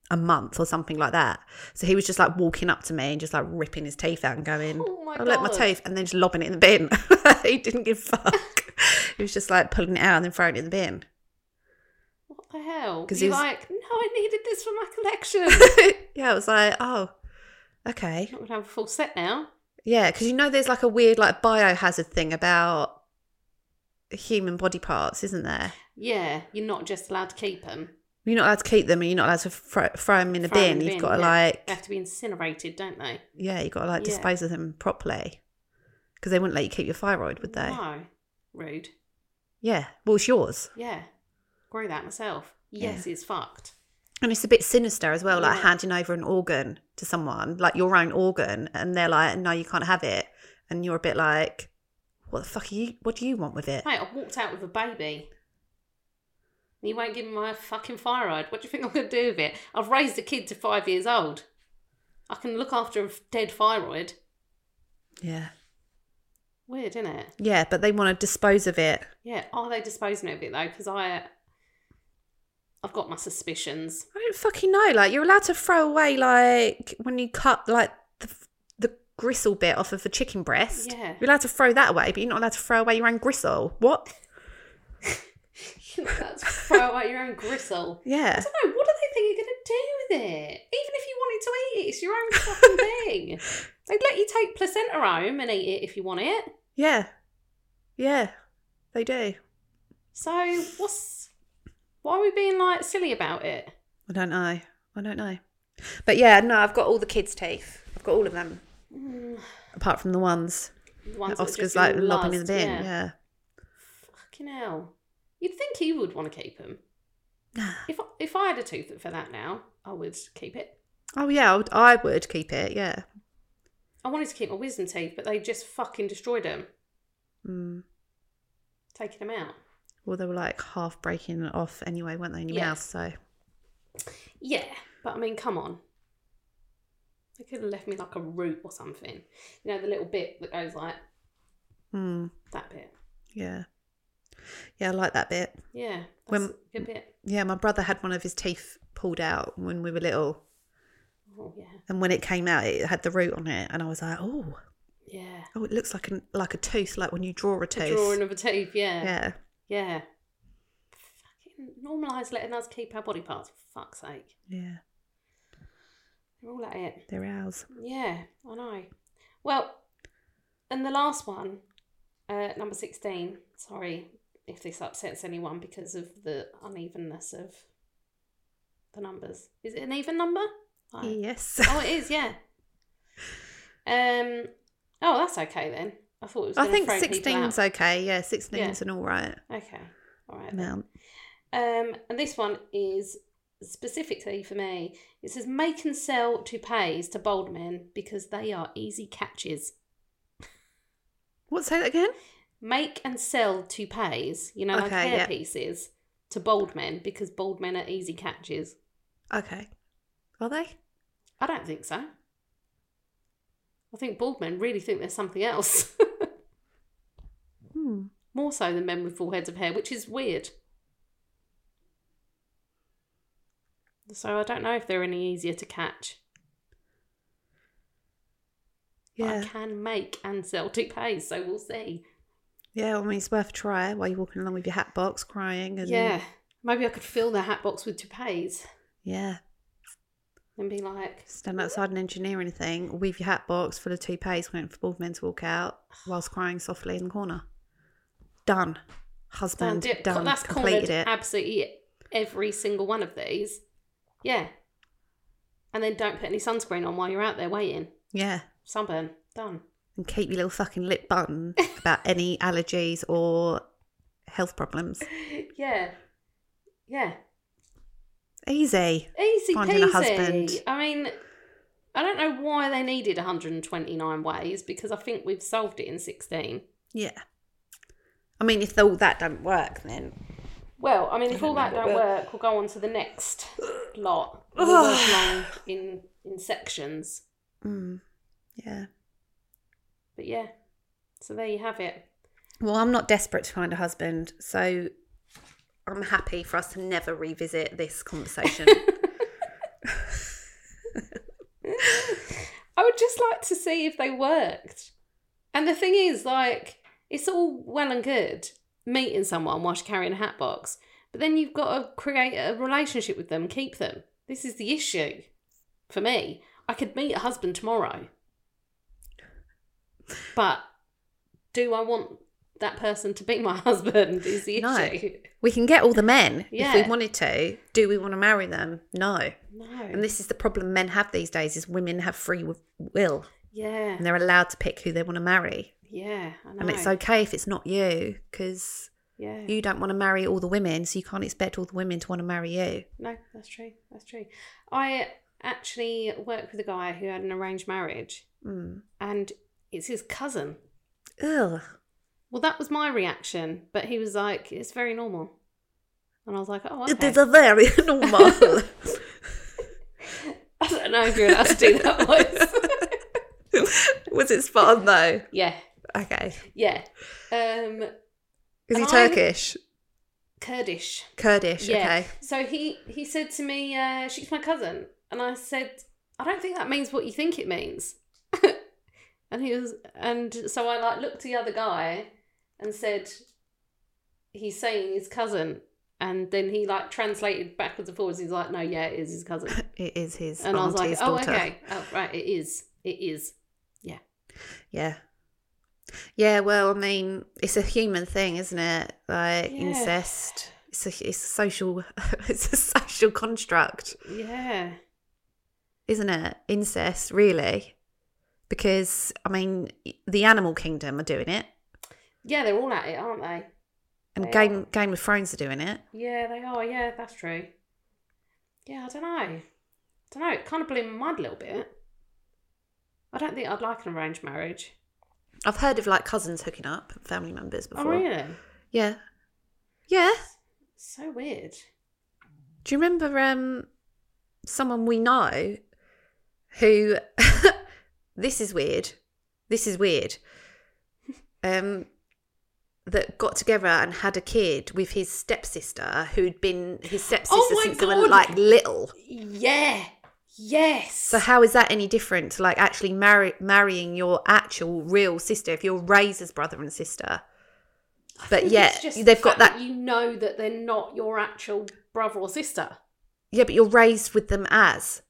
a month or something like that. So he was just like walking up to me and just like ripping his teeth out and going, Oh my "I let my God. teeth," and then just lobbing it in the bin. he didn't give a fuck. he was just like pulling it out and then throwing it in the bin. What the hell? 'Cause You're he was- like, no, I needed this for my collection. I'm yeah, I was like, "Oh, okay." not going to have a full set now. Yeah, because you know, there's like a weird like biohazard thing about human body parts, isn't there? Yeah, you're not just allowed to keep them. You're not allowed to keep them, and you're not allowed to throw, throw them in the bin. You've got to like They have to be incinerated, don't they? Yeah, you got to like Yeah. dispose of them properly because they wouldn't let you keep your thyroid, would they? No. Rude. Yeah, well, it's yours, Yeah. Grow that myself. Yes, it's fucked. and it's a bit sinister as well, like Yeah. handing over an organ to someone, like your own organ, and they're like, "No, you can't have it," and you're a bit like, "What the fuck are you? What do you want with it?" Mate, I walked out with a baby. And you won't give me my fucking thyroid. What do you think I'm going to do with it? I've raised a kid to five years old. I can look after a dead thyroid. Yeah, Weird, isn't it? yeah, but they want to dispose of it. Yeah. Are they disposing of it though? Because I, I've got my suspicions. I don't fucking know. Like, you're allowed to throw away like when you cut like the the gristle bit off of a chicken breast. Yeah. you're allowed to throw that away, but you're not allowed to throw away your own gristle. What? That's throw away your own gristle. Yeah. I don't know. What do they think you're going to do with it? Even if you wanted to eat it, it's your own fucking thing. They'd let you take placenta home and eat it if you want it. Yeah. Yeah. They do. So what's why are we being like silly about it? I don't know. I don't know. But yeah, no, I've got all the kids' teeth. I've got all of them. Apart from the ones, The that ones that are Mm. Oscar's just like all lobbing in the lost, bin. Yeah. Fucking hell. You'd think he would want to keep them. if I, if I had a tooth for that now, I would keep it. Oh yeah, I would, I would keep it. Yeah. I wanted to keep my wisdom teeth, but they just fucking destroyed them, Mm. taking them out. Well, they were like half breaking it off anyway, weren't they? In your Yeah. mouth, so Yeah, but I mean, come on. They could have left me like a root or something. You know, the little bit that goes like mm. that bit. yeah, yeah, I like that bit. Yeah, that's When- a good bit. Yeah, my brother had one of his teeth pulled out when we were little, Oh yeah, and when it came out, it had the root on it, and I was like, oh, yeah. oh, it looks like an like a tooth, like when you draw a tooth. The drawing of a tooth. Yeah. yeah. Yeah. Fucking normalise letting us keep our body parts, for fuck's sake. Yeah, They're all at it. they're ours. Yeah, I know. Well, and the last one, uh, number 16. Sorry if this upsets anyone because of the unevenness of the numbers. Is it an even number? No. Yes. Oh, it is, yeah. Um. Oh, that's okay then. I thought it was. I gonna think throw people 16's out. okay. Yeah, 16's an all right Okay. All right. then. amount. Um, and this one is specifically for me. It says make and sell to pays to bold men because they are easy catches. What, say that again? Make and sell to pays, you know, like Okay, hair yeah. pieces to bold men because bold men are easy catches. Okay. Are they? I don't think so. I think bald men really think there's something else. Hmm. More so than men with full heads of hair, which is weird. So I don't know if they're any easier to catch. But Yeah. I can make and sell toupees, so we'll see. Yeah, I mean, it's worth a try while you're walking along with your hat box crying. And, Yeah, maybe I could fill the hat box with toupees Yeah. and be like, Stand outside an engineering thing, weave your hat box full of toupees waiting for bald men to walk out whilst crying softly in the corner. Done. "Damn, Husband, dip, done. that's cornered Completed it. absolutely every single one of these. Yeah, and then don't put any sunscreen on while you're out there waiting. Yeah. Sunburn. Done. And keep your little fucking lip button about any allergies or health problems. Yeah. Yeah. Easy. Easy Finding peasy. a husband. I mean, I don't know why they needed 129 ways because I think we've solved it in 16. Yeah. I mean, if all that don't work, then Well, I mean, I if don't all that know what don't will. work, we'll go on to the next lot. We'll work along in in sections. mm, yeah. But yeah, so there you have it. Well, I'm not desperate to find a husband, so I'm happy for us to never revisit this conversation. I would just like to see if they worked. And the thing is, like, it's all well and good meeting someone whilst you're carrying a hat box, but then you've got to create a relationship with them, keep them. This is the issue for me. I could meet a husband tomorrow, but do I want that person to be my husband? Is the No. issue. we can get all the men if Yeah. we wanted to. Do we want to marry them? No. No. And this is the problem men have these days: is women have free wi- will yeah. and they're allowed to pick who they want to marry, Yeah. I know. and it's okay if it's not you because Yeah. you don't want to marry all the women, so you can't expect all the women to want to marry you. No, that's true. That's true. I actually worked with a guy who had an arranged marriage, Mm. and it's his cousin. Ugh. Well, that was my reaction, but he was like, "It's very normal," and I was like, "Oh, It okay." is a very normal. I don't know if you're allowed to do that voice. Was it spot on though? yeah, Okay. yeah. Um, Is he I'm- Turkish? Kurdish. Kurdish. Yeah. Okay. So he he said to me, uh, "She's my cousin," and I said, "I don't think that means what you think it means." and he was, and so I like looked at the other guy and said, "He's saying his cousin," and then he like translated backwards and forwards. He's like, "No, yeah, it is his cousin," It is his and I was like, auntie's "Oh, daughter. okay, oh right, it is, it is." Yeah. Yeah. Well, I mean, it's a human thing, isn't it? Like Yeah. incest. It's a it's a social it's a social construct, Yeah, isn't it? Incest, really, because I mean, the animal kingdom are doing it, yeah, they're all at it, aren't they? and They Game are. Game of Thrones are doing it. Yeah, they are. Yeah, that's true. Yeah, I don't know. don't know. It kind of blew my mind a little bit. I don't think I'd like an arranged marriage. I've heard of like cousins hooking up, family members before. Oh, really? Yeah. Yeah. So weird. Do you remember um someone we know who this is weird. This is weird. Um that got together and had a kid with his stepsister who'd been his stepsister Oh my since they were God. like little. Yeah. Yes. So how is that any different to like actually marry marrying your actual real sister if you're raised as brother and sister? I But think yeah, it's just the they've got fact that that You know that they're not your actual brother or sister. Yeah, but you're raised with them as.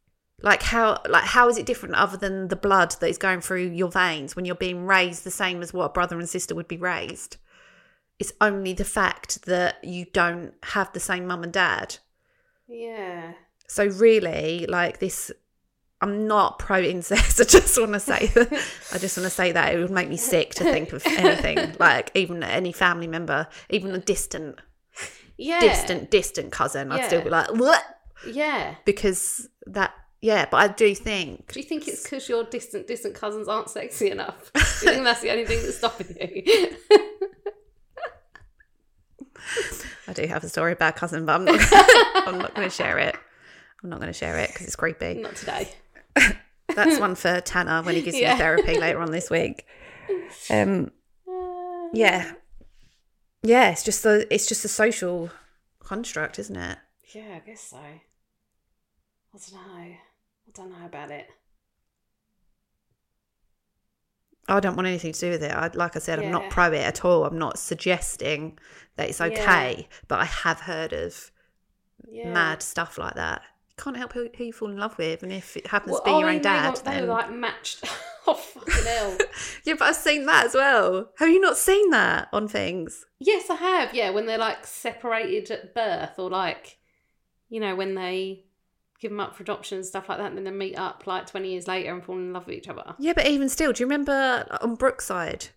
Like how like how is it different other than the blood that is going through your veins when you're being raised the same as what a brother and sister would be raised? It's only the fact that you don't have the same mum and dad. Yeah. So really, like this I'm not pro incest. I just want to say that. I just want to say that it would make me sick to think of anything like even any family member, even a distant, Yeah. distant, distant cousin. I'd still Yeah. be like, what? Yeah. because that yeah but i do think Do you think it's because your distant, distant cousins aren't sexy enough? Do you think that's the only thing that's stopping you? i do have a story about cousin but i'm not, I'm not going to share it i'm not going to share it because it's creepy not today. that's one for tanner when he gives Yeah. me therapy later on this week um yeah yeah it's just a it's just a social construct isn't it Yeah, I guess so. I don't know. I don't know about it. I don't want anything to do with it. I, like I said, I'm Yeah. not pro it at all. I'm not suggesting that it's Yeah. okay, but I have heard of Yeah. mad stuff like that. You can't help who, who you fall in love with, and if it happens Well, oh, to be your I own mean, dad, They were, they then were like matched. oh fucking hell! yeah. But I've seen that as well. Have you not seen that on things? yes, I have. Yeah, when they're like separated at birth, or like, you know, when they give them up for adoption and stuff like that, and then they meet up like 20 years later and fall in love with each other. Yeah, but even still, do you remember on Brookside,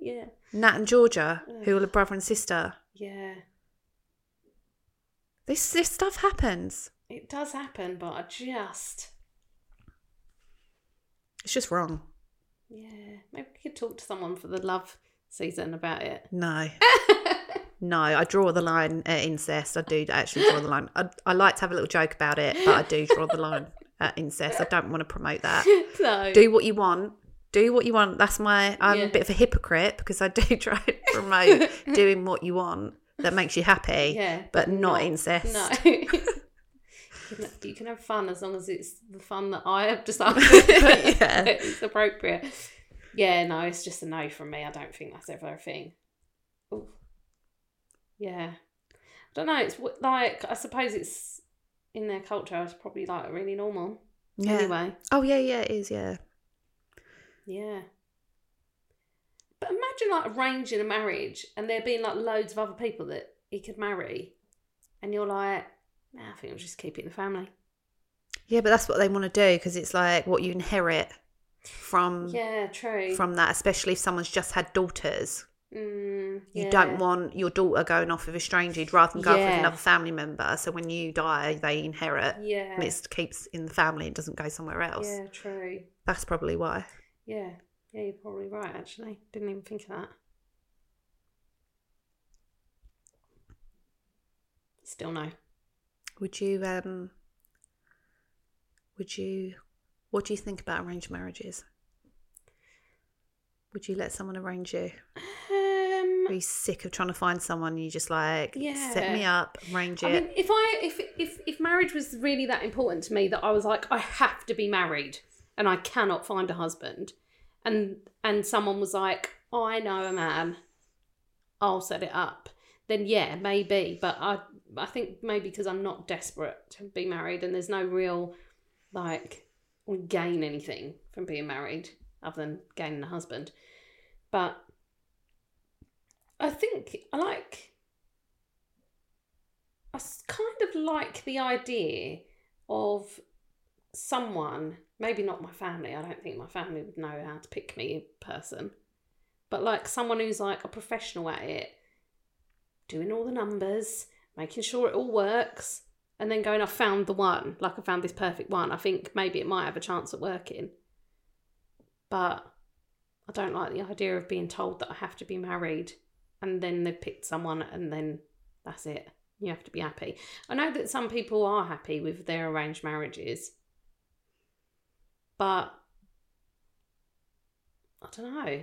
yeah. Nat and Georgia, who were brother and sister? Yeah. This this stuff happens. It does happen, but I just. It's just wrong. Yeah. Maybe we could talk to someone for the love season about it. No. no, I draw the line at incest. I do actually draw the line. I, I like to have a little joke about it, but I do draw the line at incest. I don't want to promote that. no. Do what you want. Do what you want. That's my, I'm Yeah. a bit of a hypocrite because I do try to promote doing what you want that makes you happy, yeah. but not, incest. No. You can- You can have fun as long as it's the fun that I have decided that Yeah. it's appropriate. Yeah, no, it's just a no from me. I don't think that's ever a thing. Ooh. Yeah. I don't know. It's w- like, I suppose it's in their culture, it's probably like really normal. Yeah. Anyway. Oh, yeah, yeah, it is, yeah. Yeah. But imagine like arranging a marriage and there being like loads of other people that he could marry, and you're like, nah, I think I'll just keep it in the family. Yeah, but that's what they want to do because it's like what you inherit from Yeah, true. Mm. from that, especially if someone's just had daughters. mm, You yeah. don't want your daughter going off with a stranger. You'd rather than go off Yeah. with another family member. So when you die, they inherit. Yeah. And it keeps in the family. It doesn't go somewhere else. Yeah, true. That's probably why. Yeah, yeah, you're probably right. Actually, didn't even think of that. Still no. Would you? um Would you? What do you think about arranged marriages? Would you let someone arrange you? Um, Are you sick of trying to find someone? and You just like set Yeah. me up, arrange it. I mean, if I if if if marriage was really that important to me that I was like, I have to be married and I cannot find a husband, and and someone was like, I know a man, I'll set it up. Then yeah, maybe. But I I think maybe because I'm not desperate to be married and there's no real like we gain anything from being married other than gaining a husband. But I think I like I s- kind of like the idea of someone, maybe not my family, I don't think my family would know how to pick me a person, but like someone who's like a professional at it, doing all the numbers, making sure it all works, and then going, I found the one, like I found this perfect one. I think maybe it might have a chance at working, but I don't like the idea of being told that I have to be married and then they've picked someone and then that's it. You have to be happy. I know that some people are happy with their arranged marriages, but I don't know.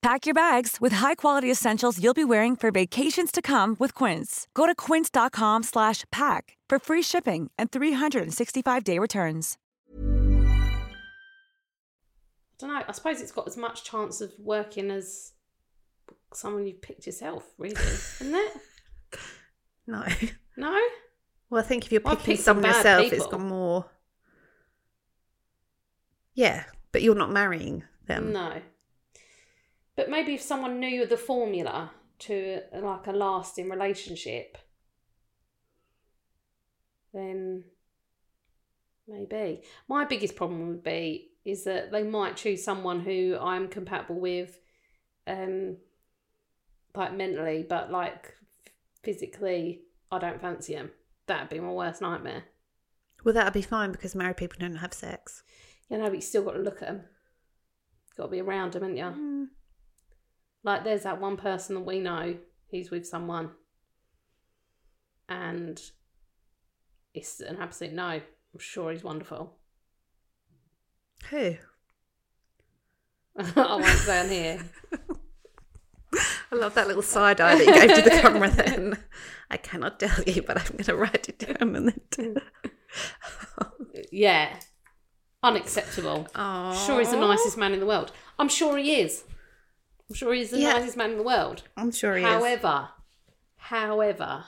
Pack your bags with high-quality essentials you'll be wearing for vacations to come with Quince. Go to quince.com/pack slash pack for free shipping and 365-day returns. I don't know. I suppose it's got as much chance of working as someone you've picked yourself, really, isn't it? no. No? Well, I think if you're Well, I've picking picked some someone bad yourself, it's people. got more. Yeah, but you're not marrying them. no. But maybe if someone knew the formula to like a lasting relationship, then maybe. My biggest problem would be is that they might choose someone who I'm compatible with, um, like mentally, but like physically, I don't fancy them. That'd be my worst nightmare. Well, that'd be fine because married people don't have sex. You know, but you still got to look at them. Got to be around them, ain't Mm-hmm. you? Hmm. Like, there's that one person that we know who's with someone, and it's an absolute no. I'm sure he's wonderful. Who? I won't say on here. I love that little side eye that you gave to the camera then. I cannot tell you, but I'm going to write it down and then. Yeah, unacceptable. Aw. Sure, he's the nicest man in the world. I'm sure he is. I'm sure he's the Yeah. nicest man in the world. I'm sure he is. However, however,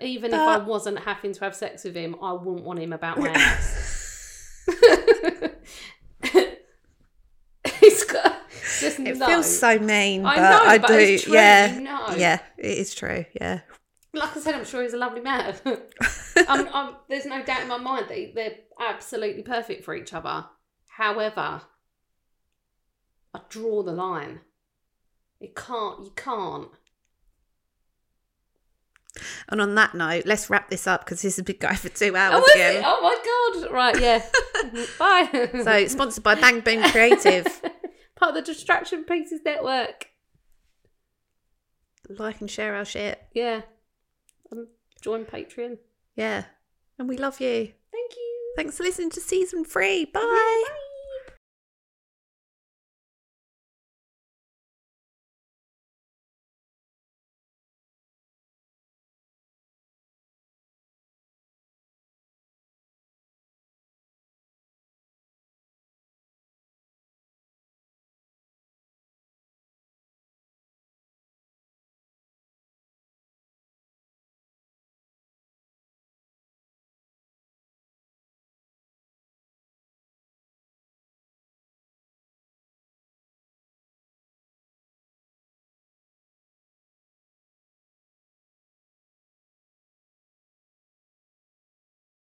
even if I But- wasn't having to have sex with him, I wouldn't want him about my ass. it's got, just It no. feels so mean, I but know, I but do. it's true, yeah, you know. yeah, it is true. Yeah, Like I said, I'm sure he's a lovely man. I'm, I'm, there's no doubt in my mind that he- they're absolutely perfect for each other. However, I draw the line. It can't. You can't. and on that note, let's wrap this up because this has been going for two Oh, hours is it? again. Oh my god! Right, yeah. Bye. So sponsored by Bang Boom Creative. part of the Distraction Pieces Network. like and share our shit. Yeah. Um, join Patreon. Yeah, and we love you. Thank you. Thanks for listening to season three. Bye.